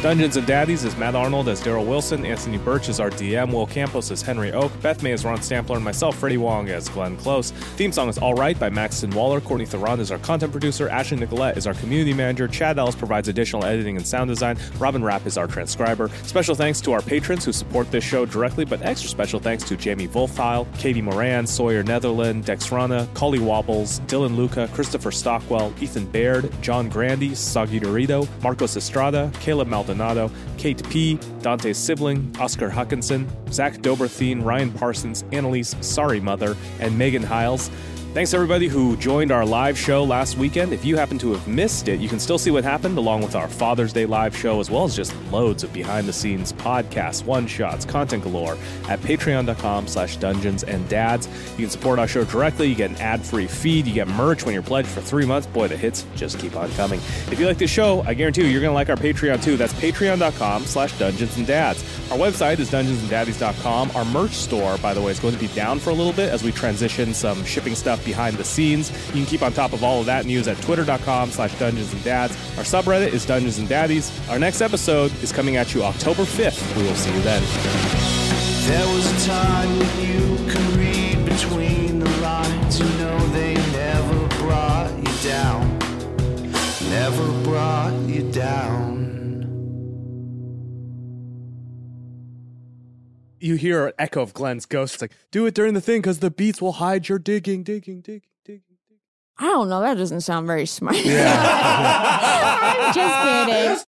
Speaker 7: Dungeons and Daddies is Matt Arnold as Daryl Wilson, Anthony Birch is our DM, Will Campos as Henry Oak, Beth May as Ron Stampler, and myself, Freddie Wong, as Glenn Close. Theme song is All Right by Maxton Waller, Courtney Theron is our content producer, Ashley Nicolette is our community manager, Chad Ellis provides additional editing and sound design, Robin Rapp is our transcriber. Special thanks to our patrons who support this show directly, but extra special thanks to Jamie Volfile, Katie Moran, Sawyer Netherland, Dex Rana, Collie Wobbles, Dylan Luca, Christopher Stockwell, Ethan Baird, John Grandy, Sagi Dorito, Marcos Estrada, Caleb Maldonado, Kate P., Dante Sibling, Oscar Huckinson, Zach Doberthine, Ryan Parsons, Annalise Sorry Mother, and Megan Hiles. Thanks everybody who joined our live show last weekend. If you happen to have missed it, you can still see what happened along with our Father's Day live show as well as just loads of behind the scenes podcasts, one-shots, content galore at patreon.com slash dungeons and dads. You can support our show directly, you get an ad-free feed, you get merch when you're pledged for three months. Boy, the hits just keep on coming. If you like this show, I guarantee you you're gonna like our Patreon too. That's patreon.com slash dungeons and dads. Our website is dungeonsanddaddies.com. Our merch store, by the way, is going to be down for a little bit as we transition some shipping stuff behind the scenes. You can keep on top of all of that news at twitter.com slash dungeons and dads. Our subreddit is dungeons and daddies. Our next episode is coming at you October 5th. We will see you then.
Speaker 17: There was a time when you could read between the lines. You know they never brought you down. Never brought you down.
Speaker 18: You hear an echo of Glenn's ghost. It's like, do it during the thing because the beats will hide your digging, digging, digging.
Speaker 2: I don't know. That doesn't sound very smart. I'm just kidding.